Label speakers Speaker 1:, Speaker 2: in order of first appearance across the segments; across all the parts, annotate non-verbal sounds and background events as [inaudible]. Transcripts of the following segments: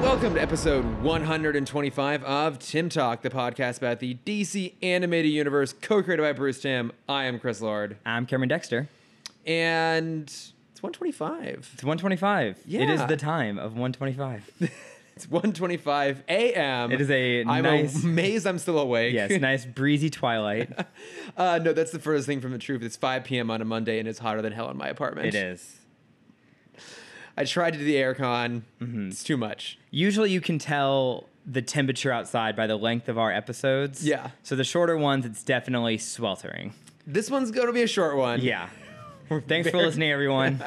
Speaker 1: Welcome to episode 125 of Tim Talk, the podcast about the DC animated universe, co created by Bruce Tim. I am Chris Lord.
Speaker 2: I'm Cameron Dexter.
Speaker 1: And it's 125.
Speaker 2: It's 125. It
Speaker 1: Yeah.
Speaker 2: is the time of
Speaker 1: [laughs]
Speaker 2: 125.
Speaker 1: It's 125 a.m.
Speaker 2: It is a
Speaker 1: I'm
Speaker 2: nice-
Speaker 1: amazed I'm still awake.
Speaker 2: yes, nice breezy twilight.
Speaker 1: [laughs] Uh, no, that's the furthest thing from the truth. It's 5 p.m. on a Monday and it's hotter than hell in my apartment.
Speaker 2: It is.
Speaker 1: I tried to do the aircon.
Speaker 2: Mm-hmm.
Speaker 1: It's too much.
Speaker 2: Usually you can tell the temperature outside by the length of our episodes.
Speaker 1: Yeah.
Speaker 2: So the shorter ones, it's definitely sweltering.
Speaker 1: This one's going to be a short one. [laughs]
Speaker 2: Yeah. Thanks for
Speaker 1: very-
Speaker 2: listening, everyone.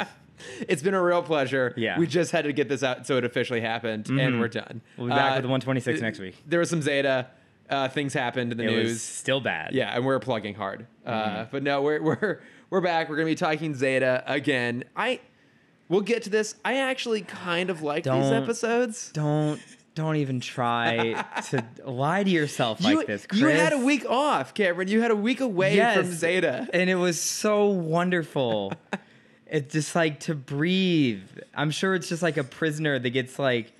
Speaker 1: It's been a real pleasure.
Speaker 2: Yeah. Mm-hmm.
Speaker 1: We just had to get this out so it officially happened, and we're done.
Speaker 2: We'll be back
Speaker 1: Uh,
Speaker 2: with 126
Speaker 1: th-
Speaker 2: next week.
Speaker 1: There was some Zeta. Uh, things happened in the
Speaker 2: It
Speaker 1: news.
Speaker 2: was Mm-hmm. still bad.
Speaker 1: Yeah, and we're plugging hard. Uh, but no, we're, [laughs] we're, we're back. We're going to be talking Zeta again. I. We'll get to this. I actually kind of like these
Speaker 2: Don't-
Speaker 1: episodes.
Speaker 2: Don't don't even try
Speaker 1: [laughs]
Speaker 2: to lie to yourself
Speaker 1: You,
Speaker 2: like this, Chris.
Speaker 1: you had a week off, Cameron. You had a week away from Zeta.
Speaker 2: And it was so wonderful. it's just like to breathe. I'm sure it's just like a prisoner that gets like,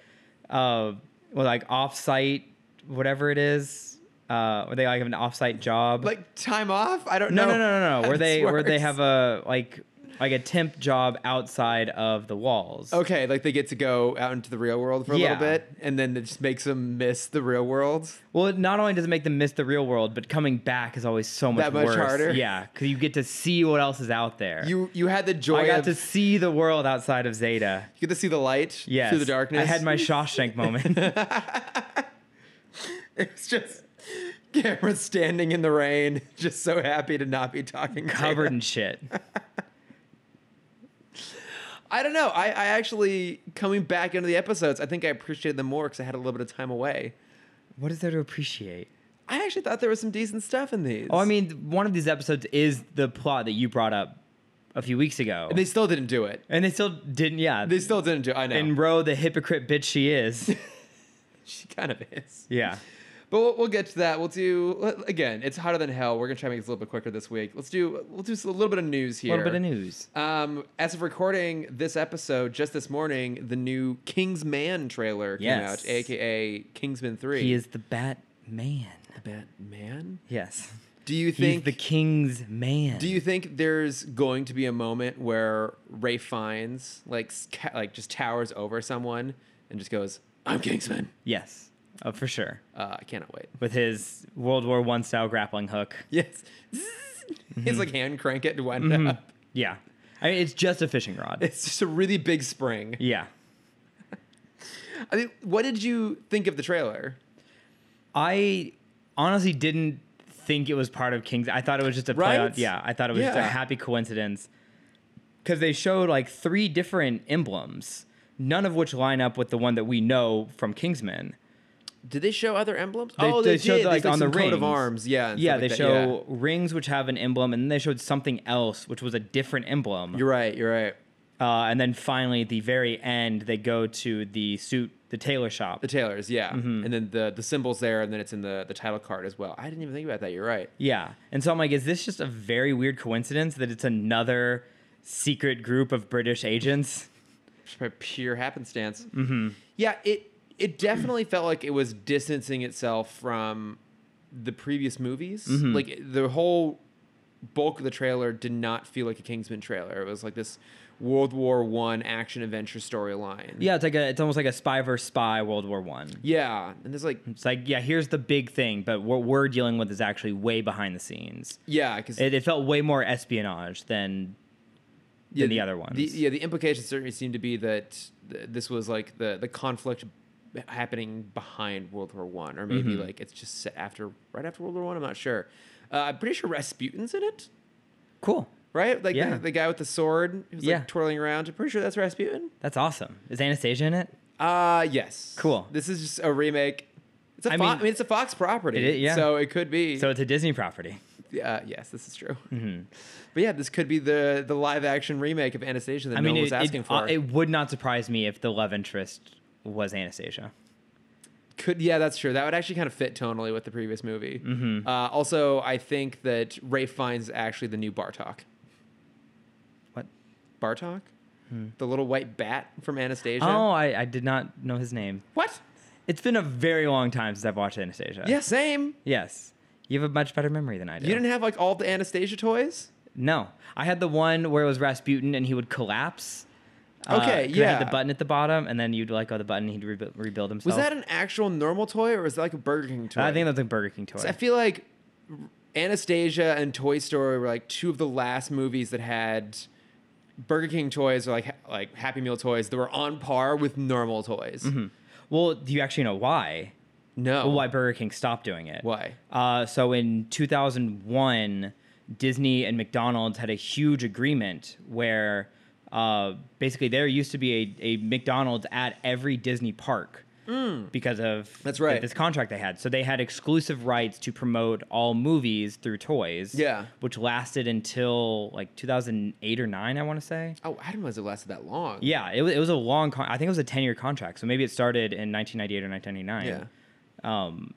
Speaker 2: uh, well, like off-site, whatever it is. Uh, where they like have an off-site job.
Speaker 1: Like time off? I don't
Speaker 2: no,
Speaker 1: know.
Speaker 2: no, no, no, no.
Speaker 1: how [laughs]
Speaker 2: Where
Speaker 1: this
Speaker 2: they where they
Speaker 1: works.
Speaker 2: have a like like a temp job outside of the walls.
Speaker 1: Okay, like they get to go out into the real world for a
Speaker 2: Yeah.
Speaker 1: little bit, and then it just makes them miss the real world.
Speaker 2: Well, it not only does it make them miss the real world, but coming back is always so much
Speaker 1: That much
Speaker 2: worse.
Speaker 1: harder?
Speaker 2: Yeah, because you get to see what else is out there.
Speaker 1: You you had the joy
Speaker 2: I got
Speaker 1: of
Speaker 2: to see the world outside of Zeta.
Speaker 1: you get to see the light
Speaker 2: Yes.
Speaker 1: through the darkness.
Speaker 2: I had my
Speaker 1: [laughs]
Speaker 2: Shawshank moment.
Speaker 1: it's just Cameron standing in the rain, just so happy to not be talking. to
Speaker 2: covered
Speaker 1: you.
Speaker 2: in shit.
Speaker 1: I don't know. I I actually coming back into the episodes. I think I appreciated them more because I had a little bit of time away.
Speaker 2: What is there to appreciate?
Speaker 1: I actually thought there was some decent stuff in these.
Speaker 2: Oh, I mean, one of these episodes is the plot that you brought up a few weeks ago.
Speaker 1: they still didn't do it.
Speaker 2: and they still didn't, yeah.
Speaker 1: They still didn't do. I know.
Speaker 2: and Ro, the hypocrite bitch she is.
Speaker 1: [laughs] she kind of is.
Speaker 2: yeah.
Speaker 1: But we'll, we'll get to that. We'll do let- again. It's hotter than hell. We're gonna try to make this a little bit quicker this week. Let's do. We'll do a little bit of news
Speaker 2: A
Speaker 1: here.
Speaker 2: little bit of news.
Speaker 1: Um, as of recording this episode, just this morning, the new Kingsman trailer came
Speaker 2: Yes.
Speaker 1: out, aka Kingsman Three.
Speaker 2: He is the Batman.
Speaker 1: Batman.
Speaker 2: Yes.
Speaker 1: Do you
Speaker 2: He's
Speaker 1: think?
Speaker 2: the king's man.
Speaker 1: do you think there's going to be a moment where Ray Fiennes like s- ca- like just towers over someone and just goes, "I'm Kingsman."
Speaker 2: Yes. Oh, for sure.
Speaker 1: Uh, I cannot wait. [laughs]
Speaker 2: With his World War One style grappling hook.
Speaker 1: Yes. [laughs] His
Speaker 2: Mm-hmm.
Speaker 1: like hand crank it to wind it up.
Speaker 2: Yeah. I mean, it's just a fishing rod.
Speaker 1: It's just a really big spring.
Speaker 2: Yeah.
Speaker 1: I mean, what did you think of the trailer?
Speaker 2: I honestly didn't think it was part of King's. I thought it was just a play
Speaker 1: Right?
Speaker 2: on. Yeah, I thought it was just a
Speaker 1: Yeah.
Speaker 2: happy coincidence because they showed like three different emblems, none of which line up with the one that we know from Kingsman.
Speaker 1: Did they show other emblems?
Speaker 2: They-
Speaker 1: oh, they,
Speaker 2: they showed,
Speaker 1: did.
Speaker 2: like,
Speaker 1: There's,
Speaker 2: on the
Speaker 1: some coat of
Speaker 2: rings.
Speaker 1: arms. Yeah. and
Speaker 2: yeah,
Speaker 1: stuff
Speaker 2: they
Speaker 1: like that, yeah.
Speaker 2: show rings which have an emblem, and then they showed something else which was a different emblem.
Speaker 1: You're right. You're right.
Speaker 2: Uh, and then finally, at the very end, they go to the suit, the tailor shop.
Speaker 1: The Taylors. Yeah.
Speaker 2: Mm-hmm.
Speaker 1: And then the the symbols there, and then it's in the the title card as well. I didn't even think about that. You're right.
Speaker 2: Yeah. And so I'm like, is this just a very weird coincidence that it's another secret group of British agents?
Speaker 1: Just by pure happenstance. Mm-hmm. Yeah. It it definitely felt like it was distancing itself from the previous movies.
Speaker 2: Mm-hmm.
Speaker 1: Like the whole bulk of the trailer did not feel like a Kingsman trailer. It was like this World War One action adventure storyline.
Speaker 2: Yeah, it's like a, it's almost like a spy versus spy World War One.
Speaker 1: Yeah, and there's like
Speaker 2: It's like, yeah, here's the big thing, but what we're dealing with is actually way behind the scenes.
Speaker 1: yeah, because
Speaker 2: It, it felt way more espionage than than the other ones.
Speaker 1: yeah, the implication certainly seemed to be that th- this was like the the conflict b- happening behind World War One, or maybe
Speaker 2: Mm-hmm.
Speaker 1: like it's just set after right after World War One. I'm not sure. Uh, I'm pretty sure Rasputin's in it,
Speaker 2: Cool.
Speaker 1: right? Like
Speaker 2: Yeah.
Speaker 1: the, the guy with the sword who's
Speaker 2: Yeah.
Speaker 1: like twirling around. I'm pretty sure that's Rasputin.
Speaker 2: That's awesome. Is Anastasia in it?
Speaker 1: Uh yes.
Speaker 2: Cool.
Speaker 1: This is just a remake. It's a
Speaker 2: I
Speaker 1: Fo-
Speaker 2: mean-
Speaker 1: I mean, it's a Fox property,
Speaker 2: It i- yeah.
Speaker 1: so it could be.
Speaker 2: So Mm-hmm. it's a Disney property.
Speaker 1: uh, yes, this is true. But yeah, this could be the the live action remake of Anastasia that
Speaker 2: I mean,
Speaker 1: no one
Speaker 2: it,
Speaker 1: was asking
Speaker 2: it,
Speaker 1: for.
Speaker 2: uh, it would not surprise me if the love interest was Anastasia.
Speaker 1: Could yeah, that's true. That would actually kind of fit tonally with the previous movie.
Speaker 2: Mm-hmm.
Speaker 1: Uh, also, I think that Ray finds actually the new Bartok.
Speaker 2: What?
Speaker 1: Bartok? the little white bat from Anastasia.
Speaker 2: Hmm. Oh, I, I did not know his name.
Speaker 1: What?
Speaker 2: It's been a very long time since I've watched Anastasia.
Speaker 1: Yeah, same.
Speaker 2: Yes. You have a much better memory than I do.
Speaker 1: You didn't have like all the Anastasia toys?
Speaker 2: No, I had the one where it was Rasputin and he would collapse. Uh,
Speaker 1: Okay,
Speaker 2: 'cause it had
Speaker 1: yeah.
Speaker 2: the button at the bottom, and then you'd let go of the button, and he'd rebu rebuild himself.
Speaker 1: Was that an actual normal toy or was that like a Burger King toy?
Speaker 2: I think that's a Burger King toy.
Speaker 1: I feel like Anastasia and Toy Story were like two of the last movies that had Burger King toys or like like Happy Meal toys that were on par with normal toys.
Speaker 2: well, do you actually know why?
Speaker 1: No,
Speaker 2: Mm-hmm. Well, why Burger King stopped doing it?
Speaker 1: Why?
Speaker 2: Uh, so in 2001, Disney and McDonald's had a huge agreement where uh, basically there used to be a, a McDonald's at every Disney park because of
Speaker 1: Hmm. That's right.
Speaker 2: this contract they had. So they had exclusive rights to promote all movies through toys.
Speaker 1: Yeah.
Speaker 2: Which lasted until like 2008 or 9, I want to say.
Speaker 1: Oh, I didn't realize it lasted that long.
Speaker 2: Yeah, it was, it was a long con- I think it was a 10 year contract. So maybe it started in 1998 or 1999. Yeah. Um,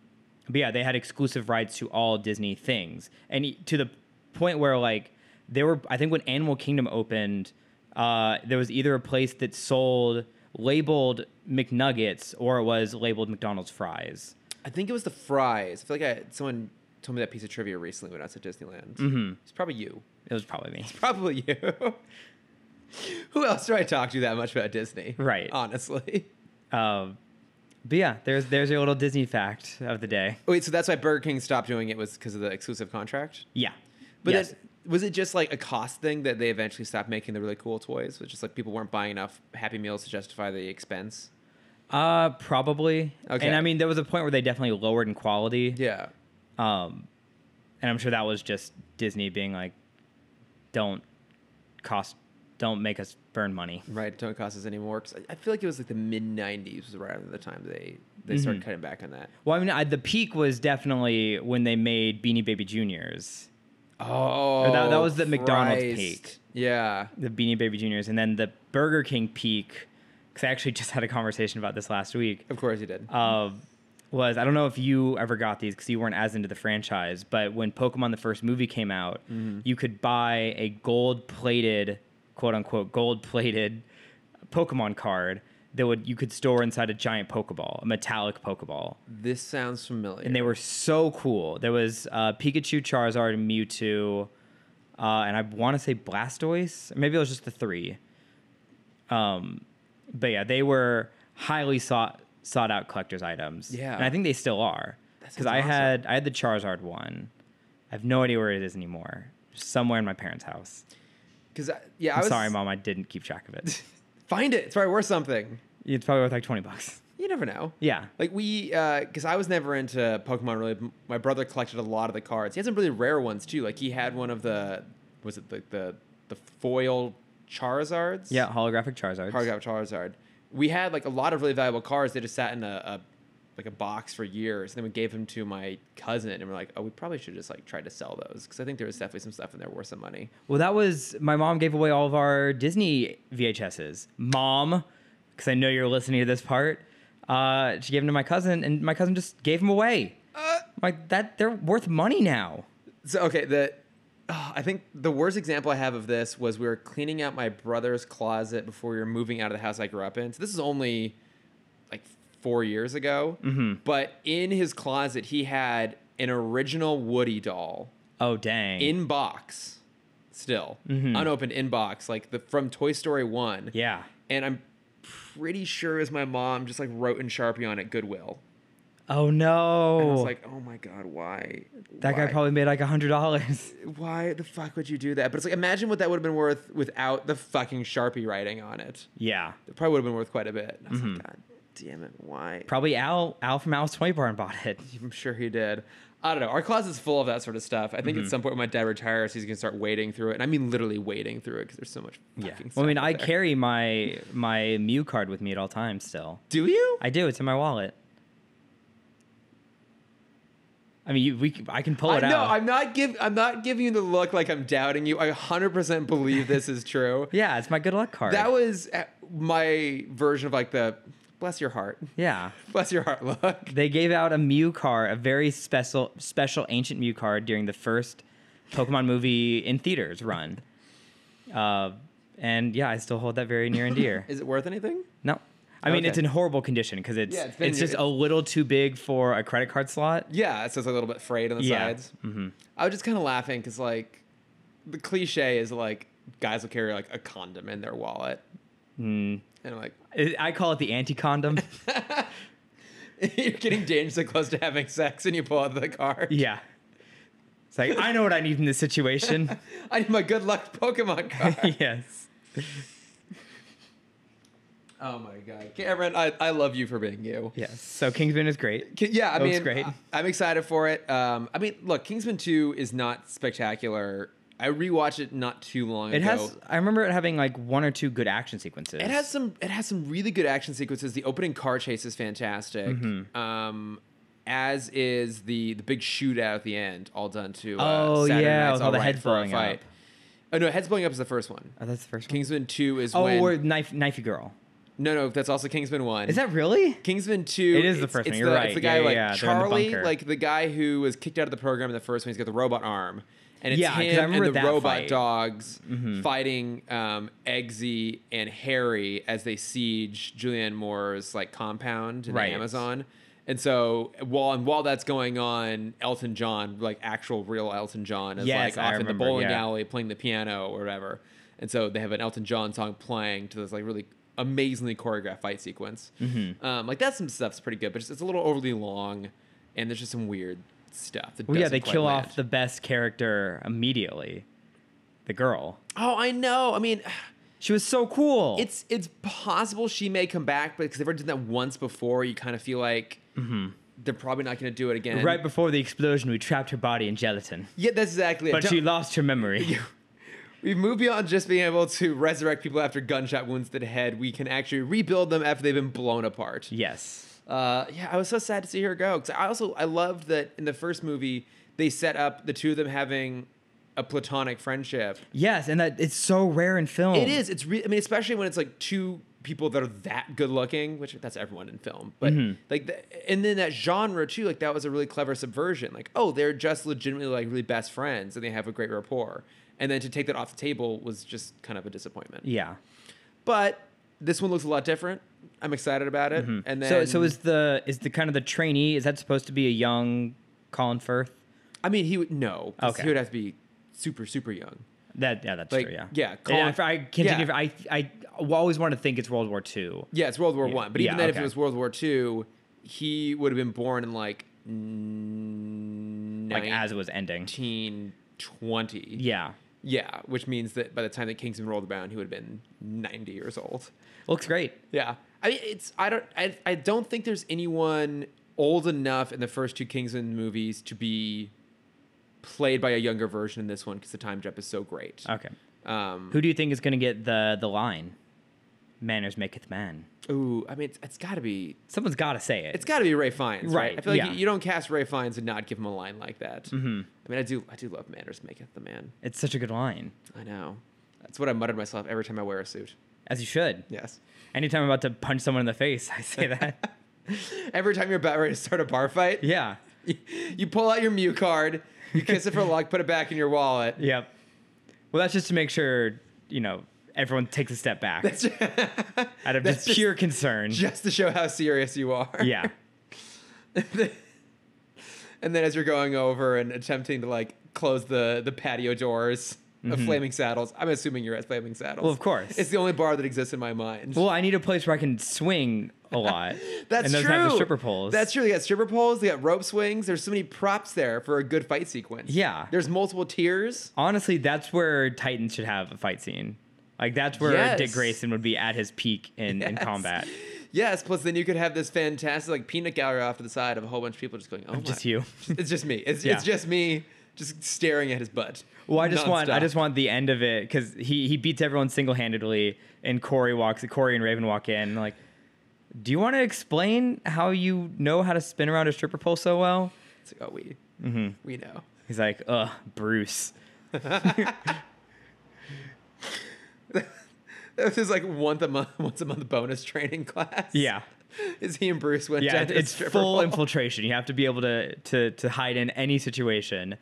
Speaker 2: but yeah, they had exclusive rights to all Disney things. And e- to the point where, like, there were, I think when Animal Kingdom opened, uh, there was either a place that sold labeled McNuggets or it was labeled McDonald's fries.
Speaker 1: I think it was the fries. I feel like I, someone told me that piece of trivia recently when I was at Disneyland. Mm-hmm. It's probably you. [laughs]
Speaker 2: It was probably me.
Speaker 1: Probably you. [laughs] Who else do I talk to that much about Disney?
Speaker 2: Right.
Speaker 1: Honestly. [laughs]
Speaker 2: Um, but yeah, there's there's your little Disney fact of the day.
Speaker 1: Wait, so that's why Burger King stopped doing it was because of the exclusive contract?
Speaker 2: Yeah.
Speaker 1: But
Speaker 2: Yes.
Speaker 1: then, was it just like a cost thing that they eventually stopped making the really cool toys? Which is like people weren't buying enough Happy Meals to justify the expense.
Speaker 2: Uh, probably.
Speaker 1: Okay.
Speaker 2: And I mean, there was a point where they definitely lowered in quality.
Speaker 1: Yeah.
Speaker 2: Um, and I'm sure that was just Disney being like, "Don't cost, don't make us burn money."
Speaker 1: Right. Don't cost us any more. 'Cause I- I feel like it was like the mid 90s was around the time they, they started
Speaker 2: Mm-hmm.
Speaker 1: cutting back on that.
Speaker 2: Well, I mean, I, the peak was definitely when they made Beanie Baby Juniors,
Speaker 1: Oh.
Speaker 2: that- that was the McDonald's
Speaker 1: Christ.
Speaker 2: peak.
Speaker 1: Yeah.
Speaker 2: the Beanie Baby Juniors, and then the Burger King peak. Because I actually [laughs] just had a conversation about this last week.
Speaker 1: Of course you did.
Speaker 2: Uh, was I don't know if you ever got these because you weren't as into the franchise, but when Pokemon the first movie came out, you could buy a gold plated, quote unquote, gold plated Pokemon card that would you could store inside a giant Pokeball, a metallic Pokeball,
Speaker 1: this sounds familiar.
Speaker 2: and they were so cool. There was uh, Pikachu, Charizard, and Mewtwo, uh, and I want to say Blastoise. Maybe it was just the three. Um, but yeah, they were highly sought sought out collectors items.
Speaker 1: Yeah.
Speaker 2: and I think they still are.
Speaker 1: That sounds
Speaker 2: Because I
Speaker 1: awesome.
Speaker 2: had I had the Charizard one. I have no idea where it is anymore. Just somewhere in my parents' house.
Speaker 1: Because yeah, I
Speaker 2: I'm
Speaker 1: was
Speaker 2: sorry, mom. I didn't keep track of it. [laughs]
Speaker 1: Find it. It's probably worth something.
Speaker 2: it's probably worth like twenty bucks.
Speaker 1: You never know.
Speaker 2: Yeah.
Speaker 1: Like we, because I was never into Pokemon really. M- My brother collected a lot of the cards. He had some really rare ones too. Like he had one of the, was it the the, the foil Charizards?
Speaker 2: Yeah, holographic Charizards.
Speaker 1: Holographic Charizard. We had like a lot of really valuable cards. They just sat in a, a like a box for years. And then we gave them to my cousin, and we're like, oh, we probably should just like try to sell those because I think there was definitely some stuff in there worth some money.
Speaker 2: Well, that was my mom gave away all of our Disney VHSs. Mom, because I know you're listening to this part, uh, she gave them to my cousin, and my cousin just gave them away.
Speaker 1: Uh,
Speaker 2: Like that, they're worth money now.
Speaker 1: So okay, the oh, I think the worst example I have of this was we were cleaning out my brother's closet before we were moving out of the house I grew up in. So this is only like four years ago. But in his closet, he had an original Woody doll
Speaker 2: Oh dang!
Speaker 1: in box, still unopened in box, like the from Toy Story One.
Speaker 2: Mm-hmm. yeah.
Speaker 1: and I'm pretty sure as my mom just like wrote in Sharpie on it Goodwill.
Speaker 2: Oh
Speaker 1: And I
Speaker 2: no!
Speaker 1: was like, oh my god, why?
Speaker 2: that guy
Speaker 1: Why?"
Speaker 2: probably made like a hundred dollars. [laughs]
Speaker 1: why the fuck would you do that? But it's like, imagine what that would have been worth without the fucking Sharpie writing on it.
Speaker 2: yeah,
Speaker 1: It probably would have been worth quite a bit. And I was
Speaker 2: Mm-hmm.
Speaker 1: like, God damn it, why?
Speaker 2: probably Al Al from Al's Toy Barn bought
Speaker 1: [laughs]
Speaker 2: it.
Speaker 1: I'm sure he did. I don't know. Our closet's full of that sort of stuff. I
Speaker 2: Mm-hmm.
Speaker 1: think at some point when my dad retires, he's gonna start wading through it, and I mean literally wading through it because there's so much fucking
Speaker 2: Yeah.
Speaker 1: stuff.
Speaker 2: Well, I mean,
Speaker 1: out
Speaker 2: I
Speaker 1: there.
Speaker 2: carry my my Mew card with me at all times still.
Speaker 1: Do you?
Speaker 2: I do. It's in my wallet. I mean, you, we, c- I can pull it
Speaker 1: I know.
Speaker 2: out.
Speaker 1: I'm not give. I'm not giving you the look like I'm doubting you. I 100% believe this is
Speaker 2: [laughs]
Speaker 1: true.
Speaker 2: yeah, it's my good luck card.
Speaker 1: That was uh, my version of like the bless your heart, [laughs]
Speaker 2: yeah.
Speaker 1: bless your heart look.
Speaker 2: They gave out a Mew card, a very special, special ancient Mew card during the first Pokemon movie in theaters run. Uh, and yeah, I still hold that very near
Speaker 1: [laughs]
Speaker 2: and dear.
Speaker 1: Is it worth anything?
Speaker 2: No. I mean,
Speaker 1: Okay.
Speaker 2: it's in horrible condition because it's
Speaker 1: Yeah, it's
Speaker 2: it's,
Speaker 1: been-
Speaker 2: just a little too big for a credit card slot.
Speaker 1: Yeah, it's just a little bit frayed on the
Speaker 2: Yeah.
Speaker 1: sides. Mm-hmm. I was just kind of laughing because like the cliche is like guys will carry like a condom in their wallet,
Speaker 2: Hmm.
Speaker 1: and I'm like [laughs]
Speaker 2: I- I call it the anti condom.
Speaker 1: you're getting dangerously close to having sex, and you pull out the card.
Speaker 2: yeah. It's like I know what I need in this situation.
Speaker 1: [laughs]
Speaker 2: [laughs]
Speaker 1: I need my good luck Pokemon card.
Speaker 2: yes.
Speaker 1: oh my god, Cameron, I, I love you for being you.
Speaker 2: Yes. So Kingsman is great.
Speaker 1: K- Yeah, I
Speaker 2: That looks
Speaker 1: mean,
Speaker 2: great.
Speaker 1: I, am excited for it. Um, I mean, look, Kingsman Two is not spectacular. I rewatched it not too long
Speaker 2: It
Speaker 1: ago.
Speaker 2: has. I remember it having like one or two good action sequences.
Speaker 1: It has some. It has some really good action sequences. The opening car chase is fantastic.
Speaker 2: Mm-hmm.
Speaker 1: Um, as is the the big shootout at the end, all done to. Uh,
Speaker 2: Oh,
Speaker 1: Saturday
Speaker 2: yeah,
Speaker 1: Night's
Speaker 2: with all
Speaker 1: all
Speaker 2: the
Speaker 1: right
Speaker 2: heads
Speaker 1: for a
Speaker 2: blowing
Speaker 1: fight.
Speaker 2: up.
Speaker 1: Oh no, heads blowing up is the first one.
Speaker 2: Oh, that's the first one.
Speaker 1: Kingsman Two is
Speaker 2: oh,
Speaker 1: when.
Speaker 2: or knife, knifey girl.
Speaker 1: no, no, that's also Kingsman One.
Speaker 2: Is that really?
Speaker 1: Kingsman Two.
Speaker 2: It is the
Speaker 1: it's-
Speaker 2: first
Speaker 1: it's
Speaker 2: one, you're
Speaker 1: the,
Speaker 2: right.
Speaker 1: It's the guy
Speaker 2: Yeah, yeah,
Speaker 1: like
Speaker 2: yeah, they're in the
Speaker 1: Charlie,
Speaker 2: bunker.
Speaker 1: like the guy who was kicked out of the program in the first one. He's got the robot arm, and it's
Speaker 2: Yeah, 'cause I
Speaker 1: him
Speaker 2: remember
Speaker 1: and the
Speaker 2: that
Speaker 1: robot
Speaker 2: fight. Mm-hmm.
Speaker 1: dogs fighting um, Eggsy and Harry as they siege Julianne Moore's like compound in
Speaker 2: Right.
Speaker 1: the Amazon. And so while and while that's going on, Elton John, like actual real Elton John, is
Speaker 2: Yes,
Speaker 1: like
Speaker 2: I
Speaker 1: off in the
Speaker 2: remember,
Speaker 1: bowling
Speaker 2: yeah.
Speaker 1: alley playing the piano or whatever. And so they have an Elton John song playing to this like really amazingly choreographed fight sequence.
Speaker 2: Mm-hmm.
Speaker 1: Um, like that some stuff's pretty good, but it's, it's a little overly long, and there's just some weird stuff. That
Speaker 2: Well, Oh, yeah,
Speaker 1: doesn't
Speaker 2: they
Speaker 1: quite
Speaker 2: kill
Speaker 1: land.
Speaker 2: off the best character immediately. The girl.
Speaker 1: Oh, I know. I mean,
Speaker 2: She was so cool.
Speaker 1: it's it's possible she may come back, but because they've already done that once before, you kind of feel like they're probably not going to do it again.
Speaker 2: Mm-hmm. right before the explosion. We trapped her body in gelatin,
Speaker 1: Yeah, that's exactly it.
Speaker 2: but
Speaker 1: Don't-
Speaker 2: she lost
Speaker 1: [laughs]
Speaker 2: her memory.
Speaker 1: We've moved beyond just being able to resurrect people after gunshot wounds to the head. We can actually rebuild them after they've been blown apart.
Speaker 2: yes.
Speaker 1: Uh, yeah, I was so sad to see her go. Because I also I loved that in the first movie they set up the two of them having a platonic friendship.
Speaker 2: Yes, and that it's so rare in film.
Speaker 1: It is. It's. Re- I mean, especially when it's like two people that are that good looking, which that's everyone in film. But
Speaker 2: Mm-hmm.
Speaker 1: like, the, and then that genre too. Like that was a really clever subversion. Like, oh, they're just legitimately like really best friends, and they have a great rapport. And then to take that off the table was just kind of a disappointment.
Speaker 2: Yeah.
Speaker 1: But this one looks a lot different. I'm excited about it. And then,
Speaker 2: Mm-hmm. so so is the is the kind of the trainee? Is that supposed to be a young Colin Firth?
Speaker 1: I mean, he would no. 'cause
Speaker 2: Okay.
Speaker 1: He would have to be super, super young.
Speaker 2: That yeah, that's
Speaker 1: Like,
Speaker 2: true. Yeah.
Speaker 1: yeah,
Speaker 2: And
Speaker 1: Colin-
Speaker 2: I, I can
Speaker 1: yeah.
Speaker 2: think of I I always want to think it's World War II.
Speaker 1: Yeah, it's World War One. But even
Speaker 2: yeah,
Speaker 1: then, if
Speaker 2: okay.
Speaker 1: it was World War Two, he would have been born in like. Like
Speaker 2: like as it was ending.
Speaker 1: 1920.
Speaker 2: Yeah.
Speaker 1: Yeah, which means that by the time that Kingsman rolled around, he would have been 90 years old.
Speaker 2: Looks great.
Speaker 1: Yeah. I mean, it's I don't I, I don't think there's anyone old enough in the first two Kingsman movies to be played by a younger version in this one because the time jump is so great.
Speaker 2: Okay.
Speaker 1: Um
Speaker 2: Who do you think is going to get the the line? Manners maketh man.
Speaker 1: ooh, I mean it's, it's got to be
Speaker 2: Someone's got to say it.
Speaker 1: it's got to be Ray Fiennes, right?
Speaker 2: Right,
Speaker 1: I feel like
Speaker 2: yeah.
Speaker 1: you, you don't cast Ray Fiennes and not give him a line like that. Mm-hmm. I mean, I do I do love manners making the man.
Speaker 2: it's such a good line,
Speaker 1: I know. That's what I mutter to myself every time I wear a suit.
Speaker 2: as you should.
Speaker 1: Yes.
Speaker 2: Anytime I'm about to punch someone in the face, I say that.
Speaker 1: [laughs]
Speaker 2: [laughs]
Speaker 1: Every time you're about ready to start a bar fight,
Speaker 2: yeah.
Speaker 1: you, [laughs] you pull out your Mew card, you kiss it
Speaker 2: [laughs]
Speaker 1: for luck, put it back in your wallet.
Speaker 2: Yep. Well, that's just to make sure you know everyone takes a step
Speaker 1: [laughs]
Speaker 2: back
Speaker 1: That's just,
Speaker 2: out
Speaker 1: [laughs]
Speaker 2: of
Speaker 1: that's
Speaker 2: just
Speaker 1: just-
Speaker 2: pure concern.
Speaker 1: just to show how serious you are.
Speaker 2: yeah.
Speaker 1: [laughs] And then as you're going over and attempting to like close the the patio doors of Flaming Saddles, I'm assuming you're at Flaming Saddles.
Speaker 2: Mm-hmm. Well, of course.
Speaker 1: It's the only bar that exists in my mind.
Speaker 2: Well, I need a place where I can swing a lot.
Speaker 1: [laughs] that's
Speaker 2: and doesn't
Speaker 1: true.
Speaker 2: Have the stripper poles.
Speaker 1: That's true. They got stripper poles. They got rope swings. There's so many props there for a good fight sequence.
Speaker 2: Yeah.
Speaker 1: There's multiple tiers.
Speaker 2: honestly that's where Titans should have a fight scene. Like that's where Dick
Speaker 1: Yes.
Speaker 2: Grayson would be at his peak in, in
Speaker 1: Yes. [laughs]
Speaker 2: combat.
Speaker 1: Yes, plus then you could have this fantastic like peanut gallery off to the side of a whole bunch of people just going, "Oh, my.
Speaker 2: Just you.
Speaker 1: [laughs] It's just me. It's,
Speaker 2: Yeah.
Speaker 1: it's just me, just staring at his butt.
Speaker 2: Well, I just want I
Speaker 1: nonstop.
Speaker 2: just want the end of it because he he beats everyone single handedly, and Corey walks. Corey and Raven walk in and like, do you want to explain how you know how to spin around a stripper pole so well?
Speaker 1: It's like, oh, we,
Speaker 2: Mm-hmm.
Speaker 1: we know.
Speaker 2: He's like, ugh, Bruce.
Speaker 1: This is like once a month, [laughs] once a month bonus training class.
Speaker 2: Yeah,
Speaker 1: is he and Bruce went
Speaker 2: yeah.
Speaker 1: down
Speaker 2: it-
Speaker 1: to the
Speaker 2: it's
Speaker 1: stripper
Speaker 2: full
Speaker 1: pole.
Speaker 2: infiltration. You have to be able to to to hide in any situation.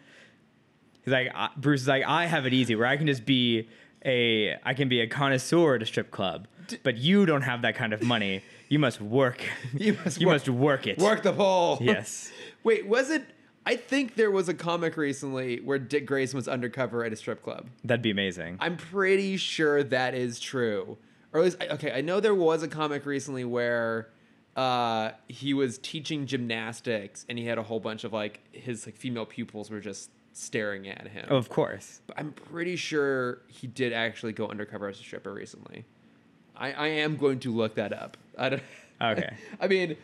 Speaker 2: He's like, I, Bruce is like, I have it easy where I can just be a I can be a connoisseur at a strip club, but you don't have that kind of money. You must work.
Speaker 1: [laughs] You must
Speaker 2: you
Speaker 1: work-
Speaker 2: must work it.
Speaker 1: [laughs] Work the pole.
Speaker 2: Yes.
Speaker 1: [laughs] Wait, was it? I think there was a comic recently where Dick Grayson was undercover at a strip club.
Speaker 2: That'd be amazing.
Speaker 1: I'm pretty sure that is true. Or at least, I- okay, I know there was a comic recently where uh, he was teaching gymnastics and he had a whole bunch of like his like female pupils were just staring at him.
Speaker 2: of course.
Speaker 1: But I'm pretty sure he did actually go undercover as a stripper recently. I, I am going to look that up. I don't, [laughs]
Speaker 2: Okay.
Speaker 1: I mean,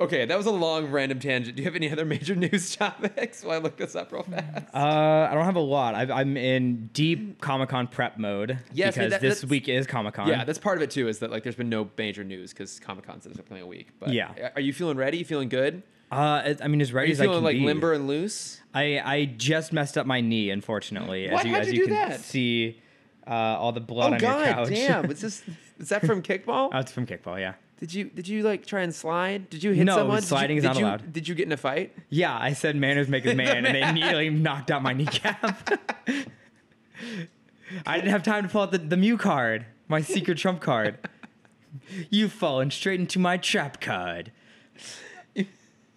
Speaker 1: okay, that was a long random tangent. Do you have any other major [laughs] news topics while I look this up real fast?
Speaker 2: Uh, I don't have a lot. i I'm in deep Comic Con prep mode
Speaker 1: Yes, I mean,
Speaker 2: because
Speaker 1: that-
Speaker 2: this
Speaker 1: that's-
Speaker 2: week is Comic Con.
Speaker 1: Yeah, that's part of it too. Is that like there's been no major news because Comic Con's definitely a week. But
Speaker 2: Yeah.
Speaker 1: a- are you feeling ready? You feeling good?
Speaker 2: Uh, it- I mean, as
Speaker 1: Are
Speaker 2: ready
Speaker 1: you
Speaker 2: as I
Speaker 1: feeling
Speaker 2: can
Speaker 1: like
Speaker 2: be.
Speaker 1: limber and loose?
Speaker 2: I I just messed up my knee, unfortunately.
Speaker 1: What?
Speaker 2: As you,
Speaker 1: How'd
Speaker 2: as
Speaker 1: you
Speaker 2: you,
Speaker 1: do
Speaker 2: can
Speaker 1: that?
Speaker 2: see, uh, all the blood
Speaker 1: oh
Speaker 2: on your
Speaker 1: god,
Speaker 2: couch.
Speaker 1: damn!
Speaker 2: [laughs]
Speaker 1: Is this is that from kickball?
Speaker 2: oh, it's from kickball. Yeah.
Speaker 1: did you did you like try and slide? Did you hit
Speaker 2: No,
Speaker 1: someone? Did you-
Speaker 2: sliding is
Speaker 1: did
Speaker 2: not
Speaker 1: you-
Speaker 2: allowed.
Speaker 1: Did you get in a fight?
Speaker 2: Yeah, I said manners make a
Speaker 1: [laughs]
Speaker 2: man, and they immediately knocked out my kneecap. [laughs] I didn't have time to pull out the, the Mew card, my secret trump card. You've fallen straight into my trap
Speaker 1: [laughs]
Speaker 2: card.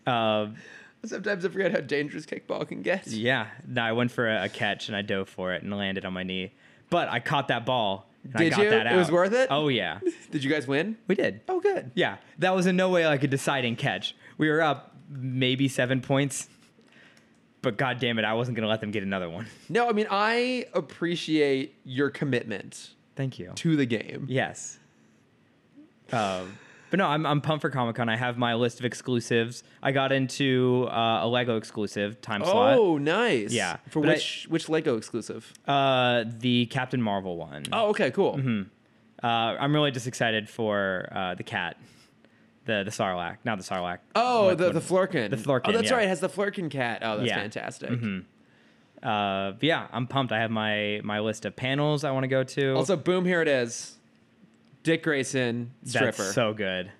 Speaker 2: Um,
Speaker 1: Sometimes I forget how dangerous kickball can get.
Speaker 2: yeah, no, I went for a, a catch and I dove for it and landed on my knee, but I caught that ball. And I
Speaker 1: Did
Speaker 2: got
Speaker 1: you?
Speaker 2: That out.
Speaker 1: It was worth it?
Speaker 2: Oh yeah,
Speaker 1: Did you guys win?
Speaker 2: we did.
Speaker 1: Oh, good.
Speaker 2: Yeah, that was in no way like a deciding catch. We were up maybe seven points, but god damn it, I wasn't gonna let them get another one.
Speaker 1: No, I mean I appreciate your commitment
Speaker 2: Thank you.
Speaker 1: to the game.
Speaker 2: Yes. Um, but no, I'm, I'm pumped for Comic Con. I have my list of exclusives. I got into uh, a Lego exclusive time slot.
Speaker 1: Oh, nice.
Speaker 2: Yeah,
Speaker 1: For
Speaker 2: but I-
Speaker 1: which which Lego exclusive?
Speaker 2: Uh, the Captain Marvel one.
Speaker 1: Oh, okay, cool.
Speaker 2: Uh, I'm really just excited for uh, the cat, the the Sarlacc, not the Sarlacc.
Speaker 1: Oh,
Speaker 2: What-
Speaker 1: the,
Speaker 2: what-
Speaker 1: the Flurkin.
Speaker 2: the Flurkin,
Speaker 1: Oh, that's
Speaker 2: yeah.
Speaker 1: right. It has the Flurkin cat. Oh, that's
Speaker 2: Yeah. Mm-hmm.
Speaker 1: fantastic.
Speaker 2: Uh, but yeah, I'm pumped. I have my my list of panels I want to go to.
Speaker 1: Also, boom, here it is. Dick Grayson, stripper.
Speaker 2: that's so good.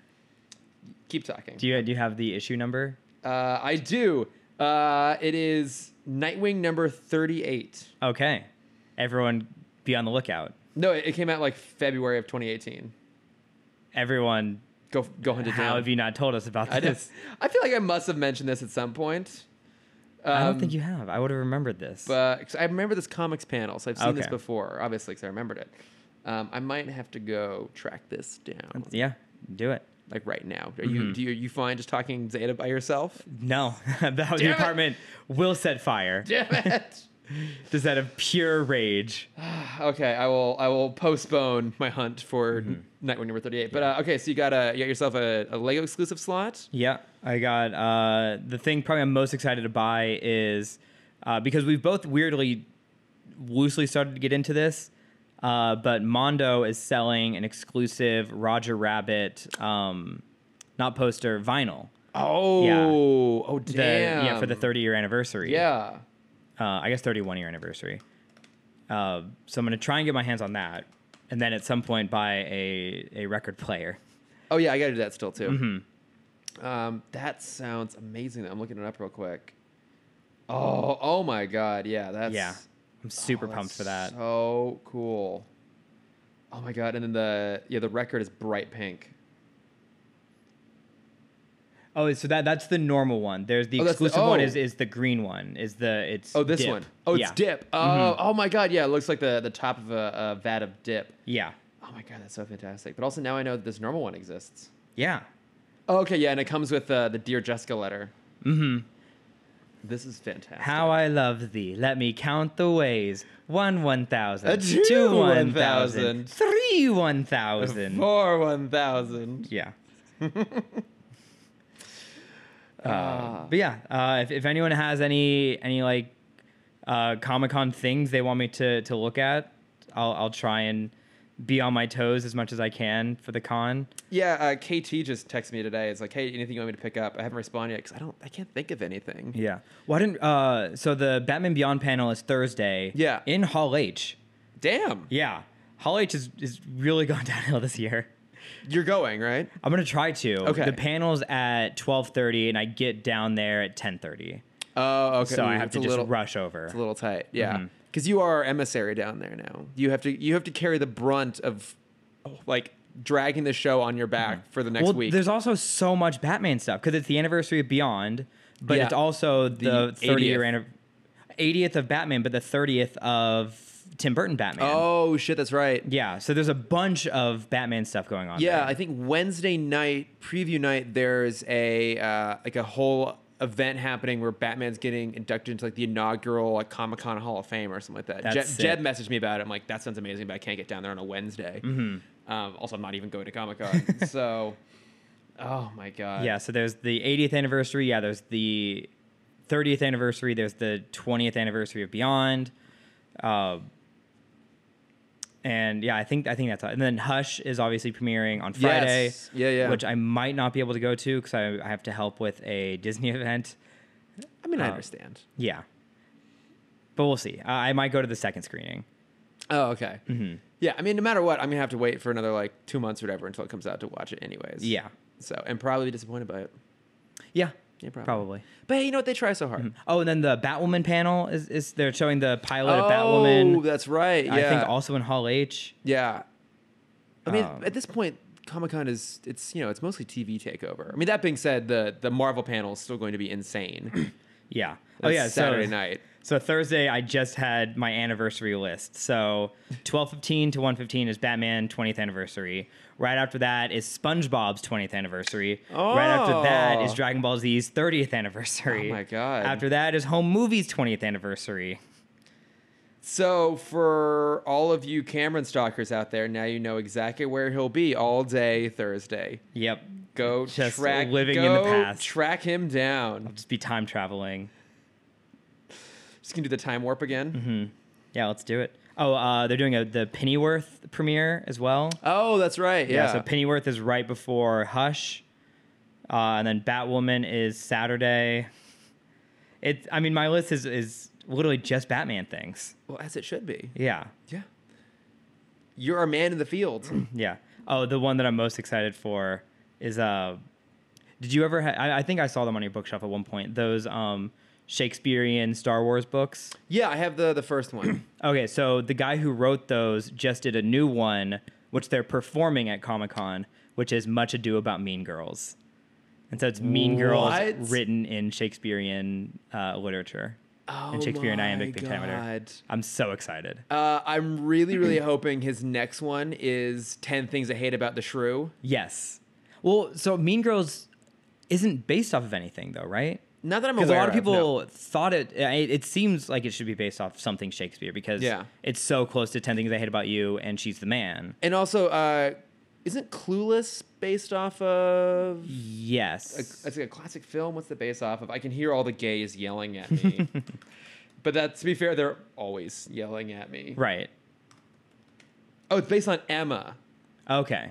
Speaker 1: Keep talking.
Speaker 2: Do you do you have the issue number?
Speaker 1: uh, I do. Uh, it is Nightwing number 38.
Speaker 2: Okay, everyone, be on the lookout.
Speaker 1: No, it, it came out like February of 2018.
Speaker 2: Everyone,
Speaker 1: Go go hunt it
Speaker 2: how
Speaker 1: down.
Speaker 2: have you not told us about
Speaker 1: I,
Speaker 2: this?
Speaker 1: just, [laughs] I feel like I must have mentioned this at some point.
Speaker 2: I don't
Speaker 1: Um,
Speaker 2: think you have. I would have remembered this.
Speaker 1: But 'cause I remember this comics panel, so I've seen this
Speaker 2: Okay.
Speaker 1: before, obviously, because I remembered it. Um, I might have to go track this down.
Speaker 2: yeah, do it.
Speaker 1: like right now? Are
Speaker 2: Mm-hmm.
Speaker 1: you do you, are you fine just talking Zeta by yourself?
Speaker 2: No, [laughs] that was
Speaker 1: Damn
Speaker 2: the
Speaker 1: it.
Speaker 2: apartment will set fire.
Speaker 1: [laughs] Damn it!
Speaker 2: Just out of pure rage.
Speaker 1: [laughs] okay, I will I will postpone my hunt for
Speaker 2: Mm-hmm.
Speaker 1: Nightwing number thirty eight. But uh, okay, so you got a you got yourself a, a Lego exclusive slot.
Speaker 2: Yeah, I got uh, the thing. Probably I'm most excited to buy is uh, because we've both weirdly loosely started to get into this. Uh, but Mondo is selling an exclusive Roger Rabbit, um, not poster, vinyl.
Speaker 1: Oh, oh
Speaker 2: The-
Speaker 1: damn!
Speaker 2: yeah, for the 30 year anniversary.
Speaker 1: Yeah,
Speaker 2: uh, I guess 31 year anniversary. Uh, so I'm gonna try and get my hands on that, and then at some point buy a a record player.
Speaker 1: oh yeah, I got to do that still too.
Speaker 2: Mm-hmm.
Speaker 1: Um, that sounds amazing. I'm looking it up real quick. Oh, oh my god, yeah, that's
Speaker 2: yeah, I'm super
Speaker 1: Oh,
Speaker 2: pumped
Speaker 1: that's
Speaker 2: for that.
Speaker 1: So cool. Oh my god! And then the yeah, the record is bright pink.
Speaker 2: Oh, so that that's the normal one. There's the
Speaker 1: Oh, that's the-
Speaker 2: exclusive one is
Speaker 1: oh.
Speaker 2: is the green one. Is the it's
Speaker 1: Oh, this
Speaker 2: dip.
Speaker 1: one. Oh, it's
Speaker 2: yeah. Mm-hmm.
Speaker 1: dip. Oh, oh my god, yeah, it looks like the the top of a, a vat of dip.
Speaker 2: Yeah,
Speaker 1: Oh my god, that's so fantastic. But also now I know that this normal one exists.
Speaker 2: yeah.
Speaker 1: Oh, okay, yeah, and it comes with uh, the dear Jessica letter.
Speaker 2: Mm-hmm.
Speaker 1: This is fantastic.
Speaker 2: How I love thee. Let me count the ways. One one
Speaker 1: A
Speaker 2: thousand.
Speaker 1: two
Speaker 2: Two
Speaker 1: one
Speaker 2: one
Speaker 1: thousand.
Speaker 2: thousand. Three one thousand.
Speaker 1: for one thousand.
Speaker 2: Yeah.
Speaker 1: Ah.
Speaker 2: But yeah, uh, if, if anyone has any any like uh, Comic Con things they want me to to look at, I'll I'll try and be on my toes as much as I can for the con.
Speaker 1: Yeah, uh, KT just texted me today. It's like, hey, anything you want me to pick up? I haven't responded yet because I don't, I can't think of anything.
Speaker 2: Yeah. Why didn't uh, so the Batman Beyond panel is Thursday.
Speaker 1: Yeah.
Speaker 2: In Hall H.
Speaker 1: Damn,
Speaker 2: Yeah. Hall H is is really [laughs] gone downhill this year.
Speaker 1: you're going right?
Speaker 2: I'm gonna try to.
Speaker 1: Okay.
Speaker 2: The panel's at 12:30, and I get down there at 10:30,
Speaker 1: Oh, okay.
Speaker 2: so
Speaker 1: Ooh,
Speaker 2: I have
Speaker 1: it's
Speaker 2: to
Speaker 1: a
Speaker 2: just Mm-hmm.
Speaker 1: little,
Speaker 2: rush over.
Speaker 1: It's a little tight. Yeah. because you are our emissary down there now. You have to you have to carry the brunt of like dragging the show on your back for the next
Speaker 2: Mm-hmm. well,
Speaker 1: week.
Speaker 2: there's also so much Batman stuff because it's the anniversary of Beyond, but
Speaker 1: Yeah.
Speaker 2: it's also the, 30 year
Speaker 1: 80th.
Speaker 2: anniversary. 80th of Batman, but the 30th of Tim Burton Batman.
Speaker 1: Oh shit, that's right.
Speaker 2: Yeah, so there's a bunch of Batman stuff going on.
Speaker 1: Yeah,
Speaker 2: there.
Speaker 1: I think Wednesday night preview night there's a uh, like a whole event happening where Batman's getting inducted into like the inaugural like Comic Con Hall of Fame or something like that.
Speaker 2: That's
Speaker 1: Jeb, Jeb
Speaker 2: sick.
Speaker 1: messaged me about it. I'm like, that sounds amazing, but I can't get down there on a Wednesday.
Speaker 2: Mm-hmm.
Speaker 1: Um, also, I'm not even going to Comic
Speaker 2: [laughs]
Speaker 1: Con, so oh my god.
Speaker 2: Yeah, so there's the 80th anniversary. Yeah, there's the 30th anniversary. There's the 20th anniversary of Beyond. Uh, and yeah, I think I think that's all. And then Hush is obviously premiering on Friday.
Speaker 1: Yes. Yeah, yeah.
Speaker 2: Which I might not be able to go to because I, I have to help with a Disney [laughs] event.
Speaker 1: I mean, I
Speaker 2: Um,
Speaker 1: understand.
Speaker 2: Yeah, but we'll see. I, I might go to the second screening.
Speaker 1: Oh, okay.
Speaker 2: mm-hmm.
Speaker 1: Yeah, I mean, no matter what, I'm gonna have to wait for another like two months or whatever until it comes out to watch it, anyways.
Speaker 2: Yeah,
Speaker 1: So, and probably be disappointed by it.
Speaker 2: yeah,
Speaker 1: Yeah, probably.
Speaker 2: probably.
Speaker 1: But hey, you know what? They try so hard.
Speaker 2: Oh, and then the Batwoman panel is, is they're showing the pilot of Batwoman.
Speaker 1: Oh, that's right. Yeah.
Speaker 2: I think also in Hall H.
Speaker 1: yeah. I mean,
Speaker 2: Um,
Speaker 1: at this point, Comic Con is it's you know it's mostly TV takeover. I mean, that being said, the the Marvel panel is still going to be insane.
Speaker 2: Yeah. [clears throat] oh
Speaker 1: That's
Speaker 2: yeah.
Speaker 1: Saturday
Speaker 2: so,
Speaker 1: night.
Speaker 2: So Thursday, I just had my anniversary list. So twelve fifteen to one fifteen is Batman twentieth anniversary. Right after that is SpongeBob's twentieth anniversary. Right after that is
Speaker 1: Oh.
Speaker 2: Dragon Ball Z's thirtieth anniversary.
Speaker 1: Oh my God.
Speaker 2: After that is Home Movies twentieth anniversary.
Speaker 1: So for all of you Cameron stalkers out there, now you know exactly where he'll be all day Thursday.
Speaker 2: Yep.
Speaker 1: Go
Speaker 2: Just
Speaker 1: track
Speaker 2: living in the
Speaker 1: go
Speaker 2: past.
Speaker 1: Track him down.
Speaker 2: Just be time traveling.
Speaker 1: Just gonna do the time warp again.
Speaker 2: Mm-hmm. Yeah, let's do it. Oh, uh, they're doing a, the Pennyworth premiere as well.
Speaker 1: Oh, that's right.
Speaker 2: Yeah.
Speaker 1: Yeah.
Speaker 2: so Pennyworth is right before Hush, uh, and then Batwoman is Saturday. It. I mean, my list is is literally just Batman things.
Speaker 1: well, as it should be.
Speaker 2: Yeah,
Speaker 1: Yeah. You're a man in the field.
Speaker 2: yeah. Oh, the one that I'm most excited for is uh, did you ever? Ha- I, I think I saw them on your bookshelf at one point. Those um Shakespearean Star Wars books.
Speaker 1: yeah, I have the the first
Speaker 2: [clears throat]
Speaker 1: one.
Speaker 2: Okay, so the guy who wrote those just did a new one, which they're performing at Comic Con, which is Much Ado About Mean Girls. And so it's Mean
Speaker 1: What?
Speaker 2: Girls written in Shakespearean uh, literature.
Speaker 1: Oh
Speaker 2: and Shakespearean
Speaker 1: my
Speaker 2: iambic pentameter.
Speaker 1: God.
Speaker 2: I'm so excited.
Speaker 1: Uh, I'm really, really hoping his next one is 10 Things I Hate About the Shrew.
Speaker 2: Yes. Well, so Mean Girls isn't based off of anything, though, right?
Speaker 1: Not that I'm
Speaker 2: Because
Speaker 1: aware
Speaker 2: a lot of
Speaker 1: no.
Speaker 2: people thought it, it. It seems like it should be based off something Shakespeare because
Speaker 1: Yeah.
Speaker 2: it's so close to Ten Things I Hate About You and She's the Man.
Speaker 1: And also, uh, isn't Clueless based off of.
Speaker 2: Yes.
Speaker 1: A, it's a classic film. What's the base off of? I can hear all the gays yelling at
Speaker 2: [laughs]
Speaker 1: me. but that, to be fair, they're always yelling at me.
Speaker 2: right.
Speaker 1: Oh, it's based on Emma.
Speaker 2: Okay.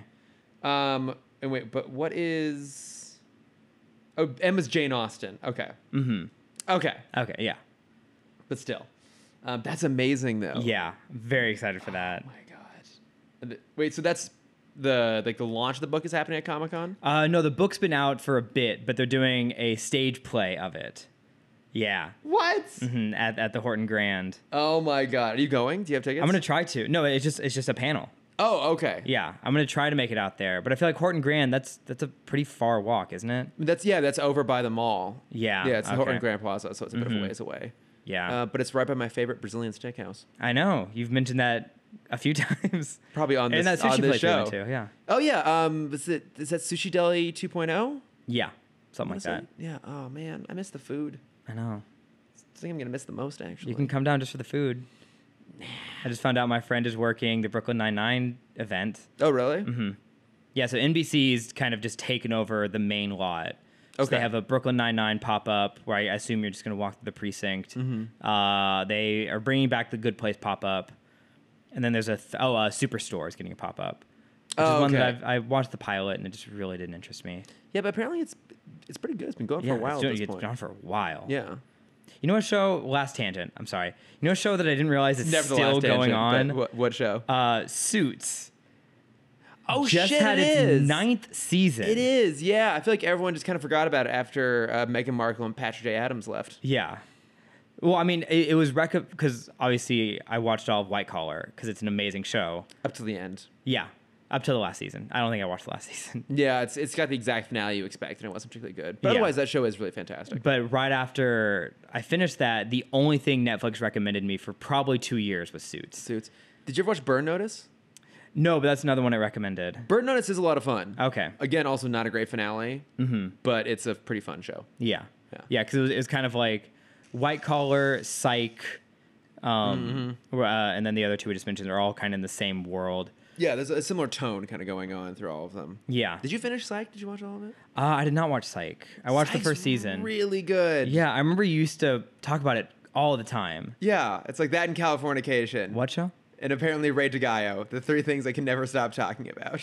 Speaker 1: Um, and wait, but what is? Oh, Emma's Jane Austen. Okay. Mm-hmm. Okay,
Speaker 2: Okay. Yeah.
Speaker 1: but still, um, that's amazing though.
Speaker 2: Yeah, very excited for
Speaker 1: Oh
Speaker 2: that.
Speaker 1: my god. And th- Wait, so that's the like the launch of the book is happening at Comic Con.
Speaker 2: Uh, no, the book's been out for a bit, but they're doing a stage play of it. Yeah,
Speaker 1: What?
Speaker 2: Mhm, at, at the Horton Grand.
Speaker 1: Oh my god. Are you going? Do you have tickets?
Speaker 2: I'm gonna try to. No, it's just it's just a panel.
Speaker 1: Oh, okay.
Speaker 2: Yeah, I'm gonna try to make it out there, but I feel like Horton Grand. That's that's a pretty far walk, isn't it?
Speaker 1: That's yeah. That's over by the mall.
Speaker 2: Yeah,
Speaker 1: Yeah, it's the
Speaker 2: okay. Mm-hmm.
Speaker 1: Horton Grand Plaza, so it's a bit of a ways away.
Speaker 2: Yeah,
Speaker 1: Uh, but it's right by my favorite Brazilian steakhouse.
Speaker 2: I know. You've mentioned that a few [laughs] times.
Speaker 1: Probably on
Speaker 2: and
Speaker 1: this,
Speaker 2: that
Speaker 1: on
Speaker 2: sushi
Speaker 1: this
Speaker 2: place we went
Speaker 1: show.
Speaker 2: to. Yeah,
Speaker 1: Oh yeah. Um, is it is that Sushi Deli oh? 2.0?
Speaker 2: yeah, something like
Speaker 1: Honestly,
Speaker 2: that.
Speaker 1: Yeah. Oh man, I miss the food.
Speaker 2: I know.
Speaker 1: It's the thing I'm gonna miss the most actually.
Speaker 2: You can come down just for the food. I just found out my friend is working the Brooklyn Nine Nine event.
Speaker 1: oh really?
Speaker 2: Mm-hmm. Yeah, so NBC's kind of just taken over the main lot. So
Speaker 1: Okay.
Speaker 2: They have a Brooklyn Nine Nine pop up where I assume you're just going to walk through the precinct.
Speaker 1: Mm-hmm.
Speaker 2: Uh, they are bringing back the Good Place pop up, and then there's a th- oh uh, Superstore is getting a pop up, which
Speaker 1: Oh,
Speaker 2: is one that
Speaker 1: okay.
Speaker 2: I've, I watched the pilot and it just really didn't interest me.
Speaker 1: Yeah, but apparently it's it's pretty good. It's been going
Speaker 2: yeah,
Speaker 1: for a while
Speaker 2: it's,
Speaker 1: at
Speaker 2: doing-
Speaker 1: this
Speaker 2: it's
Speaker 1: point.
Speaker 2: been on for a while.
Speaker 1: Yeah.
Speaker 2: You know what show? Last tangent. I'm sorry. You know a show that I didn't realize it's
Speaker 1: Never the
Speaker 2: still
Speaker 1: last
Speaker 2: going
Speaker 1: tangent, but
Speaker 2: on?
Speaker 1: What, what show?
Speaker 2: Uh, Suits.
Speaker 1: oh
Speaker 2: just
Speaker 1: shit!
Speaker 2: had
Speaker 1: it
Speaker 2: its
Speaker 1: is.
Speaker 2: ninth season.
Speaker 1: It is. Yeah, I feel like everyone just kind of forgot about it after uh, Meghan Markle and Patrick J. Adams left.
Speaker 2: Yeah. Well, I mean, it, it was recommended because obviously I watched all of White Collar because it's an amazing show.
Speaker 1: up to the end.
Speaker 2: Yeah, up to the last season. I don't think I watched the last [laughs] season.
Speaker 1: Yeah, it's it's got the exact finale you expect, and it wasn't particularly good. But
Speaker 2: Yeah.
Speaker 1: otherwise, that show is really fantastic.
Speaker 2: But right after I finished that, the only thing Netflix recommended me for probably two years was Suits.
Speaker 1: Suits. Did you ever watch Burn Notice?
Speaker 2: No, but that's another one I recommended.
Speaker 1: Burn Notice is a lot of fun.
Speaker 2: Okay.
Speaker 1: Again, also not a great finale, mm-hmm. but it's a pretty fun show.
Speaker 2: Yeah.
Speaker 1: Yeah.
Speaker 2: Yeah, because it was, it was kind of like white collar, psych, um,
Speaker 1: Mm-hmm.
Speaker 2: uh, and then the other two we just mentioned are all kind of in the same world.
Speaker 1: Yeah, there's a similar tone kind of going on through all of them.
Speaker 2: Yeah.
Speaker 1: Did you finish Psych? Did you watch all of it?
Speaker 2: Uh, I did not watch Psych. I watched
Speaker 1: Psych's
Speaker 2: the first season.
Speaker 1: Really good.
Speaker 2: yeah, I remember you used to talk about it all the time.
Speaker 1: Yeah, it's like that in Californication.
Speaker 2: What show?
Speaker 1: And apparently Ray DeGaio, the three things I can never stop talking about.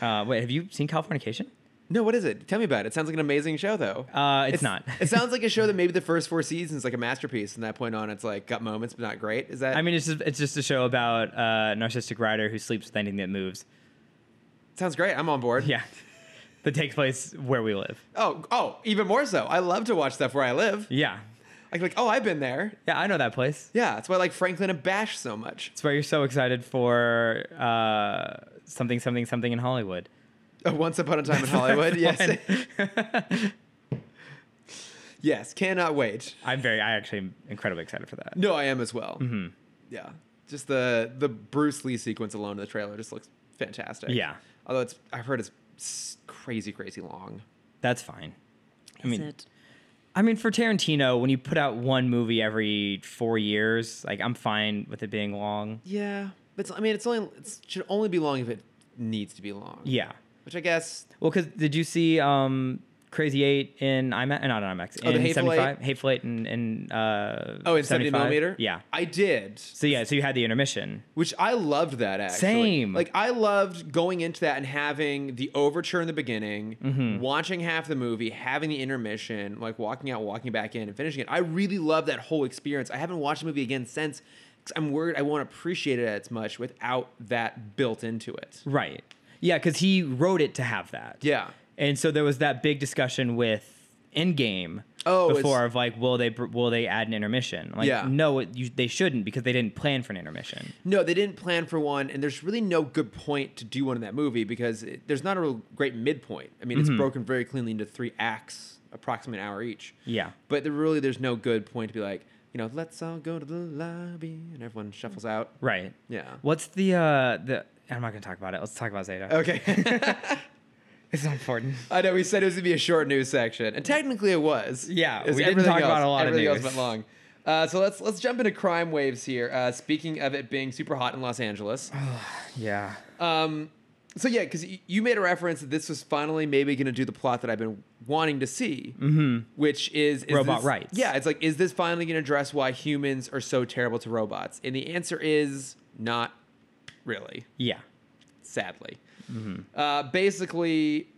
Speaker 2: Uh, wait, have you seen Californication?
Speaker 1: No, what is it? Tell me about it. It sounds like an amazing show, though.
Speaker 2: Uh, it's not.
Speaker 1: it sounds like a show that maybe the first four seasons is like a masterpiece, and that point on, it's like got moments but not great. Is that?
Speaker 2: [laughs] I mean, it's just, it's just a show about a narcissistic writer who sleeps with anything that moves.
Speaker 1: sounds great. I'm on board.
Speaker 2: Yeah. [laughs] that takes place where we live.
Speaker 1: Oh, oh, even more so. I love to watch stuff where I live.
Speaker 2: Yeah.
Speaker 1: Like, like, oh, I've been there.
Speaker 2: Yeah, I know that place.
Speaker 1: Yeah, that's why I like Franklin and Bash so much.
Speaker 2: That's why you're so excited for uh, something, something, something in Hollywood.
Speaker 1: Uh, Once upon a
Speaker 2: [laughs]
Speaker 1: time in Hollywood. yes, [laughs] yes. Cannot wait.
Speaker 2: I'm very, I actually am incredibly excited for that.
Speaker 1: No, I am as well. Mm-hmm. Yeah, just the the Bruce Lee sequence alone in the trailer just looks fantastic.
Speaker 2: Yeah.
Speaker 1: although it's I've heard it's s- crazy, crazy long.
Speaker 2: That's fine. I mean, I mean, for Tarantino, when you put out one movie every four years, like I'm fine with it being long.
Speaker 1: Yeah, but it's, I mean, it's only it should only be long if it needs to be long.
Speaker 2: Yeah.
Speaker 1: which I guess
Speaker 2: Well, because did you see um, Crazy Eight in IMAX? Not in IMAX.
Speaker 1: Oh, the
Speaker 2: in
Speaker 1: Hateful Eight?
Speaker 2: 75? Hateful Eight in, in uh,
Speaker 1: oh, in seventy
Speaker 2: 75?
Speaker 1: millimeter.
Speaker 2: Yeah.
Speaker 1: I did.
Speaker 2: So yeah, so you had the intermission.
Speaker 1: which I loved that actually.
Speaker 2: Same.
Speaker 1: Like I loved going into that and having the overture in the beginning, watching half the movie, having the intermission, like walking out, walking back in, and finishing it. I really loved that whole experience. I haven't watched the movie again since. 'cause I'm worried I won't appreciate it as much without that built into it.
Speaker 2: Right. Yeah, because he wrote it to have that.
Speaker 1: Yeah.
Speaker 2: And so there was that big discussion with Endgame.
Speaker 1: Oh, it's-
Speaker 2: before of like, will they br- will they add an intermission? Like,
Speaker 1: Yeah.
Speaker 2: no, it, you, they shouldn't because they didn't plan for an intermission.
Speaker 1: No, they didn't plan for one, and there's really no good point to do one in that movie because it, there's not a real great midpoint. I mean, it's broken very cleanly into three acts, approximately an hour each.
Speaker 2: Yeah.
Speaker 1: But there really, there's no good point to be like, you know, let's all go to the lobby, and everyone shuffles out.
Speaker 2: Right.
Speaker 1: Yeah.
Speaker 2: What's the uh the? I'm not gonna talk about it. Let's talk about Zeta.
Speaker 1: Okay. [laughs]
Speaker 2: It's not important.
Speaker 1: I know we said it was gonna be a short news section, and technically it was.
Speaker 2: Yeah,
Speaker 1: It's
Speaker 2: we didn't
Speaker 1: everything
Speaker 2: talk about
Speaker 1: else-
Speaker 2: a lot of
Speaker 1: everything
Speaker 2: news.
Speaker 1: else went long. Uh, so let's let's jump into crime waves here. Uh, speaking of it being super hot in Los Angeles.
Speaker 2: [laughs] Yeah.
Speaker 1: Um, so yeah, because you made a reference that this was finally maybe going to do the plot that I've been wanting to see, mm-hmm. which is, is
Speaker 2: Robot
Speaker 1: this-
Speaker 2: rights.
Speaker 1: Yeah, it's like is this finally going to address why humans are so terrible to robots? And the answer is not really,
Speaker 2: Yeah.
Speaker 1: sadly.
Speaker 2: Mm-hmm.
Speaker 1: Uh, basically,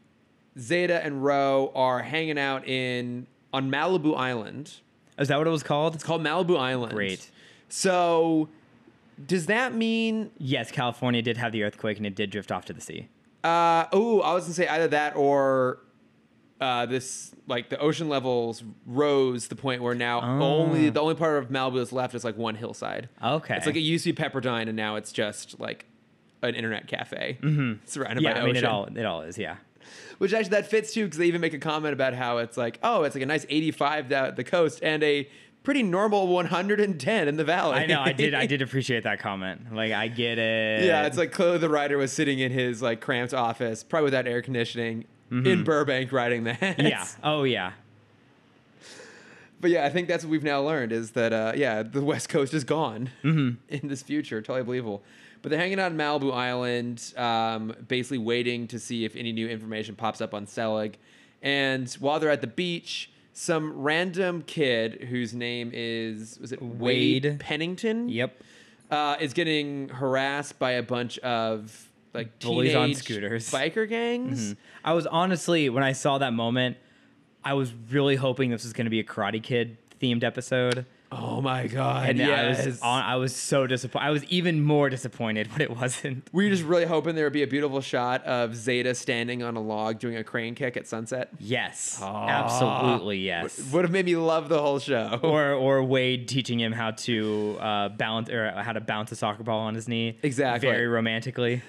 Speaker 1: Zeta and Ro are hanging out in on Malibu Island.
Speaker 2: Is that what it was called?
Speaker 1: It's called Malibu Island.
Speaker 2: Great.
Speaker 1: So, does that mean
Speaker 2: Yes, California did have the earthquake and it did drift off to the sea.
Speaker 1: Uh, oh, I was gonna say either that or uh, this like the ocean levels rose to the point where now only the only part of Malibu that's left is like one hillside.
Speaker 2: Oh. Okay.
Speaker 1: It's like it used to be Pepperdine, and now it's just like an internet cafe surrounded
Speaker 2: Mm-hmm. yeah,
Speaker 1: by
Speaker 2: I mean
Speaker 1: ocean.
Speaker 2: it all it all is. Yeah.
Speaker 1: Which actually that fits too, because they even make a comment about how it's like, oh, it's like a nice 85 down at the coast and a pretty normal 110 in the valley.
Speaker 2: I know. I did.
Speaker 1: [laughs]
Speaker 2: I did appreciate that comment. Like, I get it.
Speaker 1: Yeah, it's like clearly the writer was sitting in his like cramped office, probably without air conditioning, in Burbank writing that.
Speaker 2: Mm-hmm. yeah. Oh yeah.
Speaker 1: [laughs] But yeah, I think that's what we've now learned is that uh, yeah, the West Coast is gone [laughs]
Speaker 2: Mm-hmm.
Speaker 1: in this future. Totally believable. But they're hanging out on Malibu Island, um, basically waiting to see if any new information pops up on Selig. And while they're at the beach, some random kid whose name is was it Wade,
Speaker 2: Wade.
Speaker 1: Pennington?
Speaker 2: Yep.
Speaker 1: uh, is getting harassed by a bunch of like
Speaker 2: Bullies on
Speaker 1: teenage
Speaker 2: scooters.
Speaker 1: biker gangs.
Speaker 2: I was honestly when I saw that moment, I was really hoping this was going to be a Karate Kid themed episode.
Speaker 1: Oh my god!
Speaker 2: Mm-hmm. And
Speaker 1: yes.
Speaker 2: I was on, I was so disappointed. I was even more disappointed [laughs] when it wasn't.
Speaker 1: we were just really hoping there would be a beautiful shot of Zeta standing on a log doing a crane kick at sunset.
Speaker 2: Yes,
Speaker 1: Ah.
Speaker 2: absolutely yes.
Speaker 1: Would have made me love the whole show.
Speaker 2: or or Wade teaching him how to uh, balance or how to bounce a soccer ball on his knee.
Speaker 1: Exactly.
Speaker 2: Very romantically.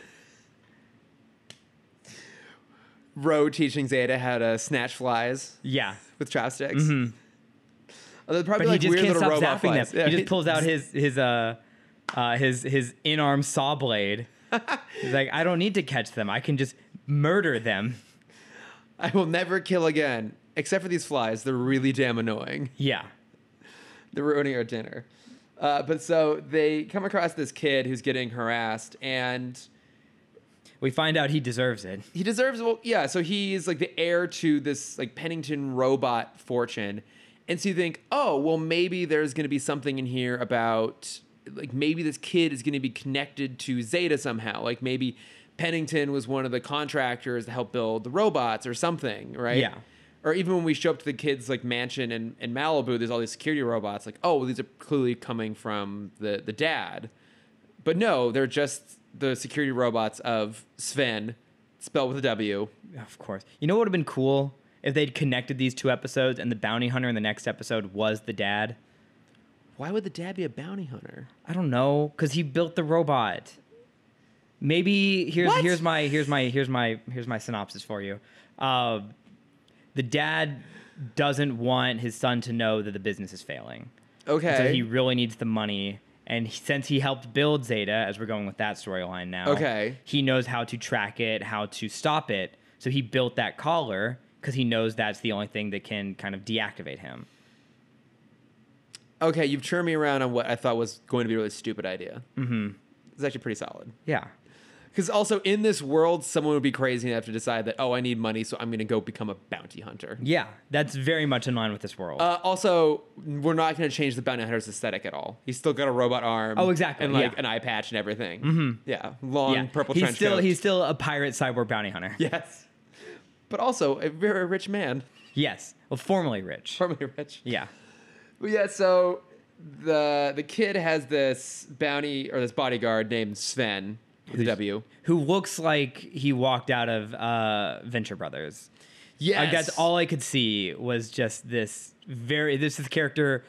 Speaker 1: Ro teaching Zeta how to snatch flies
Speaker 2: Yeah.
Speaker 1: with chopsticks. Although they're probably
Speaker 2: Mm-hmm. But
Speaker 1: like
Speaker 2: he just
Speaker 1: weird
Speaker 2: can't
Speaker 1: little
Speaker 2: stop
Speaker 1: robot
Speaker 2: zapping
Speaker 1: flies.
Speaker 2: them.
Speaker 1: Yeah,
Speaker 2: he
Speaker 1: [laughs]
Speaker 2: just pulls out his his uh, uh his his in arm saw
Speaker 1: [laughs]
Speaker 2: blade. He's like, I don't need to catch them. I can just murder them.
Speaker 1: I will never kill again, except for these flies. They're really damn annoying.
Speaker 2: Yeah.
Speaker 1: They're ruining our dinner. Uh, but so they come across this kid who's getting harassed, and
Speaker 2: We find out he deserves it.
Speaker 1: he deserves well yeah so he's like the heir to this like pennington robot fortune and so you think oh well maybe there's going to be something in here about like maybe this kid is going to be connected to zeta somehow like maybe pennington was one of the contractors to help build the robots or something right
Speaker 2: Yeah.
Speaker 1: or even when we show up to the kids like mansion in, in malibu there's all these security robots like oh well, these are clearly coming from the the dad but no, they're just the security robots of Sven, spelled with a W.
Speaker 2: Of course. You know what would have been cool if they'd connected these two episodes and the bounty hunter in the next episode was the dad.
Speaker 1: Why would the dad be a bounty hunter?
Speaker 2: I don't know, cause he built the robot. Maybe here's
Speaker 1: What?
Speaker 2: here's my here's my here's my here's my synopsis for you. Uh, the dad doesn't want his son to know that the business is failing,
Speaker 1: Okay.
Speaker 2: so he really needs the money. And he- since he helped build Zeta, as we're going with that storyline now,
Speaker 1: Okay.
Speaker 2: he knows how to track it, how to stop it. So he built that collar because he knows that's the only thing that can kind of deactivate him.
Speaker 1: okay, you've turned me around on what I thought was going to be a really stupid idea. Mm-hmm. It's actually pretty solid.
Speaker 2: Yeah.
Speaker 1: Because also in this world, someone would be crazy enough to decide that, oh, I need money, so I'm going to go become a bounty hunter.
Speaker 2: Yeah, that's very much in line with this world.
Speaker 1: Uh, also, we're not going to change the bounty hunter's aesthetic at all. He's still got a robot arm.
Speaker 2: Oh, exactly,
Speaker 1: And like
Speaker 2: yeah.
Speaker 1: an eye patch and everything. Mm-hmm. Yeah, long purple
Speaker 2: he's
Speaker 1: trench
Speaker 2: still
Speaker 1: coat.
Speaker 2: he's still a pirate cyborg bounty hunter.
Speaker 1: [laughs] yes, but also a very rich man,
Speaker 2: Yes. Well, formerly rich.
Speaker 1: formerly [laughs] rich.
Speaker 2: yeah.
Speaker 1: Well, yeah, so the the kid has this bounty or this bodyguard named Sven with a W.
Speaker 2: Who looks like he walked out of uh, Venture Brothers.
Speaker 1: Yes,
Speaker 2: Like that's all I could see was just this very this is character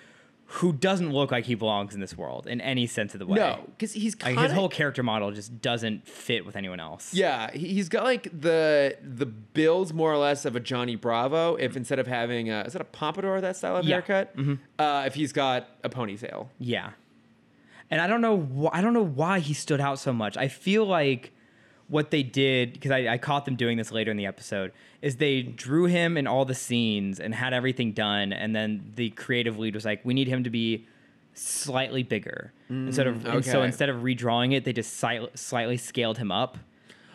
Speaker 2: who doesn't look like he belongs in this world in any sense of the way.
Speaker 1: No, because he's
Speaker 2: Like
Speaker 1: kind
Speaker 2: his
Speaker 1: of
Speaker 2: whole character model just doesn't fit with anyone else.
Speaker 1: yeah. he- He's got like the the build more or less of a Johnny Bravo. If instead of having a is that a pompadour that style of
Speaker 2: Yeah.
Speaker 1: haircut, uh, if he's got a ponytail.
Speaker 2: Yeah. And I don't know wh- I don't know why he stood out so much. I feel like what they did because I, I caught them doing this later in the episode is they drew him in all the scenes and had everything done and then the creative lead was like we need him to be slightly bigger instead of and so
Speaker 1: Mm, okay.
Speaker 2: instead of redrawing it they just slight, slightly scaled him up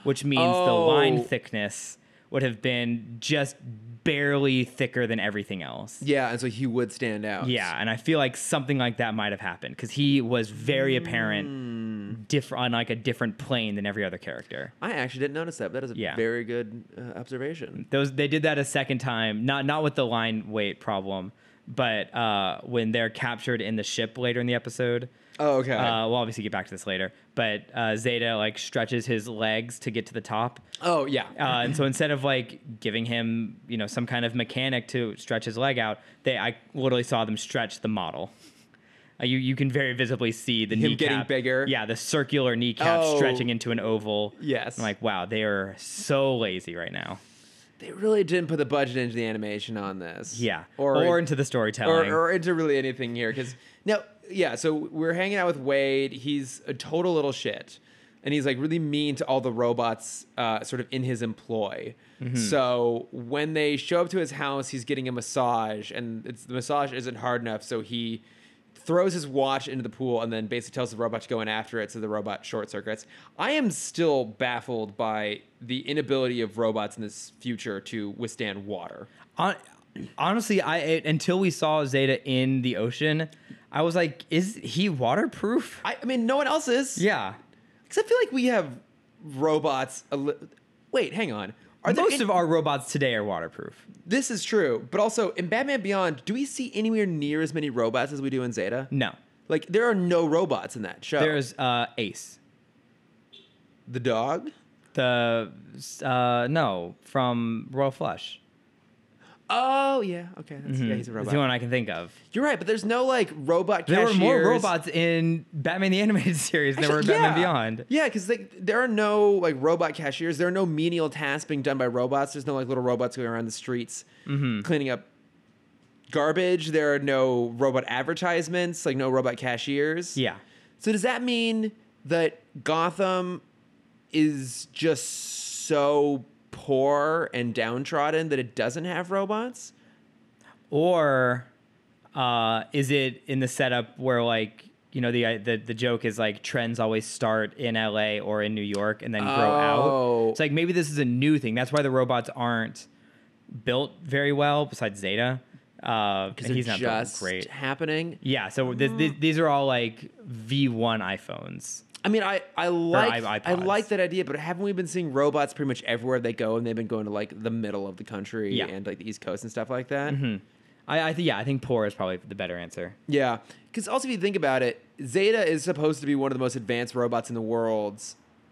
Speaker 2: which means the
Speaker 1: Oh.
Speaker 2: line thickness would have been just barely thicker than everything else
Speaker 1: Yeah, and so he would stand out.
Speaker 2: yeah, and I feel like something like that might have happened because he was very apparent, different on like a different plane than every other character.
Speaker 1: I actually didn't notice that. But that is a
Speaker 2: Yeah.
Speaker 1: very good uh, observation.
Speaker 2: Those they did that a second time, not not with the line weight problem, but uh, when they're captured in the ship later in the episode.
Speaker 1: Oh, okay.
Speaker 2: Uh, we'll obviously get back to this later, but uh, Zeta like stretches his legs to get to the top,
Speaker 1: oh, yeah.
Speaker 2: uh,
Speaker 1: [laughs]
Speaker 2: and so instead of like giving him you know some kind of mechanic to stretch his leg out, they I literally saw them stretch the model. Uh, you you can very visibly see the
Speaker 1: Him
Speaker 2: kneecap,
Speaker 1: getting bigger.
Speaker 2: Yeah, the circular kneecap
Speaker 1: Oh.
Speaker 2: stretching into an oval.
Speaker 1: Yes.
Speaker 2: I'm like wow, they are so lazy right now.
Speaker 1: they really didn't put the budget into the animation on this.
Speaker 2: Yeah,
Speaker 1: Or,
Speaker 2: or, into the
Speaker 1: or,
Speaker 2: storytelling.
Speaker 1: or into really anything here because no yeah so we're hanging out with wade he's a total little shit and he's like really mean to all the robots uh, sort of in his employ so when they show up to his house he's getting a massage and it's the massage isn't hard enough so he throws his watch into the pool and then basically tells the robot to go in after it so the robot short circuits i am still baffled by the inability of robots in this future to withstand water
Speaker 2: Hon- honestly, I it, until we saw Zeta in the ocean, I was like, is he waterproof?
Speaker 1: i, I mean no one else is
Speaker 2: Yeah.
Speaker 1: Because I feel like we have robots. a li- Wait, hang on. Are there
Speaker 2: Most
Speaker 1: any-
Speaker 2: of our robots today are waterproof.
Speaker 1: This is true, but also in Batman Beyond, do we see anywhere near as many robots as we do in Zeta?
Speaker 2: No,
Speaker 1: Like there are no robots in that show.
Speaker 2: there's uh, Ace.
Speaker 1: the dog.
Speaker 2: The uh, no from Royal Flush.
Speaker 1: Oh yeah, okay, that's, yeah, he's a
Speaker 2: It's
Speaker 1: robot.
Speaker 2: the one I can think of.
Speaker 1: You're right, but there's no like robot.
Speaker 2: There were more
Speaker 1: cashiers.
Speaker 2: robots in Batman the Animated [laughs] Series than were in
Speaker 1: Actually,
Speaker 2: Batman
Speaker 1: yeah.
Speaker 2: Beyond.
Speaker 1: Yeah, because like there are no like robot cashiers. There are no menial tasks being done by robots. There's no like little robots going around the streets
Speaker 2: Mm-hmm.
Speaker 1: cleaning up garbage. There are no robot advertisements. Like no robot cashiers.
Speaker 2: Yeah.
Speaker 1: So does that mean that Gotham is just so poor and downtrodden that it doesn't have robots?
Speaker 2: Or uh, is it in the setup where like you know the, uh, the the joke is like trends always start in LA or in New York and then grow out.
Speaker 1: Oh.
Speaker 2: It's like maybe this is a new thing. That's why the robots aren't built very well. Besides Zeta, because
Speaker 1: Is it
Speaker 2: he's not built
Speaker 1: just
Speaker 2: great.
Speaker 1: happening?
Speaker 2: Yeah, so th- th- these are all like V1 iPhones.
Speaker 1: I mean, I I like
Speaker 2: i-
Speaker 1: I
Speaker 2: iPods.
Speaker 1: like that idea, but haven't we been seeing robots pretty much everywhere they go, and they've been going to like the middle of the country
Speaker 2: Yeah. Mm-hmm.
Speaker 1: and like the East Coast and stuff like that?
Speaker 2: I, I think yeah, I think poor is probably the better answer.
Speaker 1: Yeah, because also if you think about it, Zeta is supposed to be one of the most advanced robots in the world.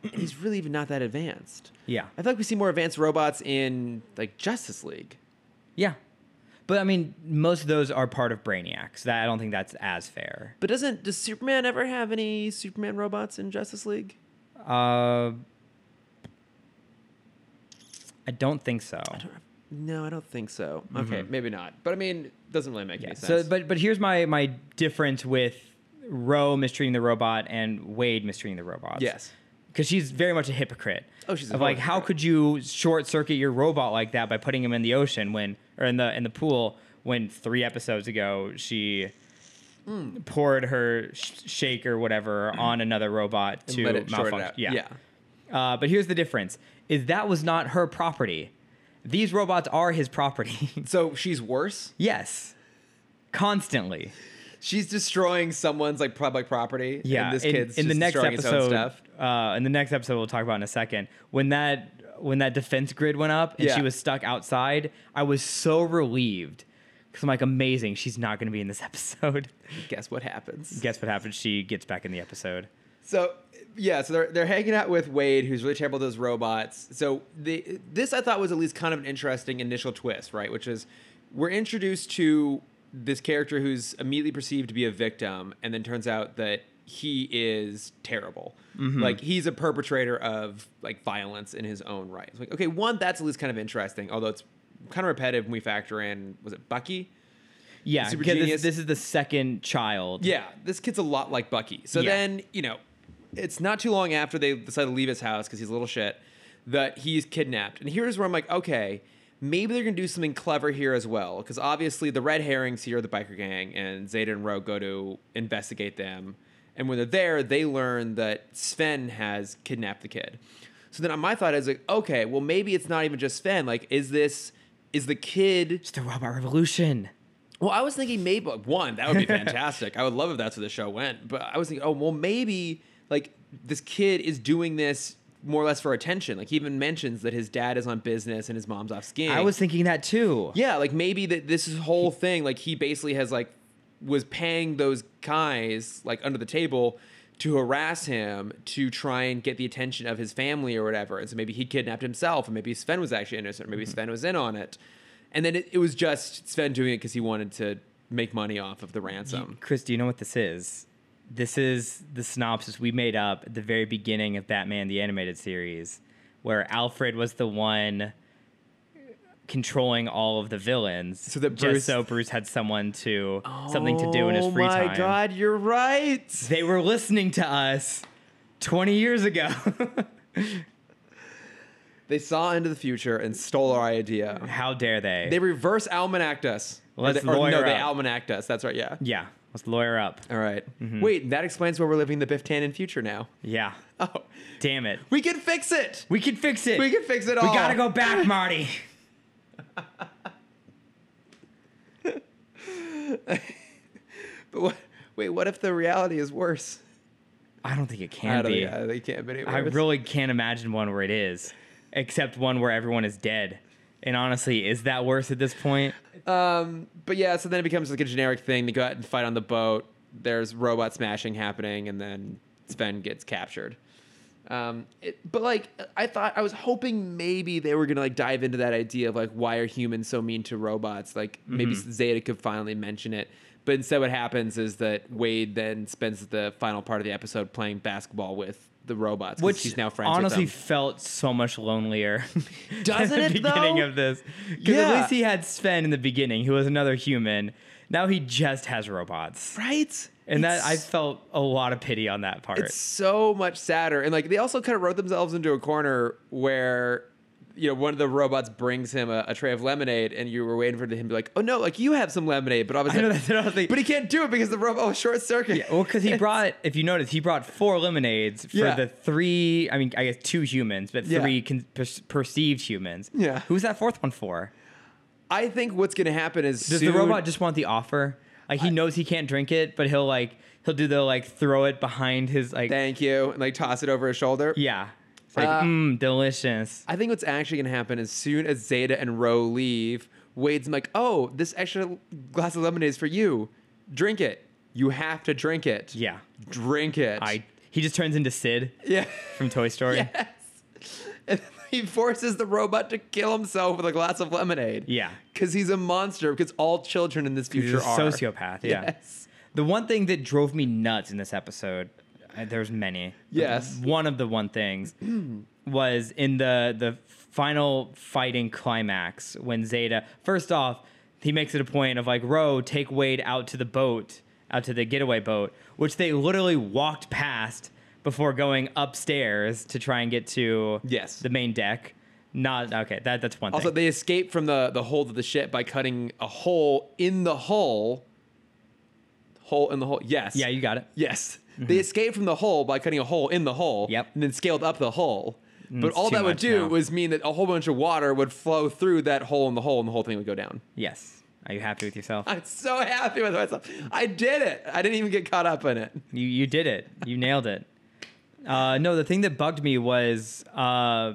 Speaker 1: and He's really even not that advanced.
Speaker 2: Yeah,
Speaker 1: I feel like we see more advanced robots in like Justice League.
Speaker 2: yeah, but I mean, most of those are part of Brainiacs. That I don't think that's as fair.
Speaker 1: But doesn't does Superman ever have any Superman robots in Justice League?
Speaker 2: Uh, I don't think so.
Speaker 1: No, I don't think so. Okay, maybe not. But I mean, doesn't really make
Speaker 2: Mm-hmm. Yeah.
Speaker 1: any
Speaker 2: So,
Speaker 1: sense.
Speaker 2: but but here's my my difference with Roe mistreating the robot and Wade mistreating the robot.
Speaker 1: yes,
Speaker 2: because she's very much a hypocrite.
Speaker 1: Oh, she's a
Speaker 2: of like,
Speaker 1: hypocrite.
Speaker 2: how could you short circuit your robot like that by putting him in the ocean when, or in the in the pool when three episodes ago she poured her sh- shake
Speaker 1: [clears throat]
Speaker 2: or whatever on another robot to
Speaker 1: let it short it
Speaker 2: malfunction.
Speaker 1: out.
Speaker 2: yeah.
Speaker 1: yeah.
Speaker 2: Uh, but here's the difference: is that was not her property. These robots are his property. [laughs]
Speaker 1: So she's worse.
Speaker 2: yes, constantly.
Speaker 1: She's destroying someone's like public property.
Speaker 2: Yeah,
Speaker 1: and this
Speaker 2: in,
Speaker 1: kid's
Speaker 2: in the
Speaker 1: just
Speaker 2: next
Speaker 1: destroying
Speaker 2: episode.
Speaker 1: His own stuff.
Speaker 2: Uh, in the next episode, we'll talk about in a second. When that when that defense grid went up and she
Speaker 1: Yeah.
Speaker 2: was stuck outside, I was so relieved because I'm like, amazing, she's not going to be in this [laughs] episode.
Speaker 1: Guess what happens?
Speaker 2: Guess what happens? She gets back in the episode.
Speaker 1: So yeah, so they're they're hanging out with Wade, who's really terrible at those robots. So the this I thought was at least kind of an interesting initial twist, right? Which is we're introduced to this character who's immediately perceived to be a victim, and then turns out that he is terrible. Like he's a perpetrator of like violence in his own right. It's like okay, one that's at least kind of interesting, although it's kind of repetitive when we factor in was it Bucky?
Speaker 2: Yeah,
Speaker 1: Super
Speaker 2: because this,
Speaker 1: genius.
Speaker 2: this is the second child.
Speaker 1: Yeah, this kid's a lot like Bucky. So
Speaker 2: Yeah.
Speaker 1: then, you know, it's not too long after they decide to leave his house because he's a little shit that he's kidnapped. And here's where I'm like, okay, maybe they're going to do something clever here as well. Because obviously the red herrings here are the biker gang, and Zeta and Rogue go to investigate them. And when they're there, they learn that Sven has kidnapped the kid. So then my thought is like, okay, well, maybe it's not even just Sven. Like, is this. Is the kid
Speaker 2: it's the robot revolution.
Speaker 1: well, I was thinking maybe one that would
Speaker 2: [laughs]
Speaker 1: be fantastic. I would love if that's where the show went. But I was thinking, oh well, maybe like this kid is doing this more or less for attention. Like he even mentions that his dad is on business and his mom's off skiing.
Speaker 2: I was thinking that too.
Speaker 1: yeah, like maybe that this whole thing, like he basically has like was paying those guys like under the table to harass him to try and get the attention of his family or whatever. And so maybe he kidnapped himself, and maybe Sven was actually innocent, or maybe
Speaker 2: Mm-hmm.
Speaker 1: Sven was in on it. And then it, it was just Sven doing it because he wanted to make money off of the ransom.
Speaker 2: Chris, do you know what this is? This is the synopsis we made up at the very beginning of Batman the Animated Series, where Alfred was the one controlling all of the villains. So
Speaker 1: that
Speaker 2: just
Speaker 1: Bruce-
Speaker 2: so Bruce had someone to something to do in his free
Speaker 1: oh
Speaker 2: time.
Speaker 1: my god, you're right.
Speaker 2: They were listening to us twenty years ago. [laughs]
Speaker 1: They saw into the future and stole our idea.
Speaker 2: How dare they?
Speaker 1: They reverse almanacked us. Or
Speaker 2: Let's
Speaker 1: they- or
Speaker 2: lawyer
Speaker 1: no, they
Speaker 2: up.
Speaker 1: almanacked us. That's right. Yeah.
Speaker 2: yeah, let's lawyer up.
Speaker 1: All right.
Speaker 2: Mm-hmm.
Speaker 1: Wait, that explains why we're living the Biff Tannen future now. [laughs]
Speaker 2: Yeah,
Speaker 1: Oh,
Speaker 2: damn it.
Speaker 1: we can fix it.
Speaker 2: We can fix it.
Speaker 1: We can fix it
Speaker 2: We
Speaker 1: all.
Speaker 2: gotta go back, Marty.
Speaker 1: But what, wait, what if the reality is worse?
Speaker 2: I don't think it can
Speaker 1: I don't
Speaker 2: be.
Speaker 1: think- I think it can't be. any
Speaker 2: I
Speaker 1: worse.
Speaker 2: really can't imagine one where it is. except one where everyone is dead. And honestly, is that worse at this point?
Speaker 1: Um, but yeah, so then it becomes like a generic thing. They go out and fight on the boat. There's robot smashing happening, and then Sven gets captured. Um, it, but like, I thought I was hoping maybe they were gonna like dive into that idea of like why are humans so mean to robots? Like maybe
Speaker 2: Mm-hmm.
Speaker 1: Zeta could finally mention it. But instead, what happens is that Wade then spends the final part of the episode playing basketball with the robots,
Speaker 2: Which
Speaker 1: which he's now friends
Speaker 2: honestly
Speaker 1: with them.
Speaker 2: felt so much lonelier. [laughs] than
Speaker 1: Doesn't
Speaker 2: the
Speaker 1: it,
Speaker 2: beginning
Speaker 1: though?
Speaker 2: of this, because at
Speaker 1: Yeah.
Speaker 2: least he had Sven in the beginning, who was another human. Now he just has robots,
Speaker 1: Right?
Speaker 2: and that I
Speaker 1: It's-
Speaker 2: felt a lot of pity on that part.
Speaker 1: It's [laughs] so much sadder. And like they also kind of wrote themselves into a corner where you know one of the robots brings him a, a tray of lemonade and you were waiting for him to be like, "Oh no, like you have some lemonade." But
Speaker 2: [laughs] I
Speaker 1: obviously
Speaker 2: know that's what I was thinking.
Speaker 1: But he can't do it because the robot was short circuit.
Speaker 2: Yeah, well, because he brought, if you notice, he brought four lemonades for
Speaker 1: Yeah.
Speaker 2: the three, I mean, I guess two humans, but
Speaker 1: Yeah.
Speaker 2: three con- per- perceived humans.
Speaker 1: Yeah.
Speaker 2: Who's that fourth one for?
Speaker 1: I think what's going to happen is
Speaker 2: Does
Speaker 1: soon-
Speaker 2: the robot just want the offer? Like, he knows he can't drink it, but he'll, like, he'll do the, like, throw it behind his, like,
Speaker 1: thank you and like toss it over his shoulder.
Speaker 2: yeah. It's like,
Speaker 1: Uh,
Speaker 2: mmm, delicious.
Speaker 1: I think what's actually going to happen is soon as Zeta and Ro leave, Wade's like, "Oh, this extra glass of lemonade is for you. Drink it. You have to drink it.
Speaker 2: Yeah.
Speaker 1: Drink it."
Speaker 2: I, he just turns into Sid
Speaker 1: Yeah.
Speaker 2: from Toy Story.
Speaker 1: [laughs] Yes. And then he forces the robot to kill himself with a glass of lemonade.
Speaker 2: Yeah.
Speaker 1: Because he's a monster, because all children in this
Speaker 2: He's
Speaker 1: future
Speaker 2: a
Speaker 1: are.
Speaker 2: sociopath. Yeah.
Speaker 1: Yes.
Speaker 2: The one thing that drove me nuts in this episode, uh, there's many. but
Speaker 1: Yes.
Speaker 2: One of the
Speaker 1: [clears throat]
Speaker 2: one things was in the the final fighting climax when Zeta. First off, he makes it a point of like, "Row, take Wade out to the boat, out to the getaway boat," which they literally walked past before going upstairs to try and get to
Speaker 1: Yes.
Speaker 2: the main deck. Not okay. That that's one
Speaker 1: Also,
Speaker 2: thing.
Speaker 1: they escape from the, the hold of the ship by cutting a hole in the hull. Hole in the hull. Yes.
Speaker 2: yeah, you got it.
Speaker 1: Yes. They escaped from the hole by cutting a hole in the hole.
Speaker 2: Yep. Mm,
Speaker 1: And then scaled up the hole. But
Speaker 2: it's
Speaker 1: all
Speaker 2: too
Speaker 1: that would
Speaker 2: much
Speaker 1: do
Speaker 2: now.
Speaker 1: was mean that a whole bunch of water would flow through that hole in the hole and the whole thing would go down.
Speaker 2: Yes. Are you happy with yourself?
Speaker 1: I'm so happy with myself. I did it. I didn't even get caught up in it.
Speaker 2: You you did it. You nailed it. Uh, no, the thing that bugged me was uh,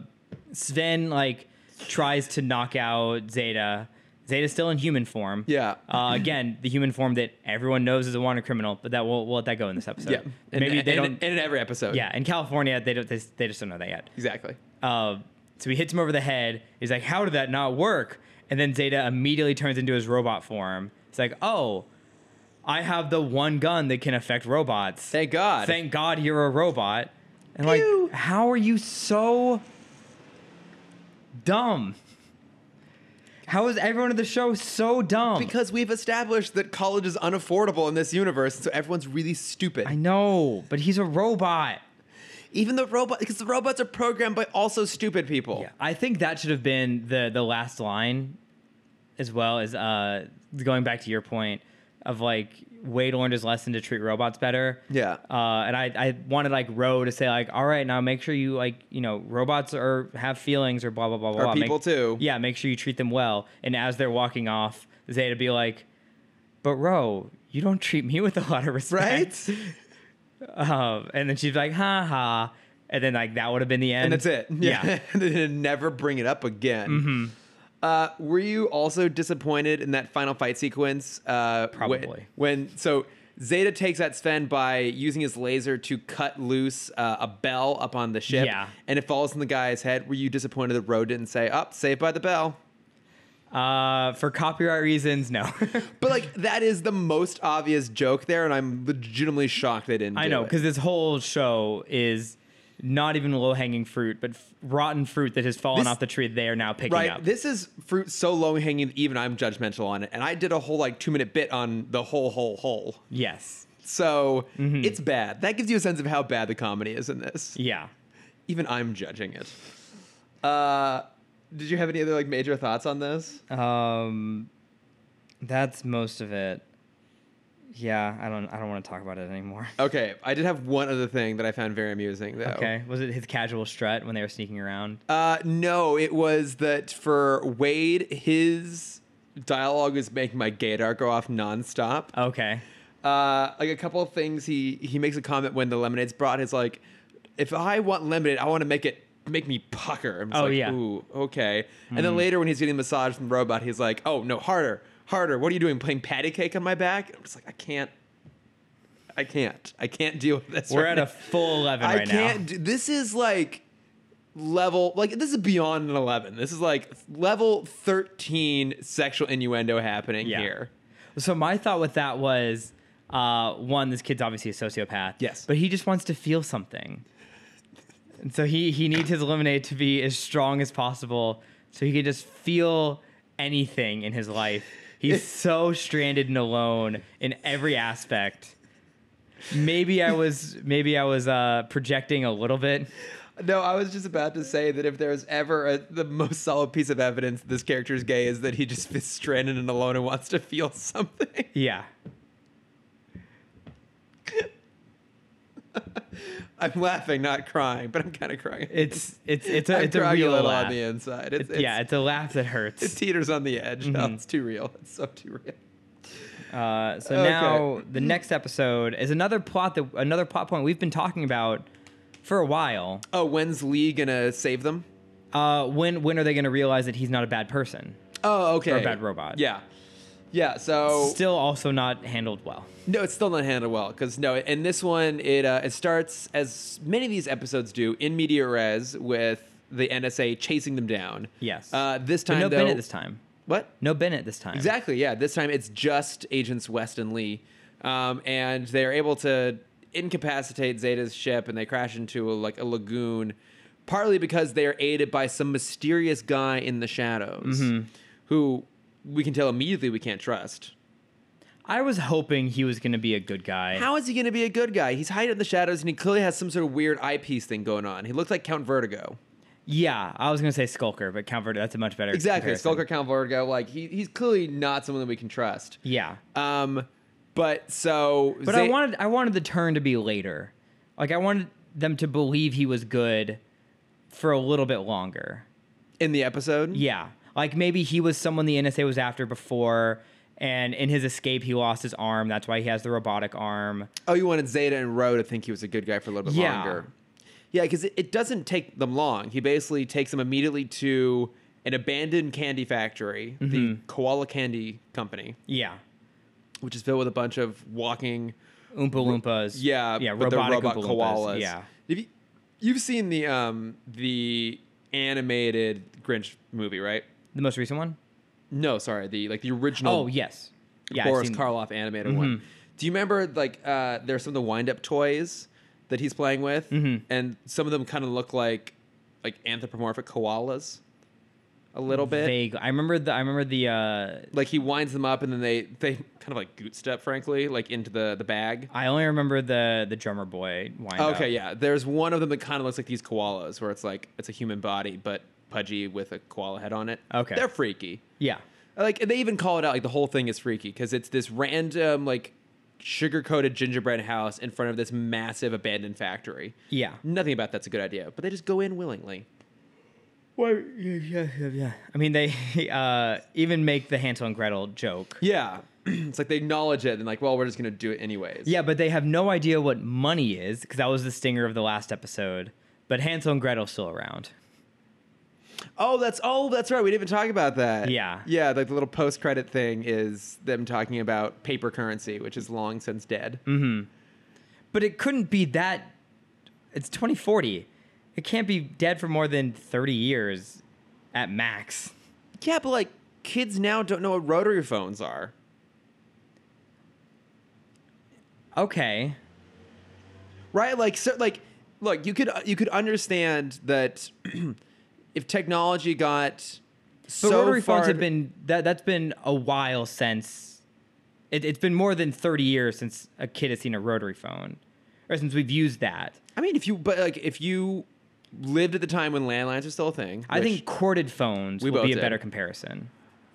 Speaker 2: Sven like tries to knock out Zeta. Zeta's still in human form.
Speaker 1: Yeah.
Speaker 2: Uh, again, the human form that everyone knows is a wanted criminal, but that we'll, we'll let that go in this episode.
Speaker 1: Yeah. And,
Speaker 2: Maybe they
Speaker 1: and-
Speaker 2: don't.
Speaker 1: and in every episode.
Speaker 2: yeah, in California, they don't. They, they just don't know that yet.
Speaker 1: Exactly.
Speaker 2: Uh, so he hits him over the head. He's like, "How did that not work?" And then Zeta immediately turns into his robot form. It's like, "Oh, I have the one gun that can affect robots."
Speaker 1: Thank God.
Speaker 2: thank God you're a robot. And like,
Speaker 1: Pew.
Speaker 2: how are you so dumb? How is everyone at the show so dumb?
Speaker 1: because we've established that college is unaffordable in this universe, so everyone's really stupid.
Speaker 2: I know, but he's a robot.
Speaker 1: Even the robot, because the robots are programmed by also stupid people.
Speaker 2: I think that should have been the the last line, as well as uh, going back to your point of like Wade learned his lesson to treat robots better.
Speaker 1: Yeah.
Speaker 2: Uh, and I, I wanted like Roe to say like, all right, now make sure you like you know robots are have feelings or blah blah blah
Speaker 1: Are
Speaker 2: blah.
Speaker 1: people
Speaker 2: Make-
Speaker 1: too.
Speaker 2: Yeah, make sure you treat them well. And as they're walking off, Zeta be like, but Roe, you don't treat me with a lot of respect,
Speaker 1: Right?
Speaker 2: right? [laughs] Um, and then she's like, ha ha. And then like that would have been the
Speaker 1: And
Speaker 2: end.
Speaker 1: that's it.
Speaker 2: [laughs]
Speaker 1: [laughs]
Speaker 2: yeah. Mm-hmm.
Speaker 1: and then never bring it up again. Uh, were you also disappointed in that final fight sequence? Uh, wh-
Speaker 2: Probably.
Speaker 1: when so Zeta takes out Sven by using his laser to cut loose uh, a bell up on the ship,
Speaker 2: Yeah.
Speaker 1: and it falls on the guy's head. Were you disappointed that Ro didn't say, "Up, saved by the bell"?
Speaker 2: Uh, for copyright reasons, no. [laughs]
Speaker 1: But like that is the most obvious joke there, and I'm legitimately shocked they didn't.
Speaker 2: I
Speaker 1: do
Speaker 2: know
Speaker 1: it.
Speaker 2: because this whole show is not even low hanging fruit, but f- rotten fruit that has fallen
Speaker 1: This-
Speaker 2: off the tree. They are now picking
Speaker 1: Right.
Speaker 2: up.
Speaker 1: This is fruit so low hanging that even I'm judgmental on it. And I did a whole like two minute bit on the whole whole whole.
Speaker 2: yes.
Speaker 1: So it's bad. That gives you a sense of how bad the comedy is in this.
Speaker 2: Yeah.
Speaker 1: Even I'm judging it. Uh did you have any other like major thoughts on this?
Speaker 2: Um, that's most of it. Yeah, I don't. I don't want to talk about it anymore.
Speaker 1: Okay, I did have one other thing that I found very amusing though.
Speaker 2: Okay. Was it his casual strut when they were sneaking around?
Speaker 1: Uh no, it was that for Wade, his dialogue is making my gaydar go off nonstop.
Speaker 2: Okay.
Speaker 1: uh, like a couple of things he he makes a comment when the lemonade's brought. He's like, if I want lemonade, I want to make it make me pucker. I'm just
Speaker 3: Oh,
Speaker 1: like,
Speaker 3: yeah.
Speaker 1: ooh, okay. And
Speaker 2: Mm.
Speaker 1: then later when he's getting massage from the robot, he's like, oh no, harder, harder. What are you doing? Playing patty cake on my back? I'm just like, I can't. I can't. I can't deal with this.
Speaker 2: We're
Speaker 1: right
Speaker 2: at
Speaker 1: now.
Speaker 2: a full eleven
Speaker 1: I
Speaker 2: right
Speaker 1: can't.
Speaker 2: now.
Speaker 1: Do, this is like level like this is beyond an 11 this is like level 13 sexual innuendo happening
Speaker 3: Yeah.
Speaker 1: here
Speaker 2: So my thought with that was, uh, one, this kid's obviously a sociopath.
Speaker 1: Yes.
Speaker 2: but he just wants to feel something, and so he he needs his lemonade to be as strong as possible, so he can just feel anything in his life. He's
Speaker 1: [laughs]
Speaker 2: so stranded and alone in every aspect. Maybe I was maybe I was uh, projecting a little bit.
Speaker 1: no i was just about to say that if there's ever a, the most solid piece of evidence that this character is gay is that he just is stranded and alone and wants to feel something [laughs]
Speaker 2: Yeah.
Speaker 1: i'm laughing not crying but i'm kind of crying
Speaker 2: It's it's it's a
Speaker 1: I'm
Speaker 2: it's a
Speaker 1: crying
Speaker 2: real
Speaker 1: little
Speaker 2: laugh.
Speaker 1: on the inside it's, it's,
Speaker 2: yeah, it's Mm-hmm. a laugh that hurts.
Speaker 1: it teeters on the edge oh, it's too real [laughs] it's so too real
Speaker 2: Uh, so
Speaker 1: Okay.
Speaker 2: now the next episode is another plot that another plot point we've been talking about for a while.
Speaker 1: oh when's lee gonna save them
Speaker 2: Uh, when when are they going to realize that he's not a bad person?
Speaker 1: oh okay
Speaker 2: bad robot.
Speaker 1: yeah yeah so
Speaker 2: Still, also not handled well.
Speaker 1: No, it's still not handled well because no. In this one, it uh, it starts as many of these episodes do in media res with the NSA chasing them down.
Speaker 2: Yes.
Speaker 1: Uh, this
Speaker 2: But
Speaker 1: time,
Speaker 2: no
Speaker 1: though,
Speaker 2: Bennett this time.
Speaker 1: what
Speaker 2: No Bennett this time.
Speaker 1: exactly? Yeah, this time it's just agents West and Lee, um, and they are able to incapacitate Zeta's ship, and they crash into a, like a lagoon, partly because they are aided by some mysterious guy in the shadows,
Speaker 2: Mm-hmm.
Speaker 1: who we can tell immediately we can't trust.
Speaker 2: I was hoping he was going to be a good guy.
Speaker 1: How is he going to be a good guy? He's hiding in the shadows, and he clearly has some sort of weird eyepiece thing going on. He looks like Count Vertigo.
Speaker 2: Yeah, I was going to say Skulker, but Count Vertigo, that's a much better
Speaker 1: Exactly,
Speaker 2: comparison.
Speaker 1: Skulker Count Vertigo. Like he, he's clearly not someone that we can trust.
Speaker 2: Yeah,
Speaker 1: Um, but so,
Speaker 2: but I
Speaker 1: Ze-
Speaker 2: wanted I wanted the turn to be later. Like I wanted them to believe he was good for a little bit longer.
Speaker 1: in the episode.
Speaker 2: Yeah. Like maybe he was someone the NSA was after before, and in his escape, he lost his arm. That's why he has the robotic arm.
Speaker 1: Oh, you wanted Zeta and Ro to think he was a good guy for a little bit
Speaker 2: Yeah.
Speaker 1: longer. Yeah, because it, it doesn't take them long. He basically takes them immediately to an abandoned candy factory,
Speaker 2: Mm-hmm.
Speaker 1: the Koala Candy Company,
Speaker 2: Yeah.
Speaker 1: which is filled with a bunch of walking
Speaker 2: Oompa Loompas.
Speaker 1: Yeah,
Speaker 2: Yeah.
Speaker 1: but they're
Speaker 2: Robotic
Speaker 1: robot
Speaker 2: Oompa Loompas.
Speaker 1: koalas.
Speaker 2: Yeah.
Speaker 1: Have you, you've seen the um the animated Grinch movie, right?
Speaker 2: The most recent one?
Speaker 1: No, sorry, the like the original
Speaker 2: Oh, yes. Yeah. I've
Speaker 1: Boris
Speaker 2: seen- Mm-hmm.
Speaker 1: Karloff animated one. Do you remember like uh there's some of the wind up toys that he's playing with
Speaker 2: Mm-hmm.
Speaker 1: and some of them kind of look like like anthropomorphic koalas a little bit.
Speaker 2: Vague. I remember the. I remember the. Uh,
Speaker 1: like he winds them up and then they they kind of like goot step frankly like into the the bag.
Speaker 2: I only remember the the drummer boy. Wind
Speaker 1: Okay, yeah. There's one of them that kind of looks like these koalas, where it's like it's a human body but pudgy with a koala head on it.
Speaker 2: Okay.
Speaker 1: they're freaky.
Speaker 2: Yeah.
Speaker 1: Like they even call it out. Like the whole thing is freaky because it's this random like sugar-coated gingerbread house in front of this massive abandoned factory.
Speaker 2: Yeah.
Speaker 1: Nothing about that's a good idea, but they just go in willingly.
Speaker 2: Well, yeah, yeah, yeah. I mean, they [laughs] uh, even make the Hansel and Gretel joke.
Speaker 1: Yeah, [clears throat] it's like they acknowledge it and like, well, we're just gonna do it anyways.
Speaker 2: Yeah, but they have no idea what money is because that was the stinger of the last episode. But Hansel and Gretel's still around.
Speaker 1: Oh, that's oh, that's right. We didn't even talk about that.
Speaker 2: Yeah.
Speaker 1: Yeah, like the little post-credit thing is them talking about paper currency, which is long since dead.
Speaker 2: But it couldn't be that. It's 2040. It can't be dead for more than 30 years at max.
Speaker 1: Yeah, but like kids now don't know what rotary phones are.
Speaker 2: Okay.
Speaker 1: Right? Like so like look, you could you could understand that [clears throat] if technology got
Speaker 2: But
Speaker 1: so
Speaker 2: rotary
Speaker 1: far
Speaker 2: phones have been that that's been a while since it, it's been more than 30 years since a kid has seen a rotary phone or since we've used that.
Speaker 1: I mean, if you but like if you lived at the time when landlines were still a thing,
Speaker 2: I
Speaker 1: which-
Speaker 2: think corded phones
Speaker 1: We
Speaker 2: would be
Speaker 1: both
Speaker 2: a
Speaker 1: did.
Speaker 2: better comparison.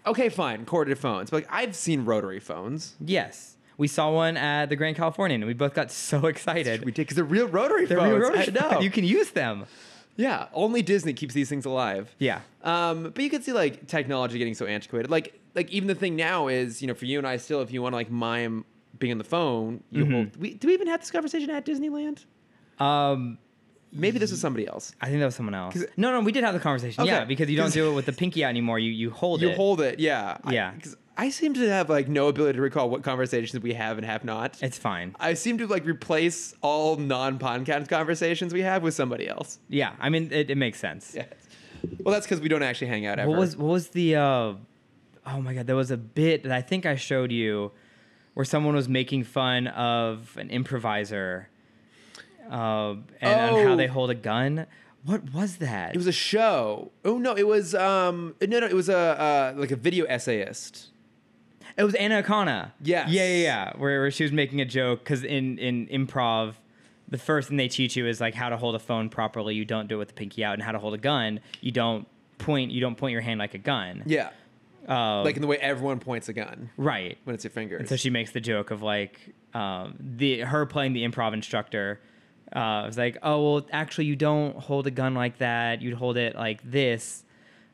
Speaker 1: okay, fine, corded phones. But like I've seen rotary phones.
Speaker 2: Yes. We saw one at the Grand Californian and we both got so excited.
Speaker 1: We did because they're real rotary
Speaker 2: They're
Speaker 1: phones.
Speaker 2: real rotary
Speaker 1: I
Speaker 2: phones.
Speaker 1: know.
Speaker 2: You can use them.
Speaker 1: Yeah, only Disney keeps these things alive.
Speaker 2: Yeah.
Speaker 1: Um, but you can see like technology getting so antiquated. Like like even the thing now is you know for you and I still if you want to like mime
Speaker 2: Mm-hmm.
Speaker 1: being on the phone you hold. We, do we even have this conversation at Disneyland?
Speaker 2: Um,
Speaker 1: Maybe this was somebody else.
Speaker 2: I think that was someone else.
Speaker 1: 'Cause-
Speaker 2: No, no, we did have the conversation.
Speaker 1: Okay,
Speaker 2: Yeah, because you don't
Speaker 1: 'cause-
Speaker 2: do it with the pinky out anymore. You you hold
Speaker 1: You
Speaker 2: it.
Speaker 1: hold it, yeah, I-
Speaker 2: Yeah.
Speaker 1: 'cause I, seem to have like no ability to recall what conversations we have and have not.
Speaker 2: It's fine.
Speaker 1: I seem to like replace all non-podcast conversations we have with somebody else.
Speaker 2: Yeah, I mean it, it makes sense.
Speaker 1: Yeah. Well, that's because we don't actually hang out ever.
Speaker 2: What was what was the uh, oh my god, there was a bit that I think I showed you where someone was making fun of an improviser uh, and on how
Speaker 1: Oh.
Speaker 2: they hold a gun. What was that?
Speaker 1: It was a show. Oh no, it was um no no it was a uh, like a video essayist.
Speaker 2: It was Anna Akana.
Speaker 1: Yes.
Speaker 2: Yeah, yeah, yeah. Where, where she was making a joke because in, in improv, the first thing they teach you is like how to hold a phone properly. You don't do it with the pinky out, and how to hold a gun. You don't point. You don't point your hand like a gun.
Speaker 1: Yeah,
Speaker 2: Uh,
Speaker 1: like in the way everyone points a gun
Speaker 2: right.
Speaker 1: when it's your fingers.
Speaker 2: And so she makes the joke of like um, the her playing the improv instructor. Uh, was like, oh well, actually, you don't hold a gun like that. You'd hold it like this.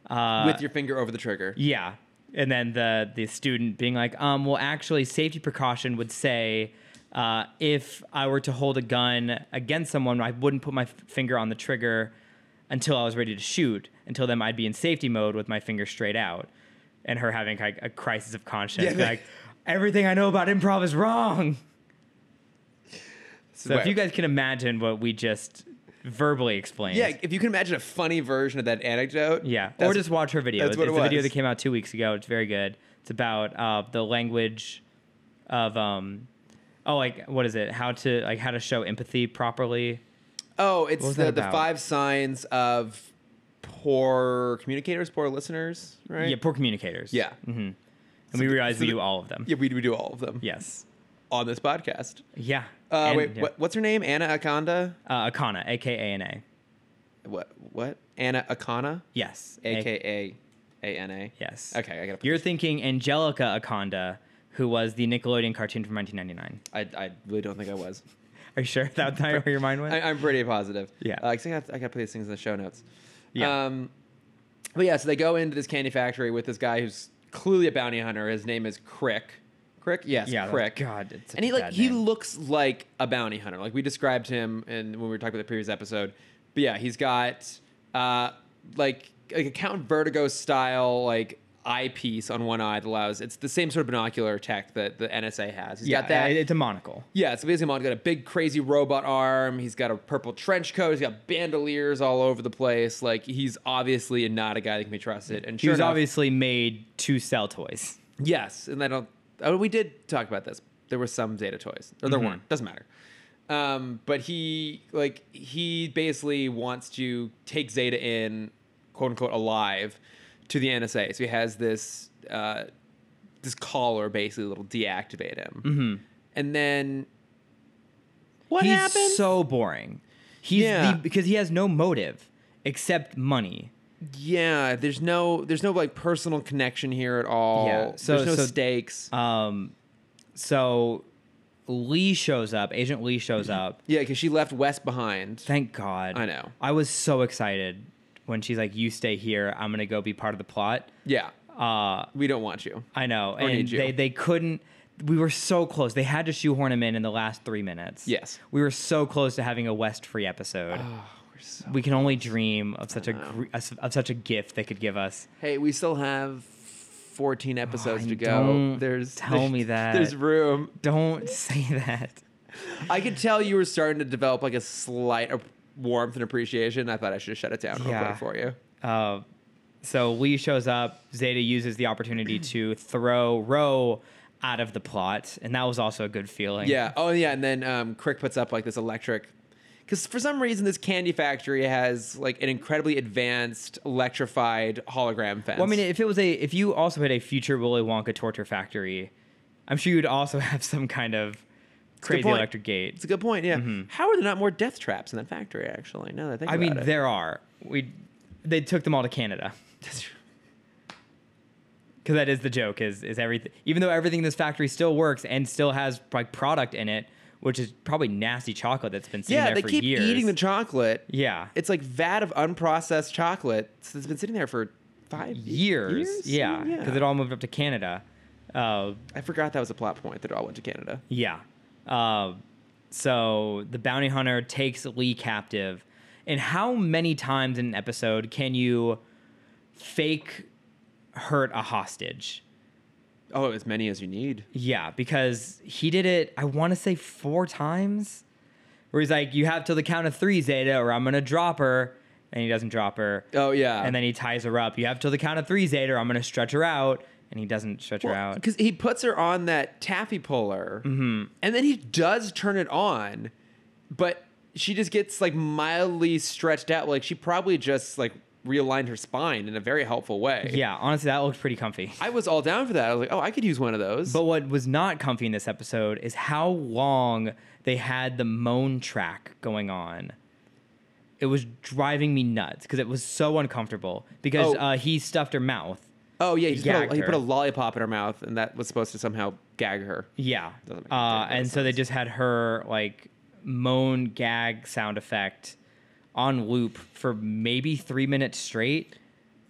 Speaker 2: Uh,
Speaker 1: with your finger over the trigger.
Speaker 2: Yeah. And then the the student being like, um, well, actually, safety precaution would say, uh, if I were to hold a gun against someone, I wouldn't put my f- finger on the trigger until I was ready to shoot. Until then, I'd be in safety mode with my finger straight out. And her having like a crisis of conscience,
Speaker 1: Yeah.
Speaker 2: like everything I know about improv is wrong. So if
Speaker 1: Right.
Speaker 2: you guys can imagine what we just verbally explained,
Speaker 1: yeah, if you can imagine a funny version of that anecdote.
Speaker 2: Yeah,
Speaker 1: that's-
Speaker 2: or just watch her video.
Speaker 1: that's
Speaker 2: it's
Speaker 1: what it
Speaker 2: it's a video
Speaker 1: was.
Speaker 2: that came out two weeks ago. It's very good. It's about uh, the language of um, oh, like what is it? How to like how to show empathy properly?
Speaker 1: Oh, it's
Speaker 2: was
Speaker 1: the,
Speaker 2: that
Speaker 1: the
Speaker 2: about?
Speaker 1: five signs of poor communicators, poor listeners, right?
Speaker 2: Yeah, poor communicators.
Speaker 1: Yeah.
Speaker 2: hmm and we realized
Speaker 1: so
Speaker 2: we
Speaker 1: the-
Speaker 2: do all of them.
Speaker 1: Yeah, we, we do all of them.
Speaker 2: Yes.
Speaker 1: on this podcast.
Speaker 2: Yeah.
Speaker 1: Uh,
Speaker 2: And-
Speaker 1: wait,
Speaker 2: yeah.
Speaker 1: what, what's her name? Anna Akanda.
Speaker 2: Uh, Akana, aka Ana.
Speaker 1: What? What? Anna Akana.
Speaker 2: Yes. A-
Speaker 1: A K A A N A.
Speaker 2: yes.
Speaker 1: Okay, I gotta.
Speaker 2: You're thinking Angelica Akonda, who was the Nickelodeon cartoon from 1999.
Speaker 1: I, I really don't think I was.
Speaker 2: Are you sure that's not where your mind
Speaker 1: [laughs]
Speaker 2: went?
Speaker 1: I, I'm pretty positive.
Speaker 2: Yeah.
Speaker 1: Uh, 'cause I got I got to put these things in the show notes.
Speaker 2: Yeah.
Speaker 1: Um, but yeah, so they go into this candy factory with this guy who's clearly a bounty hunter. His name is Crick. Crick. Yes.
Speaker 2: yeah.
Speaker 1: Crick.
Speaker 2: God, it's such
Speaker 1: and he
Speaker 2: a
Speaker 1: like
Speaker 2: bad
Speaker 1: he
Speaker 2: name.
Speaker 1: looks like a bounty hunter. Like we described him, and when we were talking about the previous episode, but yeah, he's got uh like like a Count Vertigo style like eyepiece on one eye that allows it's the same sort of binocular tech that the NSA has. He's
Speaker 2: yeah,
Speaker 1: got that.
Speaker 2: It's a monocle.
Speaker 1: yeah, so basically, Mon's got a big crazy robot arm. He's got a purple trench coat. He's got bandoliers all over the place. Like he's obviously not a guy that can be trusted. And
Speaker 2: He
Speaker 1: sure
Speaker 2: was
Speaker 1: enough-
Speaker 2: obviously made to sell toys.
Speaker 1: Yes, and I don't. Oh, we did talk about this. There were some Zeta toys, or
Speaker 2: Mm-hmm.
Speaker 1: there weren't. Doesn't matter. Um, but he like he basically wants to take Zeta in, quote unquote, alive, to the NSA. So he has this uh, this collar basically that'll deactivate him,
Speaker 2: Mm-hmm.
Speaker 1: and then what
Speaker 2: He's
Speaker 1: happened?
Speaker 2: so boring. He's
Speaker 1: Yeah.
Speaker 2: the, because he has no motive except money.
Speaker 1: yeah, there's no there's no like personal connection here at all.
Speaker 2: Yeah, so-
Speaker 1: there's no
Speaker 2: so-
Speaker 1: stakes.
Speaker 2: Um, so Lee shows up. Agent Lee shows up.
Speaker 1: yeah, because she left West behind.
Speaker 2: Thank God.
Speaker 1: I know.
Speaker 2: I was so excited when she's like, "You stay here. I'm gonna go be part of the plot."
Speaker 1: yeah,
Speaker 2: Uh,
Speaker 1: we don't want you.
Speaker 2: I know.
Speaker 1: Or
Speaker 2: and
Speaker 1: need you.
Speaker 2: they they couldn't. We were so close. They had to shoehorn him in in the last three minutes.
Speaker 1: Yes. Oh,
Speaker 2: we were so close to having a West free episode. we can only dream of such a gr- of such a gift they could give us.
Speaker 1: hey, we still have 14 episodes
Speaker 2: I
Speaker 1: to go.
Speaker 2: don't
Speaker 1: there's
Speaker 2: tell
Speaker 1: there's-
Speaker 2: me that.
Speaker 1: There's room.
Speaker 2: Don't [laughs] say that.
Speaker 1: I could tell you were starting to develop like a slight ap- warmth and appreciation. I thought I should have shut it down real
Speaker 2: Yeah.
Speaker 1: quick for you.
Speaker 2: Uh, so Lee shows up. Zeta uses
Speaker 1: [clears throat]
Speaker 2: the opportunity to throw Ro out of the plot, and that was also a good feeling.
Speaker 1: Yeah. Oh, yeah. And then um, Crick puts up like this electric. Because for some reason, this candy factory has like an incredibly advanced electrified hologram fence.
Speaker 2: Well, I mean, if it was a if you also had a future Willy Wonka torture factory, I'm sure you'd also [laughs] have some kind of crazy
Speaker 1: point.
Speaker 2: electric gate.
Speaker 1: it's a good point. Yeah. How are there not more death traps in that factory? Actually, now that I think
Speaker 2: Mm-hmm. I
Speaker 1: about
Speaker 2: mean,
Speaker 1: it.
Speaker 2: there are. We they took them all to Canada. [laughs] because that is the joke is is everything even though everything in this factory still works and still has like product in it which is probably nasty chocolate that's been sitting
Speaker 1: yeah,
Speaker 2: there
Speaker 1: they
Speaker 2: for
Speaker 1: keep
Speaker 2: years
Speaker 1: eating the chocolate.
Speaker 2: yeah
Speaker 1: It's like vat of unprocessed chocolate that's been sitting there for five
Speaker 2: years, yeah because it all moved up to canada uh,
Speaker 1: I forgot that was a plot point that it all went to Canada.
Speaker 2: yeah uh, so the bounty hunter takes lee captive And how many times in an episode can you fake hurt a hostage?
Speaker 1: Oh, as many as you need.
Speaker 2: Yeah, because he did it, I want to say four times, where he's like, You have till the count of three, Zeta, or I'm going to drop her. And he doesn't drop her.
Speaker 1: Oh yeah,
Speaker 2: And then he ties her up. You have till the count of three, Zeta, or I'm going to stretch her out. And he doesn't stretch her out. Mm-hmm.
Speaker 1: because he puts her on that taffy puller, and then he does turn it on, but she just gets like mildly stretched out. Like she probably just like realigned her spine in a very helpful way.
Speaker 2: Yeah, honestly, that looked pretty comfy. [laughs]
Speaker 1: I was all down for that. I was like, oh, I could use one of those.
Speaker 2: But what was not comfy in this episode is how long they had the moan track going on. It was driving me nuts because it was so uncomfortable because
Speaker 1: Oh.
Speaker 2: uh, he stuffed her mouth.
Speaker 1: oh yeah, he, just put
Speaker 2: gagged
Speaker 1: a, he
Speaker 2: her.
Speaker 1: put a lollipop in her mouth, and that was supposed to somehow gag her.
Speaker 2: Yeah.
Speaker 1: Doesn't make
Speaker 2: Uh,
Speaker 1: any
Speaker 2: and so they just had her like moan gag sound effect on loop for maybe three minutes straight.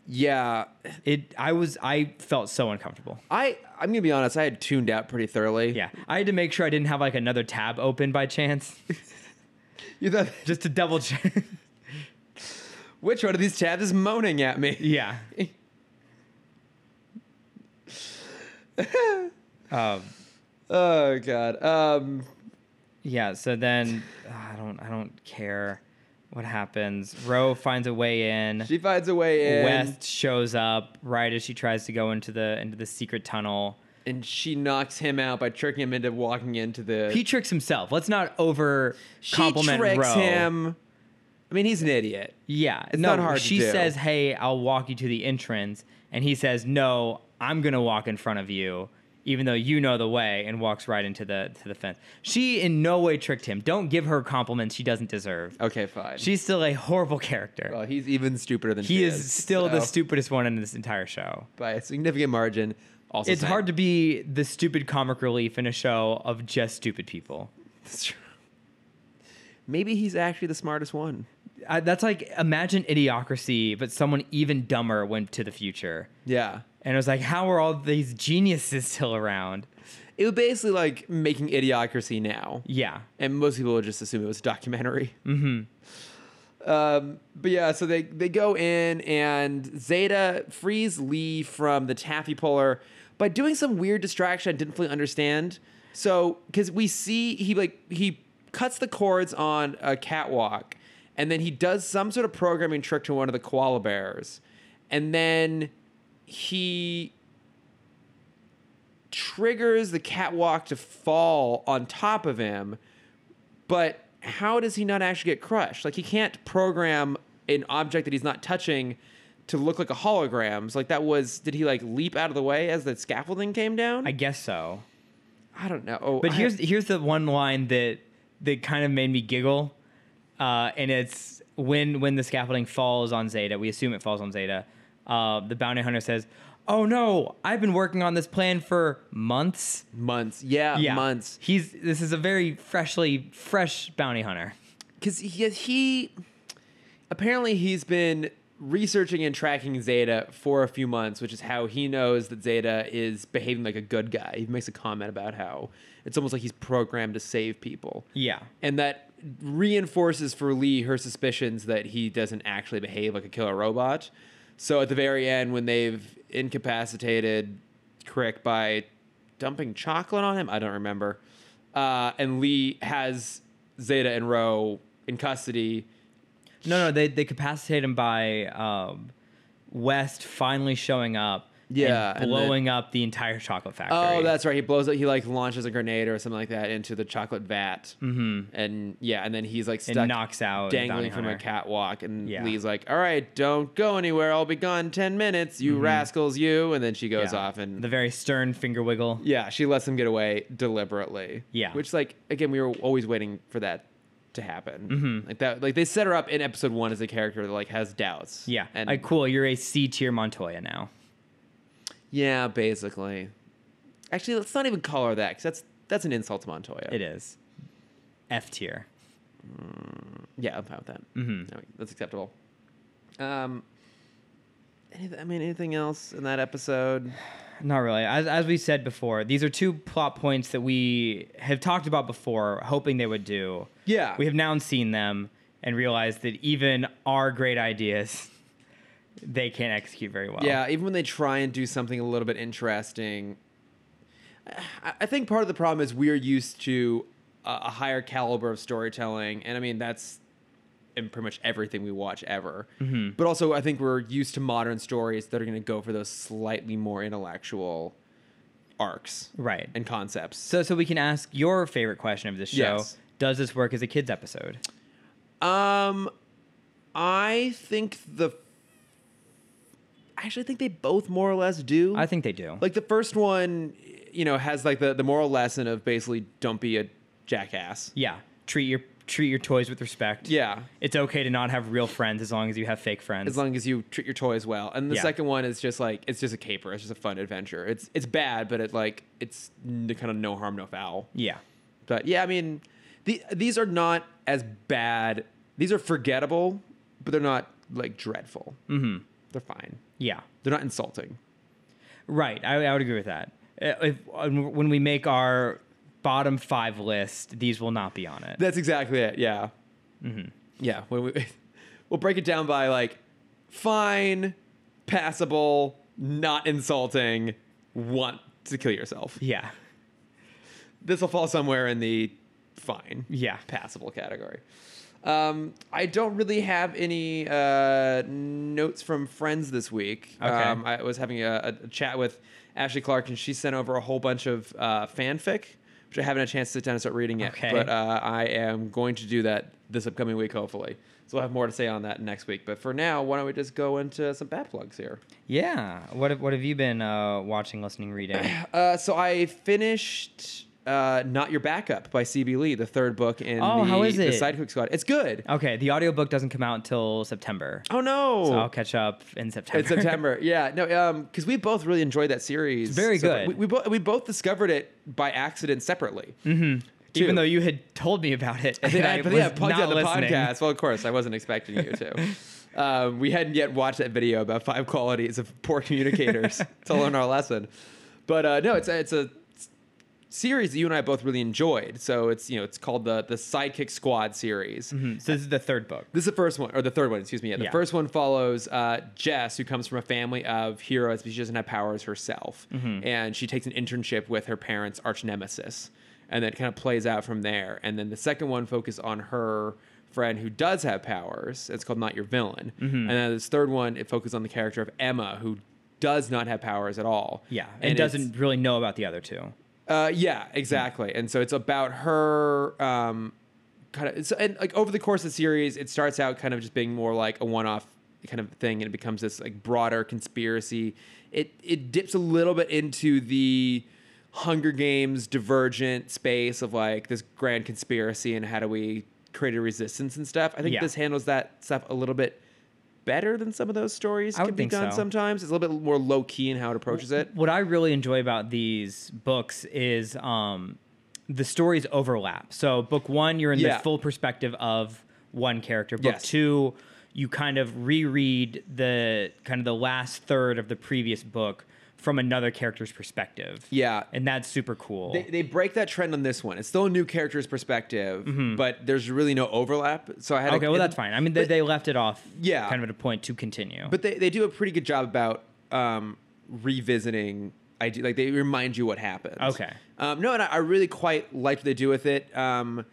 Speaker 1: Yeah,
Speaker 2: It I was I felt so uncomfortable.
Speaker 1: I I'm gonna be honest. I had tuned out pretty thoroughly.
Speaker 2: Yeah. I had to make sure I didn't have like another tab open by chance. [laughs]
Speaker 1: You thought, [laughs]
Speaker 2: just to double check.
Speaker 1: which one of these tabs is moaning at me?
Speaker 2: yeah. [laughs] um
Speaker 1: [laughs] Oh god. Um.
Speaker 2: yeah, so then I don't I don't care what happens. Ro finds a way in.
Speaker 1: She finds a way in.
Speaker 2: West shows up right as she tries to go into the into the secret tunnel.
Speaker 1: and she knocks him out by tricking him into walking into the.
Speaker 2: He tricks himself. Let's not over
Speaker 1: she
Speaker 2: compliment
Speaker 1: tricks
Speaker 2: Ro.
Speaker 1: him. I mean, he's an idiot.
Speaker 2: Yeah, it's
Speaker 1: not hard to
Speaker 2: She
Speaker 1: do.
Speaker 2: says, "Hey, I'll walk you to the entrance," and he says, "No, I'm gonna walk in front of you." Even though you know the way, and walks right into the to the fence. She in no way tricked him. Don't give her compliments she doesn't deserve.
Speaker 1: Okay, fine.
Speaker 2: She's still a horrible character.
Speaker 1: well, he's even stupider than
Speaker 2: he
Speaker 1: she
Speaker 2: is, still the
Speaker 1: so,
Speaker 2: stupidest one in this entire show.
Speaker 1: by a significant margin. Also,
Speaker 2: it's
Speaker 1: [laughs]
Speaker 2: hard to be the stupid comic relief in a show of just stupid people.
Speaker 1: to. Maybe he's actually the smartest one.
Speaker 2: I, that's like imagine idiocracy, but someone even dumber went to the future.
Speaker 1: Yeah,
Speaker 2: And it was like, how are all these geniuses still around?
Speaker 1: it was basically like making Idiocracy now,
Speaker 2: Yeah.
Speaker 1: and most people would just assume it was a documentary. Um, but yeah, so they they go in and Zeta frees Lee from the taffy puller by doing some weird distraction I didn't fully understand. So because we see he like he cuts the cords on a catwalk, and then he does some sort of programming trick to one of the koala bears, and then he triggers the catwalk to fall on top of him but how does he not actually get crushed? Like he can't program an object that he's not touching to look like a hologram. So like that was did he like leap out of the way as the scaffolding came down?
Speaker 2: I
Speaker 1: I,
Speaker 2: guess so.
Speaker 1: don't know. Oh,
Speaker 2: But
Speaker 1: I-
Speaker 2: here's here's the one line that that kind of made me giggle. Uh, and it's when when the scaffolding falls on Zeta, we assume it falls on Zeta. Uh, the bounty hunter says, "Oh no, I've been working on this plan for months.
Speaker 1: months. Yeah, months.
Speaker 2: He's this is a very freshly fresh bounty hunter.
Speaker 1: Cuz he, he apparently he's been researching and tracking Zeta for a few months, which is how he knows that Zeta is behaving like a good guy. He makes a comment about how it's almost like he's programmed to save people.
Speaker 2: Yeah,
Speaker 1: and that reinforces for Lee her suspicions that he doesn't actually behave like a killer robot. So at the very end, when they've incapacitated Crick by dumping chocolate on him, I don't remember, uh, and Lee has Zeta and Roe in custody.
Speaker 2: No, no, they they capacitate him by um, West finally showing up.
Speaker 1: Yeah, and
Speaker 2: and
Speaker 1: then-
Speaker 2: blowing up the entire chocolate factory.
Speaker 1: Oh, that's right. He blows up. He like launches a grenade or something like that into the chocolate vat, mm-hmm. and yeah, and then he's like
Speaker 2: and
Speaker 1: stuck
Speaker 2: knocks out the bounty
Speaker 1: dangling from a
Speaker 2: hunter.
Speaker 1: catwalk and
Speaker 2: Yeah.
Speaker 1: Lee's like, "All right, don't go anywhere. I'll be gone 10 minutes, you rascals you." And then she goes
Speaker 2: Mm-hmm. Yeah.
Speaker 1: off and
Speaker 2: the very stern finger wiggle.
Speaker 1: yeah, she lets him get away deliberately.
Speaker 2: Yeah.
Speaker 1: Which like again, we were always waiting for that to happen.
Speaker 2: Mm-hmm.
Speaker 1: Like that like they set her up in episode 1 as a character that like has doubts.
Speaker 2: Yeah,
Speaker 1: And
Speaker 2: like cool. You're a C tier Montoya now.
Speaker 1: yeah, basically. Actually, let's not even call her that cuz that's that's an insult to Montoya.
Speaker 2: It is F tier.
Speaker 1: Yeah, I'm fine with that. Mm-hmm. that's acceptable. Um anyth- I mean, anything else in that episode?
Speaker 2: Not really. As, as we said before, these are two plot points that we have talked about before, hoping they would do.
Speaker 1: Yeah.
Speaker 2: We have now seen them, and realize that even our great ideas, they can't execute very well.
Speaker 1: Yeah, even when they try and do something a little bit interesting, I, I think part of the problem is we're used to a, a higher caliber of storytelling, and I mean that's in pretty much everything we watch ever. But also, I think we're used to modern stories that are going to go for those slightly more intellectual arcs
Speaker 2: Right.
Speaker 1: and concepts.
Speaker 2: So, so we can ask your favorite question of this show.
Speaker 1: Yes.
Speaker 2: Does this work as a kids episode?
Speaker 1: Um, I think the. I actually think they both more or less do.
Speaker 2: I think they do.
Speaker 1: like the first one, you know, has like the the moral lesson of basically don't be a jackass.
Speaker 2: yeah. Treat your treat your toys with respect.
Speaker 1: Yeah,
Speaker 2: It's okay to not have real friends as long as you have fake friends.
Speaker 1: as long as you treat your toys well. And the
Speaker 2: Yeah.
Speaker 1: second one is just like it's just a caper. It's just a fun adventure. It's it's bad, but it like it's n- kind of no harm, no foul.
Speaker 2: yeah.
Speaker 1: But yeah, I mean, the, these are not as bad. These are forgettable, but they're not like dreadful.
Speaker 2: Mhm.
Speaker 1: They're fine.
Speaker 2: Yeah.
Speaker 1: They're not insulting.
Speaker 2: Right. I, I would agree with that. Uh, If, when we make our bottom five list, these will not be on it.
Speaker 1: That's exactly it. Yeah. Yeah. When we, [laughs] we'll break it down by like fine, passable, not insulting, want to kill yourself.
Speaker 2: yeah.
Speaker 1: This will fall somewhere in the fine,
Speaker 2: Yeah.
Speaker 1: passable category. Um, I don't really have any uh, notes from friends this week.
Speaker 2: Okay.
Speaker 1: Um, I was having a, a chat with Ashley Clark, and she sent over a whole bunch of uh, fanfic, which I haven't had a chance to sit down and start reading yet.
Speaker 2: Okay.
Speaker 1: But uh, I am going to do that this upcoming week, hopefully. So we'll have more to say on that next week. But for now, why don't we just go into some bad plugs here?
Speaker 2: Yeah. What have, what have you been uh, watching, listening,
Speaker 1: [laughs]
Speaker 2: reading?
Speaker 1: Uh, so I finished uh, Not Your Backup by C.B. Lee, the third book in
Speaker 2: Oh,
Speaker 1: the,
Speaker 2: how is
Speaker 1: the
Speaker 2: it?
Speaker 1: Sidekick Squad. It's good.
Speaker 2: Okay. The audiobook doesn't come out until September.
Speaker 1: Oh, no.
Speaker 2: So I'll catch up in September.
Speaker 1: It's September. Yeah. No, um, because we both really enjoyed that series.
Speaker 2: It's very
Speaker 1: So
Speaker 2: good.
Speaker 1: We, we, bo- we both discovered it by accident
Speaker 2: [laughs]
Speaker 1: separately.
Speaker 2: [laughs] Even
Speaker 1: too.
Speaker 2: though you had told me about it.
Speaker 1: And then I, but
Speaker 2: was
Speaker 1: yeah, plugged out
Speaker 2: not
Speaker 1: the
Speaker 2: listening.
Speaker 1: podcast. Well, of course, I wasn't expecting you
Speaker 2: [laughs]
Speaker 1: to. Um, we hadn't yet watched that video about five qualities of poor
Speaker 2: [laughs]
Speaker 1: communicators to learn our lesson. But uh, no, it's a, it's a series that you and I both really enjoyed. So it's you know it's called the the Sidekick Squad series.
Speaker 2: Mhm. So this is the third book.
Speaker 1: This is the first one, or the third one, excuse me. Yeah, the
Speaker 2: Yeah.
Speaker 1: first one follows uh, Jess, who comes from a family of heroes, but she doesn't have powers herself.
Speaker 2: Mm-hmm.
Speaker 1: And she takes an internship with her parents' arch nemesis. And that kind of plays out from there. And then the second one focuses on her friend who does have powers. It's called Not Your Villain.
Speaker 2: Mm-hmm.
Speaker 1: And then this third one, it focuses on the character of Emma, who does not have powers at all.
Speaker 2: Yeah. And,
Speaker 1: it's-
Speaker 2: doesn't really know about the other two.
Speaker 1: uh, yeah, exactly. And so it's about her um, kind of, it's, and like over the course of the series, it starts out kind of just being more like a one-off kind of thing, and it becomes this like broader conspiracy. It it dips a little bit into the Hunger Games divergent space of like this grand conspiracy and how do we create a resistance and stuff. I think
Speaker 2: Yeah.
Speaker 1: this handles that stuff a little bit better than some of those stories
Speaker 2: I would
Speaker 1: can be
Speaker 2: think
Speaker 1: done
Speaker 2: so.
Speaker 1: sometimes. It's a little bit more low key in how it approaches it.
Speaker 2: What I really enjoy about these books is um, the stories overlap. So, book one, you're in
Speaker 1: Yeah.
Speaker 2: the full perspective of one character. Book
Speaker 1: Yes.
Speaker 2: two, you kind of reread the kind of the last third of the previous book from another character's perspective.
Speaker 1: Yeah.
Speaker 2: And that's super cool.
Speaker 1: They, they break that trend on this one. It's still a new character's perspective, but there's really no overlap. So I had
Speaker 2: Mm-hmm. okay,
Speaker 1: a,
Speaker 2: well, that's fine. I mean, they, they left it off
Speaker 1: Yeah.
Speaker 2: kind of at a point to continue.
Speaker 1: But they, they do a pretty good job about um, revisiting idea. Like they remind you what happened.
Speaker 2: Okay.
Speaker 1: Um, no, and I, I really quite liked what they do with it. Um,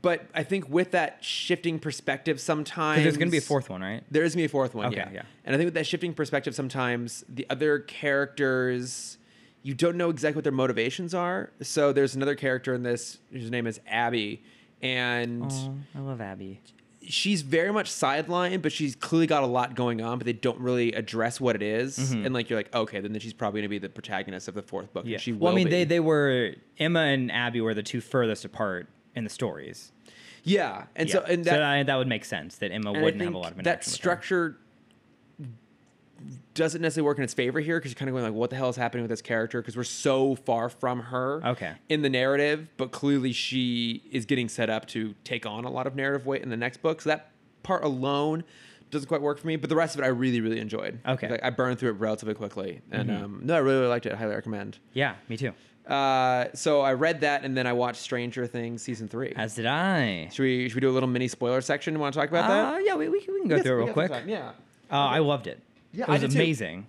Speaker 1: but I think with that shifting perspective, sometimes
Speaker 2: there's going to be a fourth one, right?
Speaker 1: There is gonna be a fourth one,
Speaker 2: Okay,
Speaker 1: yeah.
Speaker 2: yeah.
Speaker 1: And I think with that shifting perspective, sometimes the other characters, you don't know exactly what their motivations are. So there's another character in this whose name is Abby, and
Speaker 2: Oh, I love Abby.
Speaker 1: she's very much sidelined, but she's clearly got a lot going on, but they don't really address what it is. And like you're like, okay, then she's probably gonna be the protagonist of the fourth book.
Speaker 2: Mm-hmm. Yeah.
Speaker 1: And she will
Speaker 2: well, I mean,
Speaker 1: be.
Speaker 2: they they were Emma and Abby were the two furthest apart in the stories.
Speaker 1: yeah. And so
Speaker 2: Yeah.
Speaker 1: and that,
Speaker 2: I- that would make sense that Emma
Speaker 1: and I
Speaker 2: wouldn't have a
Speaker 1: think
Speaker 2: lot of
Speaker 1: that
Speaker 2: interaction with her.
Speaker 1: structure doesn't necessarily work in its favor here because you're kind of going like what the hell is happening with this character because we're so far from her
Speaker 2: Okay.
Speaker 1: in the narrative but clearly she is getting set up to take on a lot of narrative weight in the next book so that part alone doesn't quite work for me but the rest of it i really really enjoyed
Speaker 2: Okay. Mm-hmm.
Speaker 1: Like, i burned through it relatively quickly and um, no i really, really liked it i highly recommend
Speaker 2: Yeah, me too.
Speaker 1: Uh, so I read that, and then I watched Stranger Things season three.
Speaker 2: As did I.
Speaker 1: should we should we do a little mini spoiler section? Want to talk about
Speaker 2: Uh,
Speaker 1: that?
Speaker 2: yeah, we, we, can, we can go
Speaker 1: Yes,
Speaker 2: through
Speaker 1: we
Speaker 2: it real
Speaker 1: got some
Speaker 2: quick.
Speaker 1: time, Yeah.
Speaker 2: Uh, I loved it.
Speaker 1: Yeah,
Speaker 2: it
Speaker 1: I
Speaker 2: was
Speaker 1: did too.
Speaker 2: amazing.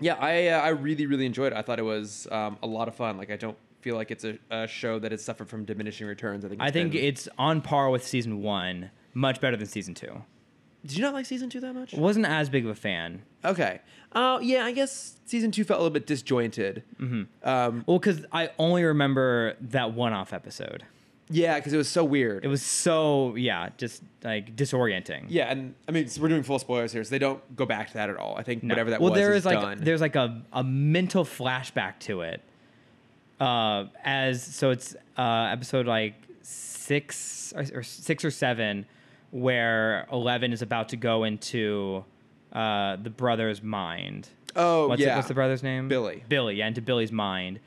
Speaker 1: Yeah, I uh, I really really enjoyed it. I thought it was um, a lot of fun. Like I don't feel like it's a, a show that has suffered from diminishing returns. I think
Speaker 2: I
Speaker 1: it's
Speaker 2: think
Speaker 1: been-
Speaker 2: it's on par with season one. Much better than season two.
Speaker 1: Did you not like season two that much?
Speaker 2: Wasn't as big of a fan.
Speaker 1: Okay. Uh, yeah, I guess season two felt a little bit disjointed. Mm-hmm. Um,
Speaker 2: Well, because I only remember that one-off episode.
Speaker 1: yeah, because it was so weird.
Speaker 2: It was so yeah, just like disorienting.
Speaker 1: yeah, and I mean so we're doing full spoilers here, so they don't go back to that at all. I think
Speaker 2: No.
Speaker 1: whatever that
Speaker 2: well,
Speaker 1: was
Speaker 2: there
Speaker 1: is
Speaker 2: is like
Speaker 1: done.
Speaker 2: there's like a, a mental flashback to it. Uh, as so it's uh episode like six or, or six or seven, where Eleven is about to go into uh the brother's mind.
Speaker 1: oh
Speaker 2: what's, it-
Speaker 1: yeah,
Speaker 2: what's the brother's name?
Speaker 1: Billy.
Speaker 2: Billy, yeah, into Billy's mind.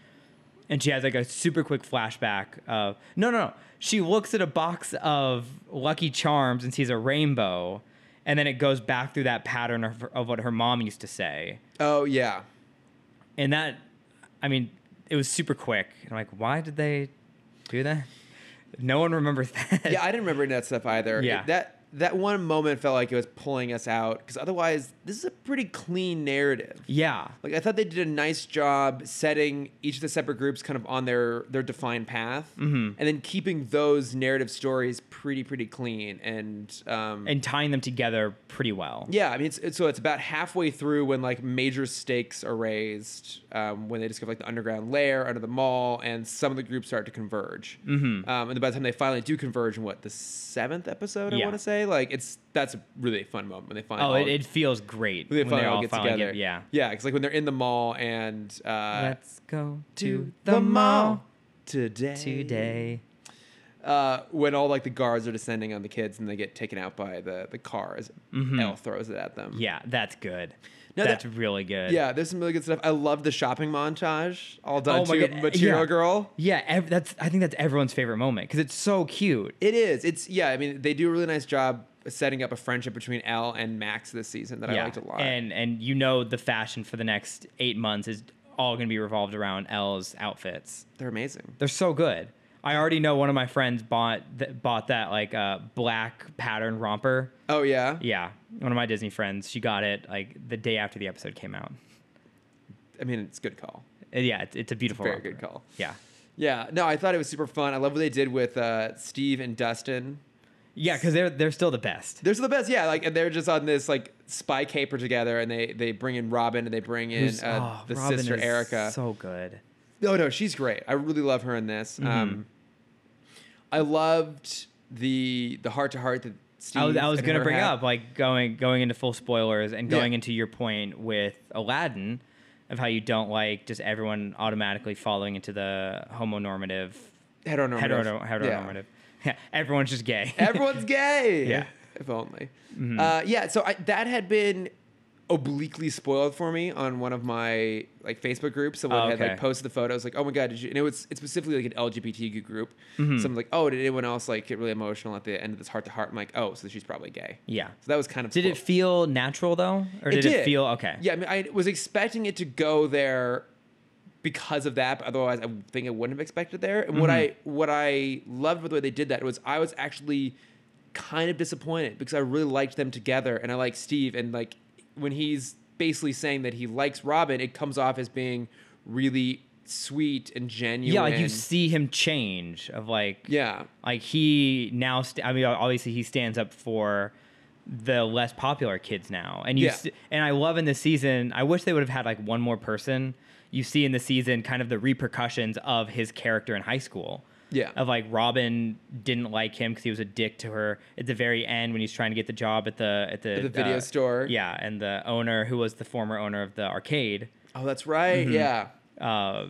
Speaker 2: And she has like a super quick flashback of no, no, no. She looks at a box of Lucky Charms and sees a rainbow, and then it goes back through that pattern of, of what her mom used to say.
Speaker 1: Oh yeah,
Speaker 2: And that, I mean, it was super quick. I'm like, why did they do that? No one remembers [laughs] that.
Speaker 1: yeah. I didn't remember any of that stuff either.
Speaker 2: Yeah.
Speaker 1: It- that that one moment felt like it was pulling us out because otherwise this is a pretty clean narrative.
Speaker 2: yeah.
Speaker 1: Like I thought they did a nice job setting each of the separate groups kind of on their their defined path, mm-hmm. and then keeping those narrative stories pretty pretty clean. And um,
Speaker 2: And tying them together pretty well.
Speaker 1: yeah, I mean, it's, it's, so it's about halfway through when like major stakes are raised um, when they discover like the underground lair under the mall, and some of the groups start to converge. Mm-hmm. Um, and by the time they finally do converge, in what the seventh episode, I
Speaker 2: Yeah.
Speaker 1: want to say, like it's that's a really fun moment when they finally
Speaker 2: Oh,
Speaker 1: all-
Speaker 2: it, it feels great
Speaker 1: when they
Speaker 2: when
Speaker 1: finally
Speaker 2: they
Speaker 1: all
Speaker 2: all
Speaker 1: get
Speaker 2: finally
Speaker 1: together.
Speaker 2: get yeah.
Speaker 1: yeah, because like when they're in the mall and uh,
Speaker 2: Let's go
Speaker 1: to the mall today.
Speaker 2: today.
Speaker 1: Uh, when all like the guards are descending on the kids and they get taken out by the the car as
Speaker 2: Mm-hmm.
Speaker 1: Elle throws it at them.
Speaker 2: Yeah, that's good.
Speaker 1: No,
Speaker 2: that's
Speaker 1: that-
Speaker 2: really good.
Speaker 1: Yeah, there's some really good stuff. I love the shopping montage, all done
Speaker 2: Oh my
Speaker 1: to
Speaker 2: God,
Speaker 1: Material
Speaker 2: yeah.
Speaker 1: Girl.
Speaker 2: Yeah, ev- that's I think that's everyone's favorite moment because it's so cute.
Speaker 1: It is. It's yeah. I mean, they do a really nice job setting up a friendship between Elle and Max this season that I
Speaker 2: yeah.
Speaker 1: liked a lot.
Speaker 2: And and you know the fashion for the next eight months is all gonna be revolved around Elle's outfits.
Speaker 1: They're amazing.
Speaker 2: They're so good. I already know one of my friends bought th- bought that like uh, black pattern romper.
Speaker 1: Oh yeah.
Speaker 2: Yeah, one of my Disney friends. She got it like the day after the episode came out.
Speaker 1: I mean, it's a good call.
Speaker 2: Uh, Yeah, it's, it's a beautiful.
Speaker 1: Very
Speaker 2: romper.
Speaker 1: good call.
Speaker 2: Yeah.
Speaker 1: Yeah. No, I thought it was super fun. I love what they did with uh, Steve and Dustin.
Speaker 2: Yeah, because they're they're still the best.
Speaker 1: They're the best, yeah. Like, and they're just on this like spy caper together, and they they bring in Robin and they bring in
Speaker 2: Who's-
Speaker 1: uh,
Speaker 2: oh,
Speaker 1: the
Speaker 2: Robin
Speaker 1: sister
Speaker 2: is
Speaker 1: Erica.
Speaker 2: So good.
Speaker 1: no, Oh, no, she's great. I really love her in this.
Speaker 2: Mm-hmm.
Speaker 1: Um, I loved the the heart to heart that Steve.
Speaker 2: I was, I was
Speaker 1: and
Speaker 2: gonna
Speaker 1: her
Speaker 2: bring
Speaker 1: had.
Speaker 2: up like going going into full spoilers and
Speaker 1: Yeah.
Speaker 2: going into your point with Aladdin of how you don't like just everyone automatically falling into the homonormative
Speaker 1: heteronormative.
Speaker 2: hetero
Speaker 1: Yeah.
Speaker 2: heteronormative. [laughs] Yeah. everyone's just gay.
Speaker 1: Everyone's gay.
Speaker 2: Yeah. Mm-hmm.
Speaker 1: If only. Uh, yeah. So I, that had been obliquely spoiled for me on one of my like Facebook groups. Someone had
Speaker 2: Oh, Okay.
Speaker 1: like posted the photos, like, "Oh my god, did you?" And it was it's specifically like an LGBTQ group.
Speaker 2: Mm-hmm.
Speaker 1: Someone's like, "Oh, did anyone else like get really emotional at the end of this heart to heart?" I'm like, "Oh, so she's probably gay."
Speaker 2: [laughs] yeah.
Speaker 1: So that was kind of.
Speaker 2: Did it
Speaker 1: spoiled.
Speaker 2: feel natural though, or did, it feel okay?
Speaker 1: Yeah, I mean, I was expecting it to go there because of that, but otherwise, I think I wouldn't have expected there. And what
Speaker 2: Mm-hmm.
Speaker 1: I what I loved with the way they did that was I was actually kind of disappointed because I really liked them together, and I like Steve, and like when he's basically saying that he likes Robin, it comes off as being really sweet and genuine.
Speaker 2: Yeah, like you see him change of like
Speaker 1: yeah.
Speaker 2: like he now st- i mean obviously he stands up for the less popular kids now and you
Speaker 1: Yeah.
Speaker 2: st- and i love in this season i wish they would have had like one more person you see in the season kind of the repercussions of his character in high school
Speaker 1: Yeah.
Speaker 2: of like robin didn't like him because he was a dick to her at the very end when he's trying to get the job at the at the,
Speaker 1: At the video store.
Speaker 2: yeah and the owner who was the former owner of the arcade
Speaker 1: Oh, that's right.
Speaker 2: Mm-hmm.
Speaker 1: Yeah.
Speaker 2: uh,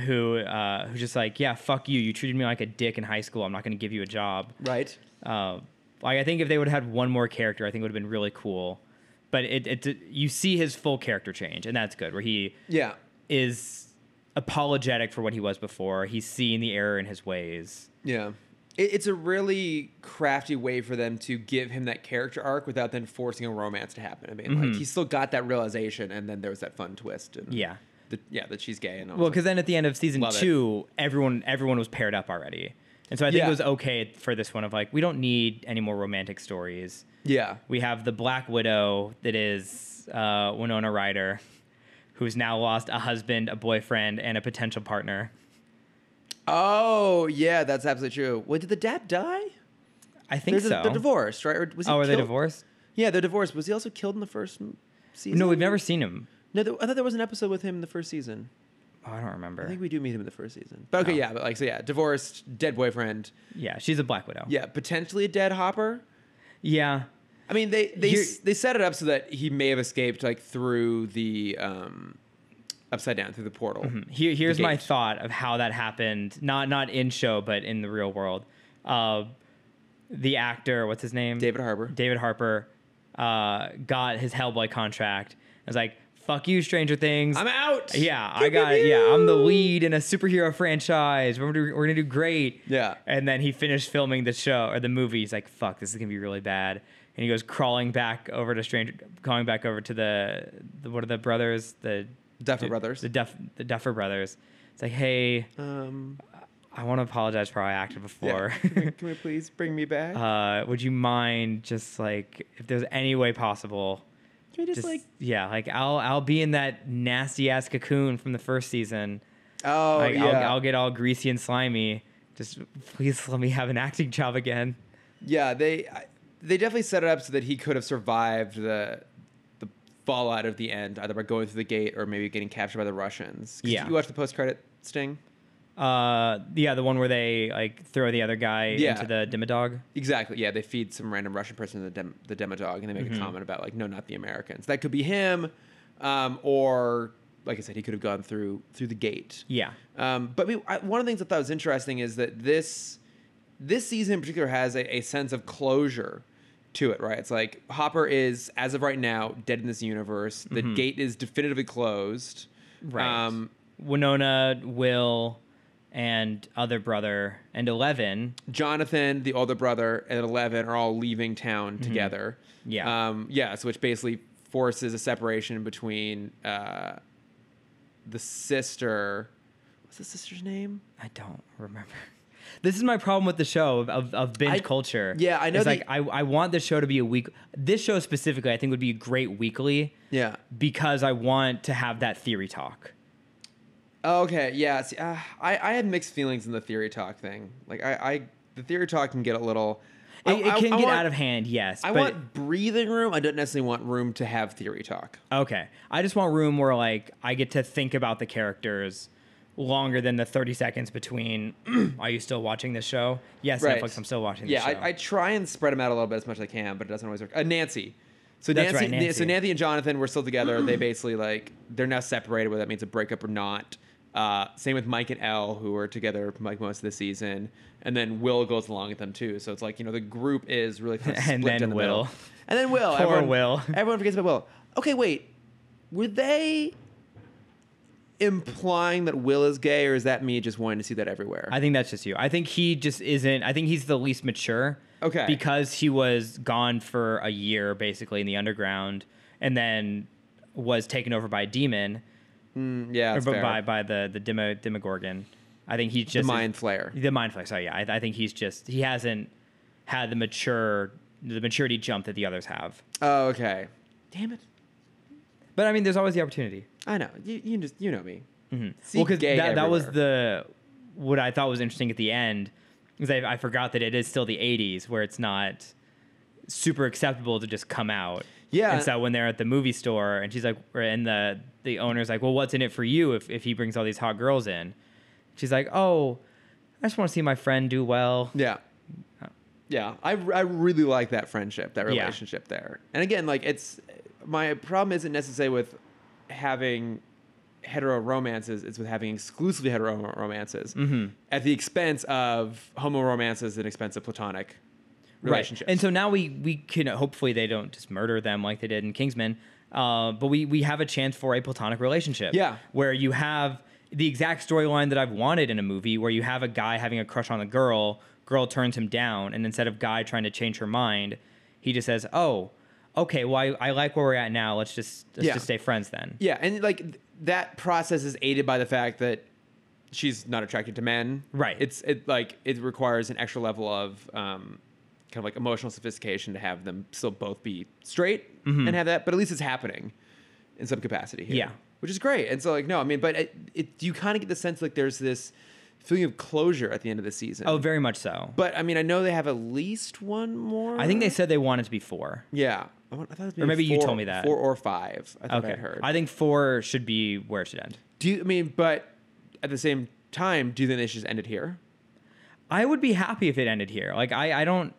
Speaker 2: who uh, who's just like yeah fuck you you treated me like a dick in high school i'm not going to give you a job
Speaker 1: Right.
Speaker 2: uh, like I think if they would have had one more character, I think it would have been really cool. But it, it you see his full character change, and that's good. Where he
Speaker 1: Yeah.
Speaker 2: is apologetic for what he was before. He's seeing the error in his ways.
Speaker 1: Yeah. It, it's a really crafty way for them to give him that character arc without then forcing a romance to happen. I mean, like, he still got that realization, and then there was that fun twist. And
Speaker 2: Mm-hmm. Yeah,
Speaker 1: the, yeah, that she's gay and all
Speaker 2: Well, because then at the end of season
Speaker 1: Love it.
Speaker 2: two, everyone everyone was paired up already, and so I think
Speaker 1: Yeah.
Speaker 2: it was okay for this one of like we don't need any more romantic stories.
Speaker 1: yeah,
Speaker 2: We have the Black Widow that is uh, Winona Ryder, who's now lost a husband, a boyfriend, and a potential partner.
Speaker 1: oh yeah, that's absolutely true. Well, did the dad die?
Speaker 2: I think
Speaker 1: There's a-
Speaker 2: so.
Speaker 1: They're divorced, right? Or was he
Speaker 2: oh, are they
Speaker 1: killed-
Speaker 2: divorced?
Speaker 1: Yeah, they're divorced. Was he also killed in the first m- season?
Speaker 2: No, we've never seen him.
Speaker 1: No, there, I thought there was an episode with him in the first season.
Speaker 2: Oh, I don't remember.
Speaker 1: I think we do meet him in the first season. But okay,
Speaker 2: No.
Speaker 1: yeah, but like so, yeah, divorced, dead boyfriend.
Speaker 2: yeah, she's a Black Widow.
Speaker 1: Yeah, potentially a dead Hopper.
Speaker 2: Yeah.
Speaker 1: I mean, they they
Speaker 2: You're-
Speaker 1: s- they set it up so that he may have escaped like through the um, upside down through the portal.
Speaker 2: Here, Hmm, here's my
Speaker 1: gate.
Speaker 2: thought of how that happened. Not not in show, but in the real world. Uh, the actor, what's his name?
Speaker 1: David Harbour.
Speaker 2: David Harper uh, got his Hellboy contract. I was like, "Fuck you, Stranger Things."
Speaker 1: I'm out.
Speaker 2: yeah,
Speaker 1: Pew,
Speaker 2: I
Speaker 1: pew,
Speaker 2: got. Yeah, I'm the
Speaker 1: pew.
Speaker 2: lead in a superhero franchise. We're gonna do, we're gonna do great.
Speaker 1: Yeah.
Speaker 2: And then he finished filming the show or the movie. He's like, "Fuck, this is gonna be really bad." And he goes crawling back over to Stranger, calling back over to the, the what are the brothers? The
Speaker 1: Duffer Brothers.
Speaker 2: The Duff, the Duffer brothers. It's like, hey,
Speaker 1: Um,
Speaker 2: I want to apologize for how I acted
Speaker 1: yeah.
Speaker 2: before. [laughs]
Speaker 1: can, we, can we please bring me back?
Speaker 2: uh, would you mind just like if there's any way possible?
Speaker 1: can we just,
Speaker 2: Just
Speaker 1: like?
Speaker 2: yeah, like I'll I'll be in that nasty ass cocoon from the first season.
Speaker 1: Oh
Speaker 2: like,
Speaker 1: yeah.
Speaker 2: I'll, I'll get all greasy and slimy. Just please [laughs] let me have an acting job again.
Speaker 1: yeah, they I- they definitely set it up so that he could have survived the the fallout of the end, either by going through the gate or maybe getting captured by the Russians. 'Cause
Speaker 2: Yeah.
Speaker 1: You watched the post credit sting.
Speaker 2: Uh, yeah, the one where they like throw the other guy
Speaker 1: Yeah.
Speaker 2: into the Dimmadog.
Speaker 1: Exactly. Yeah, they feed some random Russian person the dem- the demodog, and they
Speaker 2: Mm-hmm.
Speaker 1: make a comment about like, no, not the Americans. That could be him, um, or like I said, he could have gone through through the gate.
Speaker 2: Yeah,
Speaker 1: Um, but we, I, one of the things I thought was interesting is that this this season in particular has a, a sense of closure to it, right? It's like Hopper is, as of right now, dead in this universe. The gate is definitively closed.
Speaker 2: Mm-hmm. right.
Speaker 1: Um,
Speaker 2: Winona, Will, and other brother and Eleven
Speaker 1: Jonathan, the older brother, and Eleven are all leaving town together.
Speaker 2: Mm-hmm. Yeah.
Speaker 1: Um, yes, which basically forces a separation between uh, the sister. What's the sister's name?
Speaker 2: I don't remember. [laughs] This is my problem with the show of, of, of binge
Speaker 1: I-
Speaker 2: culture.
Speaker 1: yeah, I know
Speaker 2: It's
Speaker 1: the-
Speaker 2: like I, I want this show to be a week. This show specifically, I think, would be a great weekly
Speaker 1: Yeah.
Speaker 2: because I want to have that theory talk.
Speaker 1: Oh, Okay, yeah. See, uh, I I had mixed feelings in the theory talk thing. Like I, I the theory talk can get a little.
Speaker 2: It,
Speaker 1: I-
Speaker 2: it
Speaker 1: I-
Speaker 2: can
Speaker 1: I
Speaker 2: get
Speaker 1: want-
Speaker 2: out of hand, yes.
Speaker 1: I
Speaker 2: but,
Speaker 1: want breathing room. I don't necessarily want room to have theory talk.
Speaker 2: okay. I just want room where like I get to think about the characters longer than the thirty seconds between. [clears throat] Are you still watching this show? Yes,
Speaker 1: Right.
Speaker 2: Netflix. I'm still watching.
Speaker 1: Yeah,
Speaker 2: this show.
Speaker 1: I, I try and spread them out a little bit as much as I can, but it doesn't always work. Uh, Nancy. So
Speaker 2: That's
Speaker 1: Nancy,
Speaker 2: right,
Speaker 1: Na- So
Speaker 2: Nancy.
Speaker 1: Nancy and Jonathan were still together.
Speaker 2: [clears throat]
Speaker 1: they basically like they're now separated, whether that means a breakup or not. Uh, same with Mike and Elle, who were together like most of the season, and then Will goes along with them too. So it's like you know the group is really
Speaker 2: [laughs]
Speaker 1: kind of split
Speaker 2: And then
Speaker 1: down the middle.
Speaker 2: Will.
Speaker 1: and then Will,
Speaker 2: Poor
Speaker 1: everyone,
Speaker 2: Will.
Speaker 1: [laughs] everyone forgets about Will. Okay, wait, were they implying that Will is gay, or is that me just wanting to see that everywhere?
Speaker 2: I think that's just you. I think he just isn't. I think he's the least mature.
Speaker 1: Okay.
Speaker 2: Because he was gone for a year basically in the underground, and then was taken over by a demon
Speaker 1: Mm, yeah,
Speaker 2: or
Speaker 1: that's
Speaker 2: by
Speaker 1: fair.
Speaker 2: by- by the the Demo, Demogorgon. I think he's just
Speaker 1: the mind flare.
Speaker 2: The mind flex. Oh yeah, I, I think he's just he hasn't had the mature the maturity jump that the others have.
Speaker 1: Oh, okay. Damn it.
Speaker 2: But I mean, there's always the opportunity.
Speaker 1: I know. You, you just you know me. See
Speaker 2: Mm-hmm. well, because
Speaker 1: gay
Speaker 2: that, that was
Speaker 1: everywhere.
Speaker 2: the what I thought was interesting at the end because I, I forgot that it is still the '80s where it's not super acceptable to just come out.
Speaker 1: Yeah.
Speaker 2: And so when they're at the movie store and she's like, or- and the the owner's like, well, what's in it for you if if he brings all these hot girls in? She's like, oh, I just want to see my friend do well.
Speaker 1: Yeah. Yeah. I, I really like that friendship, that
Speaker 2: Yeah.
Speaker 1: relationship there. And again, like it's my problem isn't necessarily with having hetero romances, it's with having exclusively hetero romances
Speaker 2: Mm-hmm.
Speaker 1: at the expense of homo romances and expense of platonic relationships.
Speaker 2: Right. And so now we we can uh, hopefully they don't just murder them like they did in Kingsman, uh, but we we have a chance for a platonic relationship.
Speaker 1: Yeah.
Speaker 2: where you have the exact storyline that I've wanted in a movie, where you have a guy having a crush on a girl, girl turns him down, and instead of guy trying to change her mind, he just says, "Oh, okay, well I, I like where we're at now. Let's just let's
Speaker 1: Yeah.
Speaker 2: just stay friends then."
Speaker 1: Yeah, and like th- that process is aided by the fact that she's not attracted to men.
Speaker 2: Right.
Speaker 1: It's it like it requires an extra level of um, kind of like emotional sophistication to have them still both be straight and have that, but at least it's happening in some capacity here.
Speaker 2: Mm-hmm. Yeah.
Speaker 1: Which is great. And so like no, I mean, but it, it you kind of get the sense like there's this feeling of closure at the end of the season.
Speaker 2: Oh, very much so.
Speaker 1: But I mean, I know they have at least one more.
Speaker 2: I think they said they wanted to be four.
Speaker 1: Yeah. I want- I thought it was
Speaker 2: Or maybe you
Speaker 1: four-
Speaker 2: told me that.
Speaker 1: four or five. I think
Speaker 2: Okay.
Speaker 1: I heard.
Speaker 2: I think four should be where it should end.
Speaker 1: do you, I mean, but at the same time, do you think they should just end it here?
Speaker 2: I would be happy if it ended here. Like I, I don't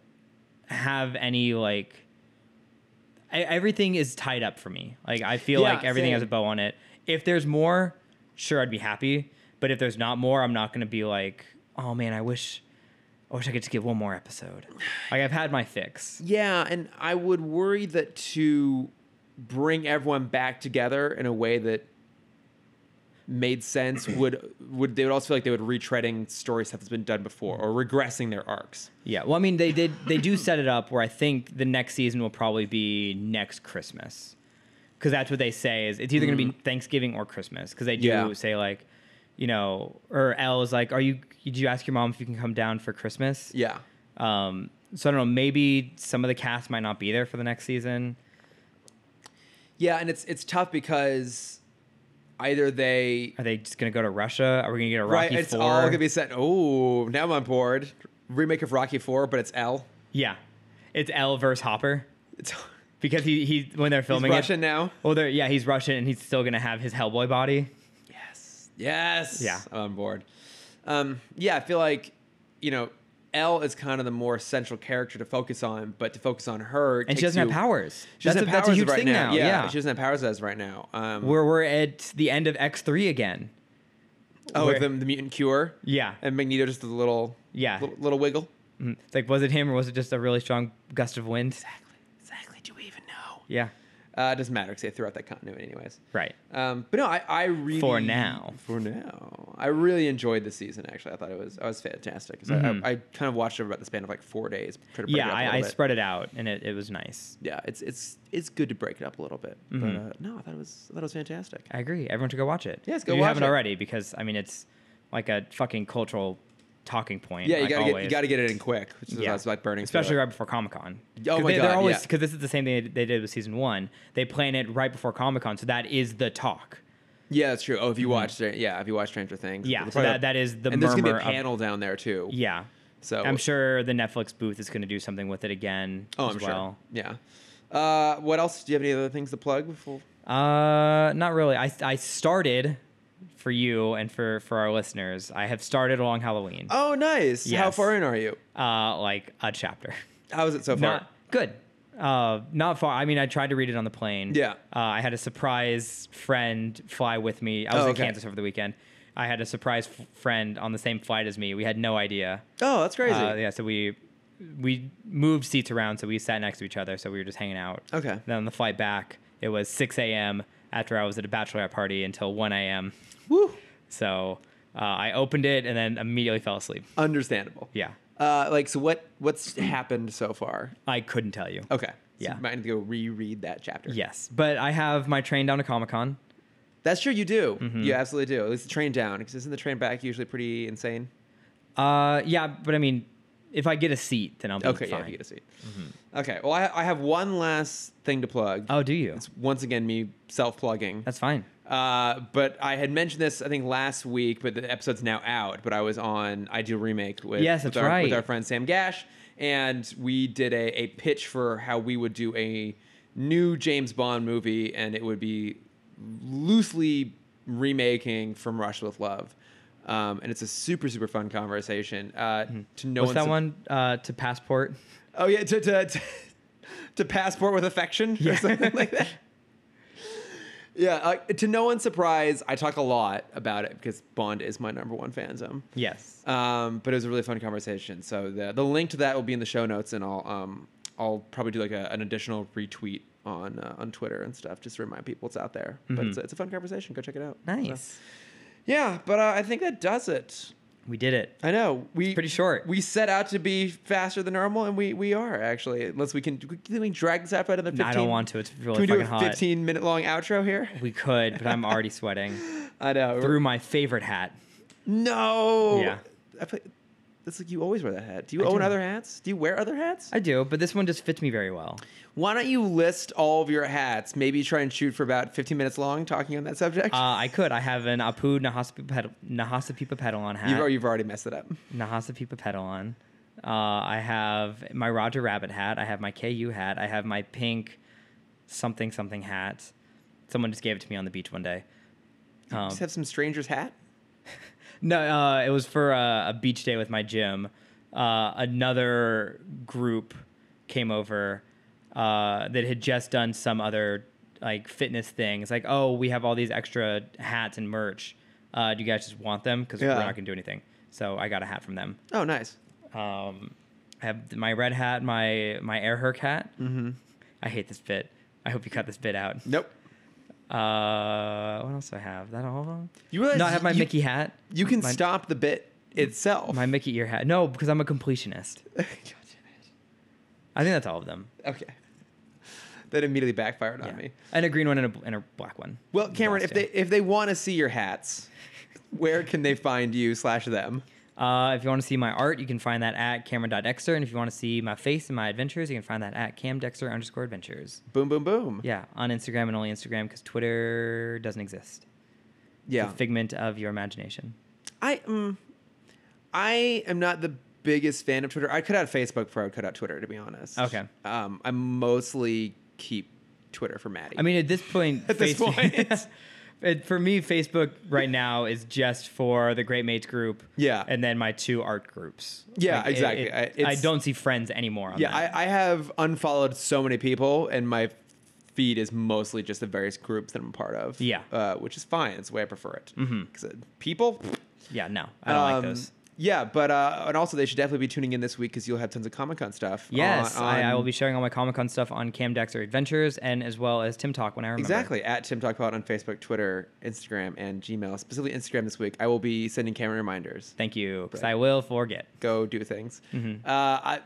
Speaker 2: have any like I, everything is tied up for me. Like I feel
Speaker 1: Yeah,
Speaker 2: like everything has a
Speaker 1: same.
Speaker 2: bow on it. If there's more, sure I'd be happy. But if there's not more, I'm not gonna be like, oh man, I wish I wish I could just get one more episode. Like I've had my fix.
Speaker 1: Yeah, and I would worry that to bring everyone back together in a way that made [clears throat] sense would would they would also feel like they would retreading story stuff that's been done before or regressing their arcs.
Speaker 2: Yeah. Well, I mean, they did. They do set it up where I think the next season will probably be next Christmas, because that's what they say is it's either going to be Thanksgiving or Christmas, because they do
Speaker 1: Mm-hmm. Yeah.
Speaker 2: say like, you know, or Elle is like, are you? Did you ask your mom if you can come down for Christmas?
Speaker 1: Yeah.
Speaker 2: Um. So I don't know. Maybe some of the cast might not be there for the next season.
Speaker 1: Yeah, and it's it's tough because either they
Speaker 2: Are they just going to go to Russia? Are we going to get a
Speaker 1: right
Speaker 2: Rocky
Speaker 1: it's
Speaker 2: Four?
Speaker 1: all gonna be set. Oh, now I'm on board. Remake of Rocky Four, but it's L.
Speaker 2: yeah. It's Elle versus Hopper
Speaker 1: It's
Speaker 2: because he he when they're
Speaker 1: He's
Speaker 2: filming
Speaker 1: Russian
Speaker 2: it.
Speaker 1: now.
Speaker 2: Well, they're yeah, he's Russian and he's still going to have his Hellboy body.
Speaker 1: Yes. Yes.
Speaker 2: Yeah.
Speaker 1: I'm on board. Um, yeah, I feel like, you know, Elle is kind of the more central character to focus on, but to focus on her.
Speaker 2: and
Speaker 1: takes
Speaker 2: she doesn't have
Speaker 1: you-
Speaker 2: powers.
Speaker 1: She doesn't
Speaker 2: that's,
Speaker 1: have
Speaker 2: a, that's a
Speaker 1: powers
Speaker 2: huge
Speaker 1: right
Speaker 2: thing
Speaker 1: now.
Speaker 2: now.
Speaker 1: Yeah,
Speaker 2: Yeah,
Speaker 1: She doesn't have powers as right now. Um,
Speaker 2: where we're at the end of X three again.
Speaker 1: oh,
Speaker 2: we're-
Speaker 1: with them, the mutant cure.
Speaker 2: Yeah,
Speaker 1: And Magneto just a little,
Speaker 2: Yeah.
Speaker 1: little, little wiggle.
Speaker 2: Mm. It's like was it him or was it just a really strong gust of wind?
Speaker 1: Exactly. Exactly. Do we even know?
Speaker 2: Yeah,
Speaker 1: Uh, it doesn't matter because they threw out that continuity, anyways.
Speaker 2: right.
Speaker 1: Um, but no, I, I really
Speaker 2: For now.
Speaker 1: for now, I really enjoyed the season. Actually, I thought it was I was fantastic. 'Cause I- I, I kind of watched over about the span of like four days. tried to break it
Speaker 2: Mm-hmm. Yeah,
Speaker 1: up a little
Speaker 2: I, I
Speaker 1: bit.
Speaker 2: spread it out and it, it was nice.
Speaker 1: Yeah, it's it's it's good to break it up a little bit. But uh, no, I thought it was I thought it was fantastic.
Speaker 2: Mm-hmm. I agree. Everyone should go watch it.
Speaker 1: Yes,
Speaker 2: If
Speaker 1: go
Speaker 2: you
Speaker 1: watch
Speaker 2: haven't
Speaker 1: it.
Speaker 2: already because I mean it's like a fucking cultural talking point.
Speaker 1: Yeah, you
Speaker 2: like
Speaker 1: gotta get you
Speaker 2: always.
Speaker 1: gotta get it in quick, which is
Speaker 2: Yeah.
Speaker 1: yeah. like burning, through
Speaker 2: especially
Speaker 1: it.
Speaker 2: right before Comic Con.
Speaker 1: Oh my
Speaker 2: they,
Speaker 1: God,
Speaker 2: They're always
Speaker 1: yeah.
Speaker 2: because this is the same thing they, they did with season one. They plan it right before Comic Con, so that is the talk.
Speaker 1: Yeah, that's true. Oh, if you watched it, yeah, if you watched Stranger Things,
Speaker 2: Mm-hmm. Yeah,
Speaker 1: We'll
Speaker 2: so
Speaker 1: probably-
Speaker 2: that, that is the
Speaker 1: and there's gonna
Speaker 2: murmur
Speaker 1: be a
Speaker 2: of-
Speaker 1: panel down there too.
Speaker 2: Yeah.
Speaker 1: So
Speaker 2: I'm sure the Netflix booth is going to do something with it again.
Speaker 1: Oh,
Speaker 2: as
Speaker 1: I'm
Speaker 2: well.
Speaker 1: sure. Yeah. Uh, what else? Do you have any other things to plug before?
Speaker 2: Uh, not really. I, I started for you and for for our listeners. I have started along Halloween.
Speaker 1: Oh, nice. How
Speaker 2: Yes.
Speaker 1: far in are you?
Speaker 2: Uh, like a chapter.
Speaker 1: How is it so far?
Speaker 2: Not good. Uh, not far. I mean, I tried to read it on the plane.
Speaker 1: Yeah.
Speaker 2: Uh, I had a surprise friend fly with me. I was
Speaker 1: Oh,
Speaker 2: in
Speaker 1: okay.
Speaker 2: Kansas over the weekend. I had a surprise f- friend on the same flight as me. We had no idea.
Speaker 1: oh, that's crazy.
Speaker 2: Uh, yeah, so we we moved seats around, so we sat next to each other, so we were just hanging out.
Speaker 1: Okay.
Speaker 2: Then on the flight back, it was 6 a.m. after I was at a bachelorette party until 1 a.m.
Speaker 1: Woo.
Speaker 2: So uh, I opened it and then immediately fell asleep.
Speaker 1: Understandable.
Speaker 2: Yeah,
Speaker 1: Uh, like so, what what's happened so far?
Speaker 2: I couldn't tell you.
Speaker 1: Okay. So
Speaker 2: Yeah.
Speaker 1: you might need to go reread that chapter.
Speaker 2: Yes, but I have my train down to Comic Con.
Speaker 1: That's true. You do.
Speaker 2: Mm-hmm.
Speaker 1: You absolutely do. At least the train down, because isn't the train back usually pretty insane?
Speaker 2: Uh, yeah, but I mean, if I get a seat, then I'll be
Speaker 1: Okay.
Speaker 2: fine. Mm-hmm.
Speaker 1: Yeah. If you get a seat. Okay. Well, I, I have one last thing to plug.
Speaker 2: oh, do you?
Speaker 1: It's once again me self plugging.
Speaker 2: That's fine.
Speaker 1: Uh, but I had mentioned this, I think, last week, but the episode's now out. But I was on Ideal Remake with,
Speaker 2: Yes,
Speaker 1: with,
Speaker 2: that's
Speaker 1: our,
Speaker 2: right.
Speaker 1: with our friend Sam Gash, and we did a, a pitch for how we would do a new James Bond movie, and it would be loosely remaking From Rush with Love. Um, and it's a super, super fun conversation. Uh, To no
Speaker 2: Mm-hmm. What's that
Speaker 1: one's-
Speaker 2: one? Uh, to passport.
Speaker 1: Oh yeah, to to to, [laughs] to passport with affection or something like that. Yeah, uh, to no one's surprise, I talk a lot about it because Bond is my number one fandom.
Speaker 2: Yes.
Speaker 1: Um, but it was a really fun conversation. So the the link to that will be in the show notes, and I'll um I'll probably do like a, an additional retweet on uh, on Twitter and stuff just to remind people it's out there. But it's, a- it's a fun conversation. Go check it out. So-
Speaker 2: Nice.
Speaker 1: yeah, but uh, I think that does it.
Speaker 2: We did it.
Speaker 1: I know. We
Speaker 2: pretty short.
Speaker 1: We set out to be faster than normal, and we we are actually. Unless we can, can we drag this out by another. 15,
Speaker 2: I don't want to. It's really
Speaker 1: Can we do
Speaker 2: fucking
Speaker 1: a
Speaker 2: hot.
Speaker 1: fifteen minute long outro here? [laughs]
Speaker 2: We could, but I'm already sweating
Speaker 1: I know.
Speaker 2: through my favorite hat.
Speaker 1: no.
Speaker 2: Yeah.
Speaker 1: I play, it's like you always wear that hat. Do you
Speaker 2: I
Speaker 1: own
Speaker 2: do.
Speaker 1: other hats? Do you wear other hats?
Speaker 2: I do, but this one just fits me very well.
Speaker 1: Why don't you list all of your hats? Maybe try and shoot for about fifteen minutes long, talking on that subject.
Speaker 2: Uh, I could. I have an Apu Nahasapipa Ped- Nahasapipa Pedalon
Speaker 1: you've, oh,
Speaker 2: hat.
Speaker 1: you've already messed it up.
Speaker 2: Oh. Nahasapipa Pedalon. Uh, I have my Roger Rabbit hat. I have my KU hat. I have my pink something something hat. Someone just gave it to me on the beach one day. Um,
Speaker 1: Just have some stranger's hat.
Speaker 2: No, uh, it was for a, a beach day with my gym. Uh, another group came over uh, that had just done some other like fitness thing. It's like, oh, we have all these extra hats and merch. Uh, do you guys just want them? Because we're
Speaker 1: Yeah.
Speaker 2: not gonna do anything. So I got a hat from them.
Speaker 1: Oh, nice.
Speaker 2: Um, I have my red hat, my my Air Herc hat. Mm-hmm. I hate this bit. I hope you cut this bit out.
Speaker 1: Nope.
Speaker 2: Uh, what else do I have? Is that all of them?
Speaker 1: You realize
Speaker 2: no, I have my
Speaker 1: you-
Speaker 2: Mickey hat.
Speaker 1: You can
Speaker 2: My-
Speaker 1: stop the bit itself.
Speaker 2: My Mickey ear hat. No, because I'm a completionist.
Speaker 1: [laughs] God
Speaker 2: I think that's all of them.
Speaker 1: damn it. Okay. That immediately backfired on
Speaker 2: Yeah.
Speaker 1: me.
Speaker 2: And a green one and a, and a black one.
Speaker 1: Well, Cameron, if
Speaker 2: Last
Speaker 1: they
Speaker 2: two.
Speaker 1: if they want to see your hats, where can they find you slash them?
Speaker 2: Uh, if you want to see my art, you can find that at Cameron.Dexter. And if you want to see my face and my adventures, you can find that at CamDexter underscore adventures.
Speaker 1: Boom, boom, boom.
Speaker 2: Yeah, on Instagram and only Instagram because Twitter doesn't exist.
Speaker 1: yeah.
Speaker 2: It's a figment of your imagination.
Speaker 1: I um, I am not the biggest fan of Twitter. I cut out Facebook before I would cut out Twitter, to be honest.
Speaker 2: Okay.
Speaker 1: Um, I mostly keep Twitter for Maddie.
Speaker 2: I mean, at this point,
Speaker 1: At this point.
Speaker 2: [laughs] it, for me, Facebook right now is just for the Great Mates group.
Speaker 1: Yeah.
Speaker 2: And then my two art groups.
Speaker 1: Yeah,
Speaker 2: it-
Speaker 1: exactly.
Speaker 2: it-
Speaker 1: I-
Speaker 2: I
Speaker 1: it's-
Speaker 2: don't see friends anymore on
Speaker 1: yeah,
Speaker 2: that.
Speaker 1: I, I have unfollowed so many people, and my feed is mostly just the various groups that I'm a part of.
Speaker 2: Yeah. Mm-hmm.
Speaker 1: Uh, which is fine. It's the way I prefer it. Because people.
Speaker 2: yeah, no, I don't like
Speaker 1: um,
Speaker 2: those.
Speaker 1: Yeah, but uh, and also they should definitely be tuning in this week because you'll have tons of Comic Con stuff. on-
Speaker 2: Yes, I, I
Speaker 1: on-
Speaker 2: will be sharing all my Comic Con stuff on Cam Dexter Adventures and as well as Tim Talk when I remember.
Speaker 1: Exactly. At Tim Talk Pod on Facebook, Twitter, Instagram, and Gmail. Specifically Instagram this week. I will be sending camera reminders.
Speaker 2: Thank you, because I will forget.
Speaker 1: Go do things.
Speaker 2: Mm-hmm.
Speaker 1: Uh, I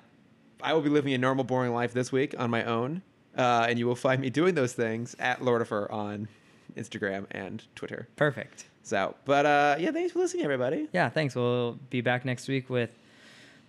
Speaker 1: I will be living a normal, boring life this week on my own, uh, and you will find me doing those things at Lordifer on Instagram and Twitter.
Speaker 2: Perfect.
Speaker 1: So, but uh, yeah, thanks for listening, everybody.
Speaker 2: Yeah, thanks. We'll be back next week with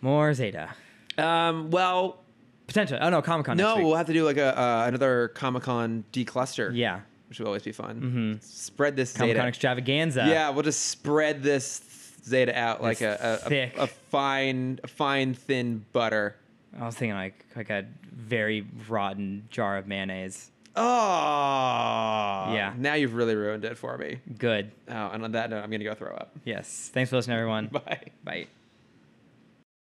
Speaker 2: more Zeta.
Speaker 1: Um, well,
Speaker 2: Potential. Oh, no, Comic Con
Speaker 1: no,
Speaker 2: next
Speaker 1: we'll
Speaker 2: week.
Speaker 1: have to do like a uh, another Comic Con decluster.
Speaker 2: Yeah.
Speaker 1: which will always be fun. Spread this
Speaker 2: Comic Con
Speaker 1: data.
Speaker 2: extravaganza.
Speaker 1: Yeah, we'll just spread this zeta out like
Speaker 2: This
Speaker 1: a, a,
Speaker 2: thick.
Speaker 1: a, a fine, a fine thin butter.
Speaker 2: I was thinking like like a very rotten jar of mayonnaise.
Speaker 1: Oh, yeah. Ah. Now you've really ruined it for me.
Speaker 2: Good.
Speaker 1: Oh, and on that note, I'm gonna go throw up. [laughs]
Speaker 2: Yes. Thanks for listening, everyone.
Speaker 1: Bye.
Speaker 2: Bye.